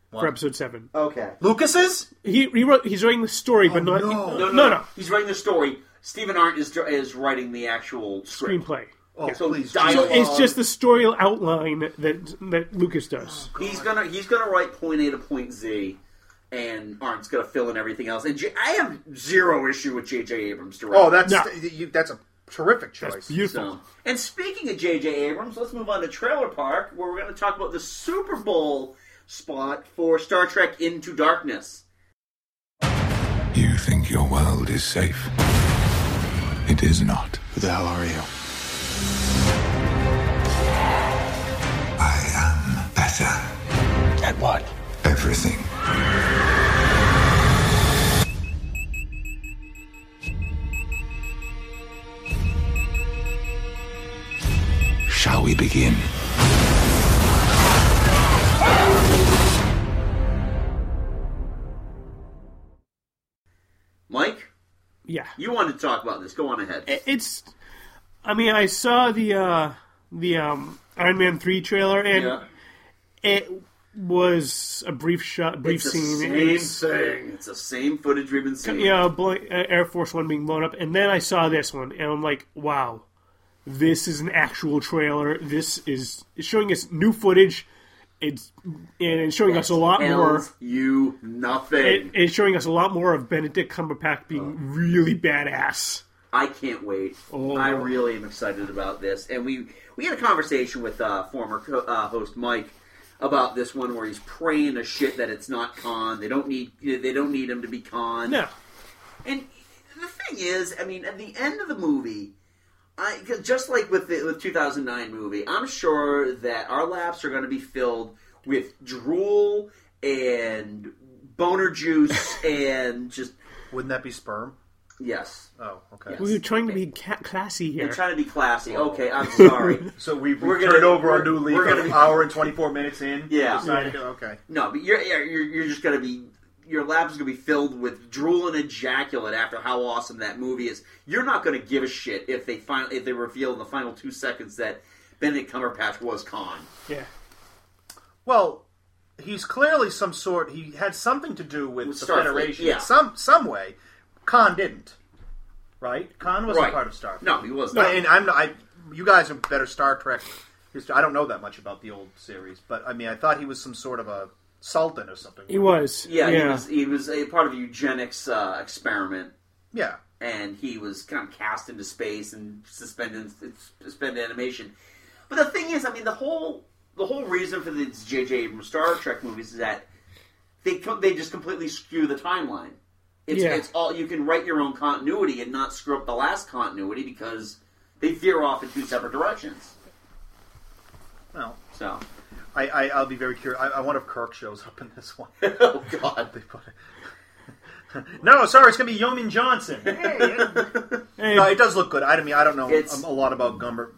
S6: What?
S5: for episode seven.
S3: Okay.
S6: Lucas is
S5: he, he wrote. He's writing the story, but not
S3: Oh, No, no,
S5: no,
S3: He's writing the story. Stephen Arndt is is writing the actual script.
S5: screenplay.
S3: Oh, uh, so
S6: please,
S3: dialogue.
S5: It's just the story outline that that Lucas does.
S3: He's gonna he's gonna write point A to point Z, and Arndt's gonna fill in everything else. And J- I have zero issue with J.J. Abrams directing.
S6: Oh, that's you, that's a terrific choice.
S3: So- and speaking of J.J. Abrams, let's move on to Trailer Park, where we're going to talk about the Super Bowl spot for Star Trek Into Darkness.
S20: You think your world is safe? It is not. Who the hell are you? I am better. At what? Everything. Shall we begin?
S3: Mike,
S5: yeah,
S3: you wanted to talk about this. Go on ahead.
S5: It's. I mean, I saw the uh, the um, Iron Man three trailer, and
S3: Yeah.
S5: it was a brief shot, brief
S3: it's
S5: scene.
S3: The same thing. It's the same footage we've been seeing.
S5: you know, blow, uh, Air Force One being blown up, and then I saw this one, and I'm like, wow, this is an actual trailer. This is it's showing us new footage. It's and it's showing us a lot more.
S3: Tells you nothing.
S5: It, it's showing us a lot more of Benedict Cumberbatch being really badass.
S3: I can't wait. I really am excited about this. And we we had a conversation with uh, former co- uh, host Mike about this one where he's praying a shit that it's not Khan. They don't need they don't need him to be Khan.
S5: No.
S3: And the thing is, I mean, at the end of the movie, I 'cause just like with the with 2009 movie, I'm sure that our laps are going to be filled with drool and boner juice and just
S6: wouldn't that be sperm?
S3: Yes.
S6: Oh, okay.
S5: We were trying to be ca- classy here.
S3: They're trying to be classy. Okay, I'm sorry.
S6: So we've,
S3: We're
S6: we've
S3: gonna-
S6: turned over
S3: we're-
S6: our new leaf
S3: we're gonna
S6: an
S3: be-
S6: hour and 24 minutes in.
S3: Yeah.
S6: Decided to- okay.
S3: No, but you're you're you're- you're just gonna be your lab's gonna be filled with drool and ejaculate after how awesome that movie is. You're not gonna give a shit if they finally if they reveal in the final two seconds that Benedict Cumberbatch was Khan.
S5: Yeah.
S6: Well, he's clearly some sort. He had something to do with,
S3: With
S6: the
S3: Starfleet,
S6: Federation,
S3: yeah.
S6: some some way. Khan didn't, right? Khan wasn't
S3: Right.
S6: part of Starfleet.
S3: No, he wasn't.
S6: And I'm not. I, you guys are better Star Trek. history- I don't know that much about the old series, but I mean, I thought he was some sort of a sultan or something.
S5: He was.
S3: Yeah, he
S5: Yeah.
S3: was he was a part of a eugenics uh, experiment.
S6: Yeah.
S3: and he was kind of cast into space and suspended suspended animation. But the thing is, I mean, the whole the whole reason for these J.J. Abrams Star Trek movies is that they co- they just completely skew the timeline. It's,
S5: Yeah.
S3: it's all you can write your own continuity and not screw up the last continuity because they veer off in two separate directions.
S6: Well,
S3: so
S6: I, I I'll be very curious. I, I wonder if Kirk shows up in this one.
S3: oh God!
S6: no, sorry, it's gonna be Yeoman Johnson. No, it does look good. I mean, I don't know
S3: It's-
S6: um, a lot about Gumber,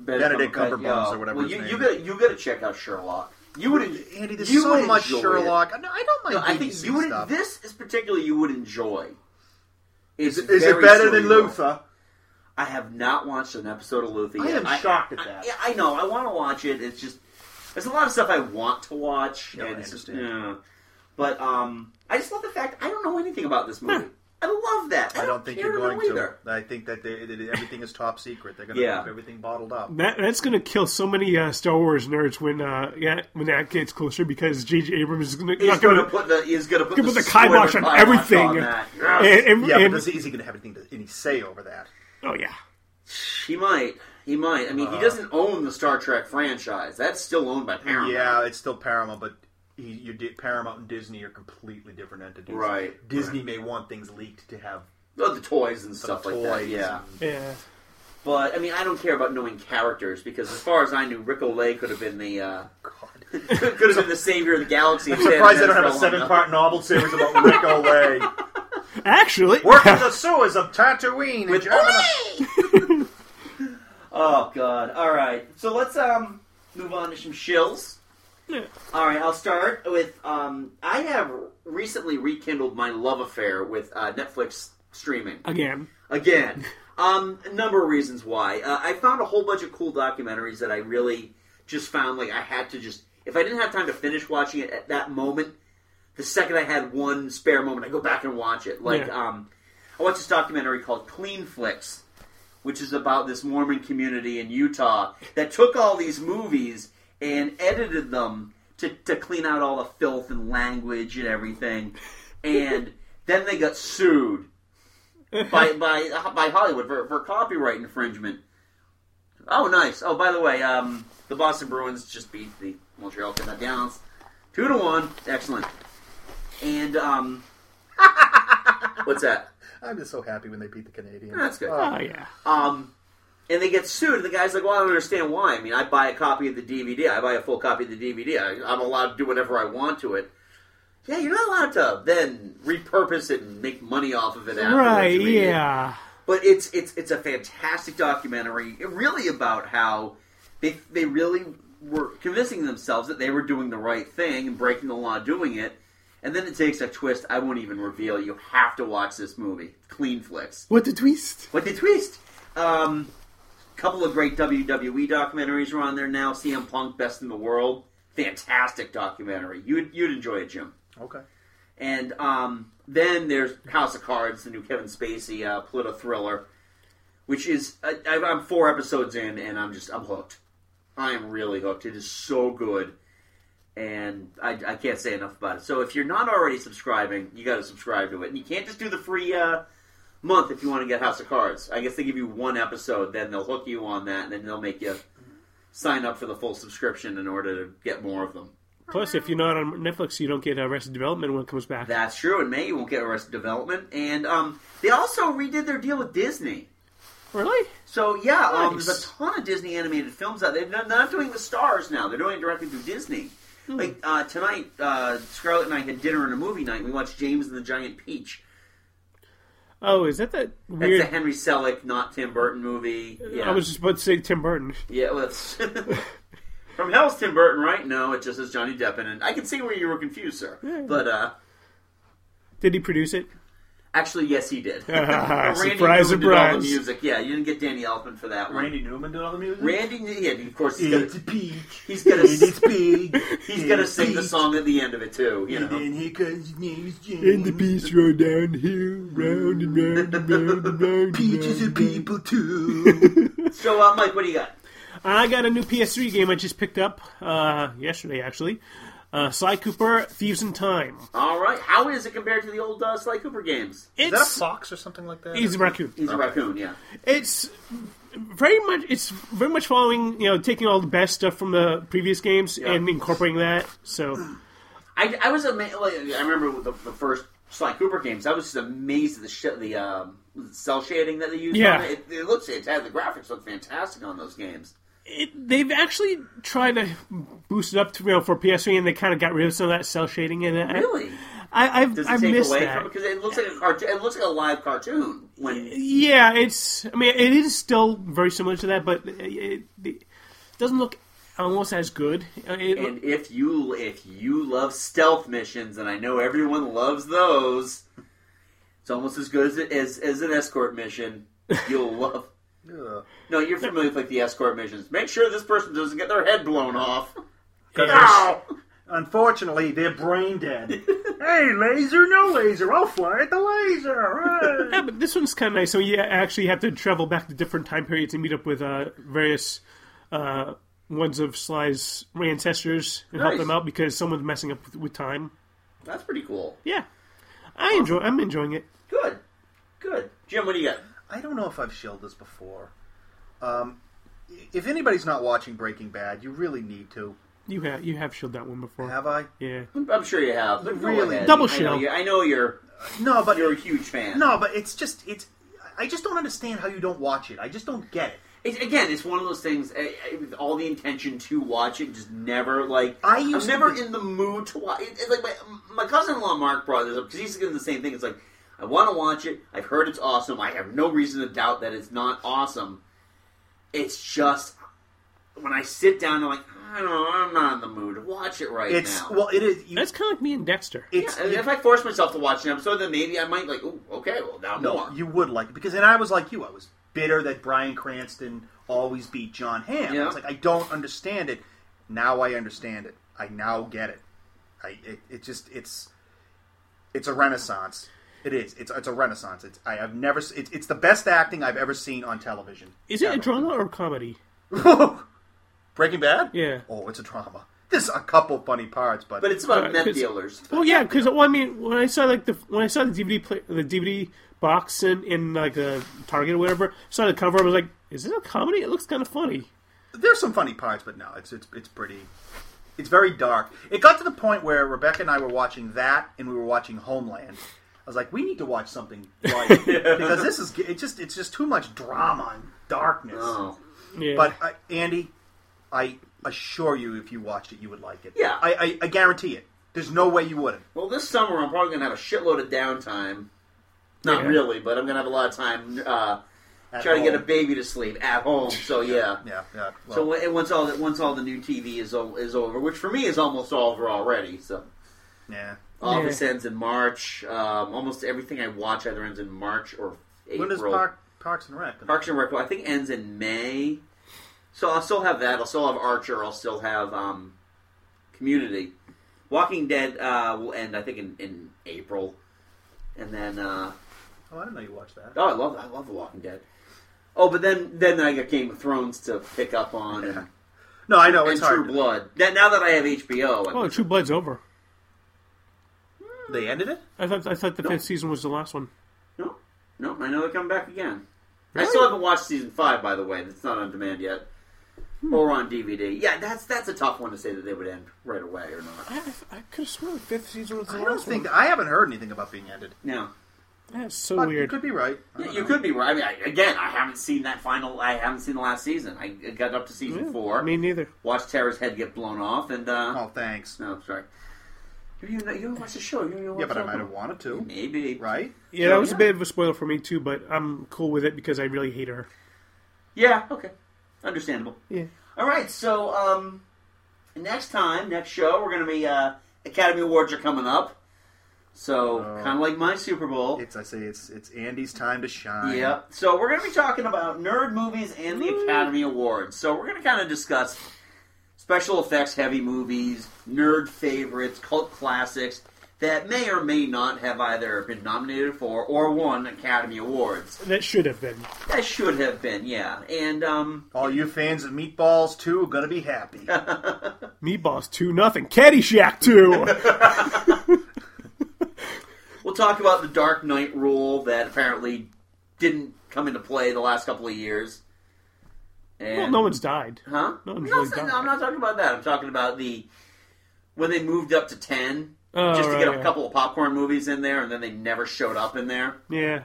S6: Benedict Cumberbatch or whatever
S3: Well,
S6: his
S3: you,
S6: name
S3: you
S6: is.
S3: gotta you gotta check out Sherlock. You would
S6: Andy, there's
S3: you
S6: so
S3: would
S6: much
S3: enjoy it.
S6: Sherlock. No, I don't like
S3: No, I think
S6: BBC
S3: you would.
S6: stuff.
S3: This is particularly you would enjoy. It's
S6: Is it
S3: very
S6: better than
S3: cerebral.
S6: Luther?
S3: I have not watched an episode of Luther.
S6: I
S3: yet.
S6: am shocked at that.
S3: I, yeah, I know. I want to watch it. It's just there's a lot of stuff I want to watch, and it's just yeah. But um, I just love the fact I don't know anything about this movie. I love that. I,
S6: I don't think
S3: care
S6: you're
S3: to know
S6: going to.
S3: either.
S6: I think that, they, that everything is top secret. They're going to
S3: Yeah.
S6: keep everything bottled up.
S5: That, that's gonna kill so many uh, Star Wars nerds when uh, yeah when that gets closer because J.J. Abrams is gonna,
S3: He's
S5: not
S3: going to
S5: gonna
S3: put the he's going to put
S5: gonna
S3: the,
S5: put the kibosh
S3: spoiler
S5: on
S3: kibosh
S5: everything.
S3: on that.
S5: And- and-
S6: yeah,
S5: and-
S6: but does, he's going to have anything to, any say over that.
S5: Oh yeah.
S3: He might. He might. I mean, he
S6: Uh.
S3: doesn't own the Star Trek franchise. That's still owned by Paramount.
S6: Yeah, it's still Paramount, but he, you di Paramount and Disney are completely different entities.
S3: Right,
S6: Disney may want things leaked to have
S3: Oh, the toys and
S6: some
S3: stuff like that.
S6: toys
S3: Yeah.
S6: and-
S5: Yeah.
S3: But I mean, I don't care about knowing characters because, as far as I knew, Rick Olay could have been the uh, could, could have been the savior of the galaxy.
S6: I'm surprised they don't have a seven-part novel series about Rick Olay.
S5: Actually,
S6: Working the sewers of Tatooine. With
S3: Oh God! All right, so let's um move on to some shills. All right, I'll start with um I have recently rekindled my love affair with uh, Netflix streaming.
S5: Again.
S3: Again. Um, a number of reasons why. Uh, I found a whole bunch of cool documentaries that I really just found like I had to just if I didn't have time to finish watching it at that moment, the second I had one spare moment, I go back and watch it. Like
S5: Yeah.
S3: um, I watched this documentary called Clean Flicks, which is about this Mormon community in Utah that took all these movies and edited them to, to clean out all the filth and language and everything. And then they got sued by by by Hollywood for, for copyright infringement. Oh, nice. Oh, by the way, um, the Boston Bruins just beat the Montreal Canadiens two to one. Excellent. And um, what's that?
S6: I'm just so happy when they beat the Canadians.
S3: That's good.
S6: Oh.
S3: Um, and they get sued, and the guy's like, "Well, I don't understand why. I mean, I buy a copy of the DVD. I buy a full copy of the DVD. I, I'm allowed to do whatever I want to it." Yeah, you're not allowed to then repurpose it and make money off of it. Afterwards.
S5: Right.
S3: I mean, it-
S5: Yeah.
S3: but it's it's it's a fantastic documentary, really about how they they really were convincing themselves that they were doing the right thing and breaking the law doing it, and then it takes a twist. I won't even reveal. You have to watch this movie, Clean Flicks.
S5: What the twist?
S3: What the twist? Um, couple of great WWE documentaries are on there now. CM Punk, Best in the World, fantastic documentary. You'd you'd enjoy it, Jim.
S6: Oh, Okay.
S3: And um, then there's House of Cards, the new Kevin Spacey uh, politi thriller, which is I, I- I'm four episodes in, and I'm just I'm hooked. I am really hooked. It is so good, and I, I can't say enough about it. So if you're not already subscribing, you got to subscribe to it, and you can't just do the free uh, month if you want to get House of Cards. I guess they give you one episode, then they'll hook you on that, and then they'll make you sign up for the full subscription in order to get more of them.
S5: Plus, if you're not on Netflix, you don't get Arrested Development when it comes back.
S3: That's true. In May, you won't get Arrested Development, and um, they also redid their deal with Disney.
S5: Really?
S3: So yeah, um,
S5: Nice.
S3: there's a ton of Disney animated films out. there. They're not- they're not doing the stars now. They're doing it directly through Disney.
S5: Hmm.
S3: Like uh, tonight, uh, Scarlett and I had dinner and a movie night. and We watched James and the Giant Peach.
S5: Oh, is that that
S3: That's
S5: weird?
S3: a Henry Selick, not Tim Burton movie. Yeah,
S5: I was just about to say Tim Burton.
S3: yeah. Well, it's- From Hell's Tim Burton, right? No, it just has Johnny Depp in it. I can see where you were confused, sir.
S5: Yeah.
S3: But uh,
S5: Did he produce it?
S3: Actually, yes, he did.
S5: Ah, Surprise,
S3: Randy Newman Did all the
S5: surprise.
S3: music, yeah. You didn't get Danny Elfman for that one.
S6: Randy Newman did all the music.
S3: Randy, yeah, of course he's
S6: It's
S3: gonna
S6: peak.
S3: he's gonna
S6: It's peak.
S3: he's gonna sing the song at the end of it too. You
S6: And
S3: know,
S6: then here comes his name's James.
S5: In the beast roll down here, round and round and round and round. Peaches and people too.
S3: so, uh, Mike, what do you got?
S5: I got a new PS3 game I just picked up uh, yesterday, actually. Uh, Sly Cooper, Thieves in Time.
S3: all right. How is it compared to the old uh, Sly Cooper games?
S5: Is that a It's-
S6: fox or something like that?
S5: He's a raccoon.
S3: He's a raccoon. Yeah.
S5: It's very much it's very much following you know taking all the best stuff from the previous games and incorporating that. So
S3: I, I was amazed. Like, I remember with the, the first Sly Cooper games. I was just amazed at the sh- the um, cell shading that they used.
S5: Yeah.
S3: on it. It, it looks fantastic. The graphics look fantastic on those games.
S5: it, they've actually tried to boost it up to, you know, for PS3, and they kind of got rid of some of that cell shading in it.
S3: Really?
S5: I, I've
S3: Does it
S5: I
S3: take
S5: missed
S3: away
S5: that.
S3: from because it looks like a cartoon? It looks like a live cartoon when
S5: Yeah, it's. I mean, it is still very similar to that, but it, it doesn't look almost as good. Uh, It,
S3: And if you if you love stealth missions, and I know everyone loves those, it's almost as good as as, as an escort mission. You'll love. No, you're familiar with like the escort missions. Make sure this person doesn't get their head blown off. No!
S6: Unfortunately, they're brain dead. hey, laser, no laser. I'll fly at the laser.
S5: yeah, but this one's kind of nice. So you actually have to travel back to different time periods and meet up with uh, various uh, ones of Sly's ancestors and help
S3: Nice.
S5: them out because someone's messing up with, with time.
S3: That's pretty cool.
S5: Yeah, I enjoy. I'm enjoying it.
S3: Good, good. Jim, what do you got?
S6: I don't know if I've shilled this before. Um, if anybody's not watching Breaking Bad, you really need to.
S5: You have you have showed that one before.
S6: Have I?
S5: Yeah.
S3: I'm sure you have. But go
S6: Really?
S3: ahead.
S5: Double
S3: I know
S5: shill.
S3: you- I know you're.
S6: No, but
S3: you're a huge fan.
S6: No, but it's just it's. I just don't understand how you don't watch it. I just don't get it.
S3: It's, again, it's one of those things. I, I, with all the intention to watch it, just never like
S6: I
S3: I'm
S6: used to
S3: never
S6: be-
S3: in the mood to watch. It, it's like my, my cousin-in-law Mark uh, brought this up because he's doing the same thing. It's like I want to watch it. I've heard it's awesome. I have no reason to doubt that it's not awesome. It's just when I sit down, I'm like, I don't know, I'm not in the mood to watch it right
S6: It's
S3: now.
S6: well, it is. You,
S5: That's kind of like me and Dexter.
S6: it's
S3: Yeah, and if I force myself to watch an episode, then maybe I might like, oh, okay, well now
S6: no,
S3: more.
S6: you would like it because, and I was like you. I was bitter that Brian Cranston always beat John Hamm.
S3: Yeah.
S6: It's like I don't understand it. Now I understand it. I now get it. I it, it just it's it's a renaissance. It is. It's it's a renaissance. It's I have never. s- It's it's the best acting I've ever seen on television.
S5: Is it a
S6: Ever.
S5: drama or a comedy?
S6: Breaking Bad?
S5: Yeah.
S6: Oh, it's a drama. There's a couple funny parts, but
S3: But it's about
S5: Uh,
S3: meth
S5: 'cause-
S3: dealers.
S5: Well, yeah, because well, I mean, when I saw like the when I saw the DVD play, the DVD box in, in like the Target or whatever, saw the cover, I was like, "Is this a comedy? It looks kind of funny."
S6: there's some funny parts, but no, it's it's it's pretty. It's very dark. It got to the point where Rebecca and I were watching that, and we were watching Homeland. I was like, we need to watch something light because this is it just it's just too much drama and darkness.
S3: Oh.
S5: Yeah.
S6: But uh, Andy, I assure you, if you watched it, you would like it.
S3: Yeah.
S6: I, I, I guarantee it. There's no way you wouldn't.
S3: Well, this summer I'm probably gonna have a shitload of downtime. Not
S6: Yeah.
S3: really, but I'm gonna have a lot of time uh,
S6: At
S3: trying to get a
S6: home.
S3: baby to sleep at home. So yeah.
S6: Yeah, yeah.
S3: so when- and once all the, once all the new TV is o- is over, which for me is almost over already. So
S6: yeah.
S3: Office ends in March. Um, almost everything I watch either ends in March or April.
S6: When does Park, Parks and Rec.
S3: Parks and Rec, well, I think ends in May. So I'll still have that. I'll still have Archer. I'll still have um, Community. Walking Dead uh, will end, I think, in, in April. And then, uh,
S6: Oh, I didn't know you watched that.
S3: oh, I love I love The Walking Dead. Oh, but then then I got Game of Thrones to pick up on. And,
S6: No, I
S3: And
S6: know, Oh, it's
S3: True
S6: hard.
S3: Blood. That, now that I have HBO, I'm-
S5: Oh, True Blood's over.
S6: They ended it?
S5: I thought I thought the fifth season was the last one.
S3: no, I know they're coming back again. I
S5: Really?
S3: still haven't watched season five, by the way. That's not on demand yet,
S5: Hmm.
S3: or on DVD. Yeah, that's that's a tough one to say that they would end right away or not.
S5: I, I could have sworn the fifth season was the
S6: I
S5: last
S6: don't think
S5: one.
S6: I haven't heard anything about being ended.
S3: No.
S5: That's so
S6: But You
S5: weird.
S6: could be right.
S3: Yeah, you could be right. I mean, I, again, I haven't seen that final. I haven't seen the last season. I got up to season
S5: Yeah,
S3: four.
S5: Me neither.
S3: Watched Tara's head get blown off, and uh,
S6: oh, thanks.
S3: No, sorry. You you, know, you don't watch the show. You don't watch
S6: Yeah, but I
S3: that
S6: might have
S3: one.
S6: wanted to.
S3: Maybe.
S6: Right?
S5: Yeah, that was a bit of a spoiler for me too, but I'm cool with it because I really hate her.
S3: Yeah. Okay. Understandable.
S5: Yeah.
S3: All right. So um, next time, next show, we're gonna be uh, Academy Awards are coming up. So
S6: Oh.
S3: kind of like my Super Bowl.
S6: It's I say it's it's Andy's time to shine.
S3: Yep. So we're going to be talking about nerd movies and the Academy Awards. So we're going to kind of discuss special effects heavy movies, nerd favorites, cult classics that may or may not have either been nominated for or won Academy Awards.
S5: That should have been.
S3: That should have been, yeah. And um
S6: All you fans of Meatballs too are gonna be happy.
S5: Meatballs two nothing. Caddyshack two.
S3: we'll talk about the Dark Knight rule that apparently didn't come into play the last couple of years. And
S5: well, no one's died.
S3: Huh? I'm
S5: No one's
S3: not
S5: really
S3: saying-
S5: died.
S3: no, I'm not talking about that. I'm talking about the when they moved up to ten,
S5: Oh,
S3: just to
S5: right,
S3: get a
S5: yeah.
S3: couple of popcorn movies in there, and then they never showed up in there.
S5: Yeah.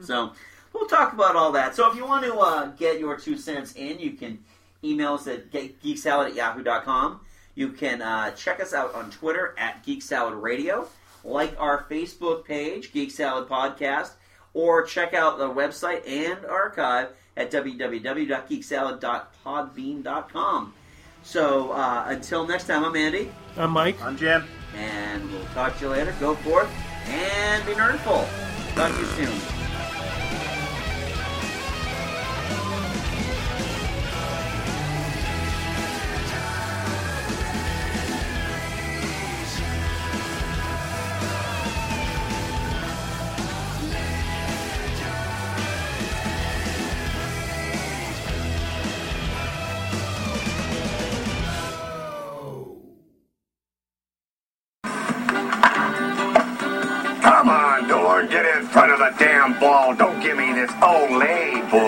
S3: So we'll talk about all that. So if you want to uh, get your two cents in, you can email us at ge- geeksalad at yahoo.com. You can uh, check us out on Twitter at Geek Salad Radio, like our Facebook page, Geek Salad Podcast, or check out the website and archive at www.geeksalad.podbean.com. So uh, until next time, I'm Andy,
S5: I'm Uh, Mike.
S6: I'm Jim.
S3: and we'll talk to you later. Go forth and be nerdful. Talk to you soon.
S21: Come on, door, get in front of the damn ball. Don't give me this old lay bull.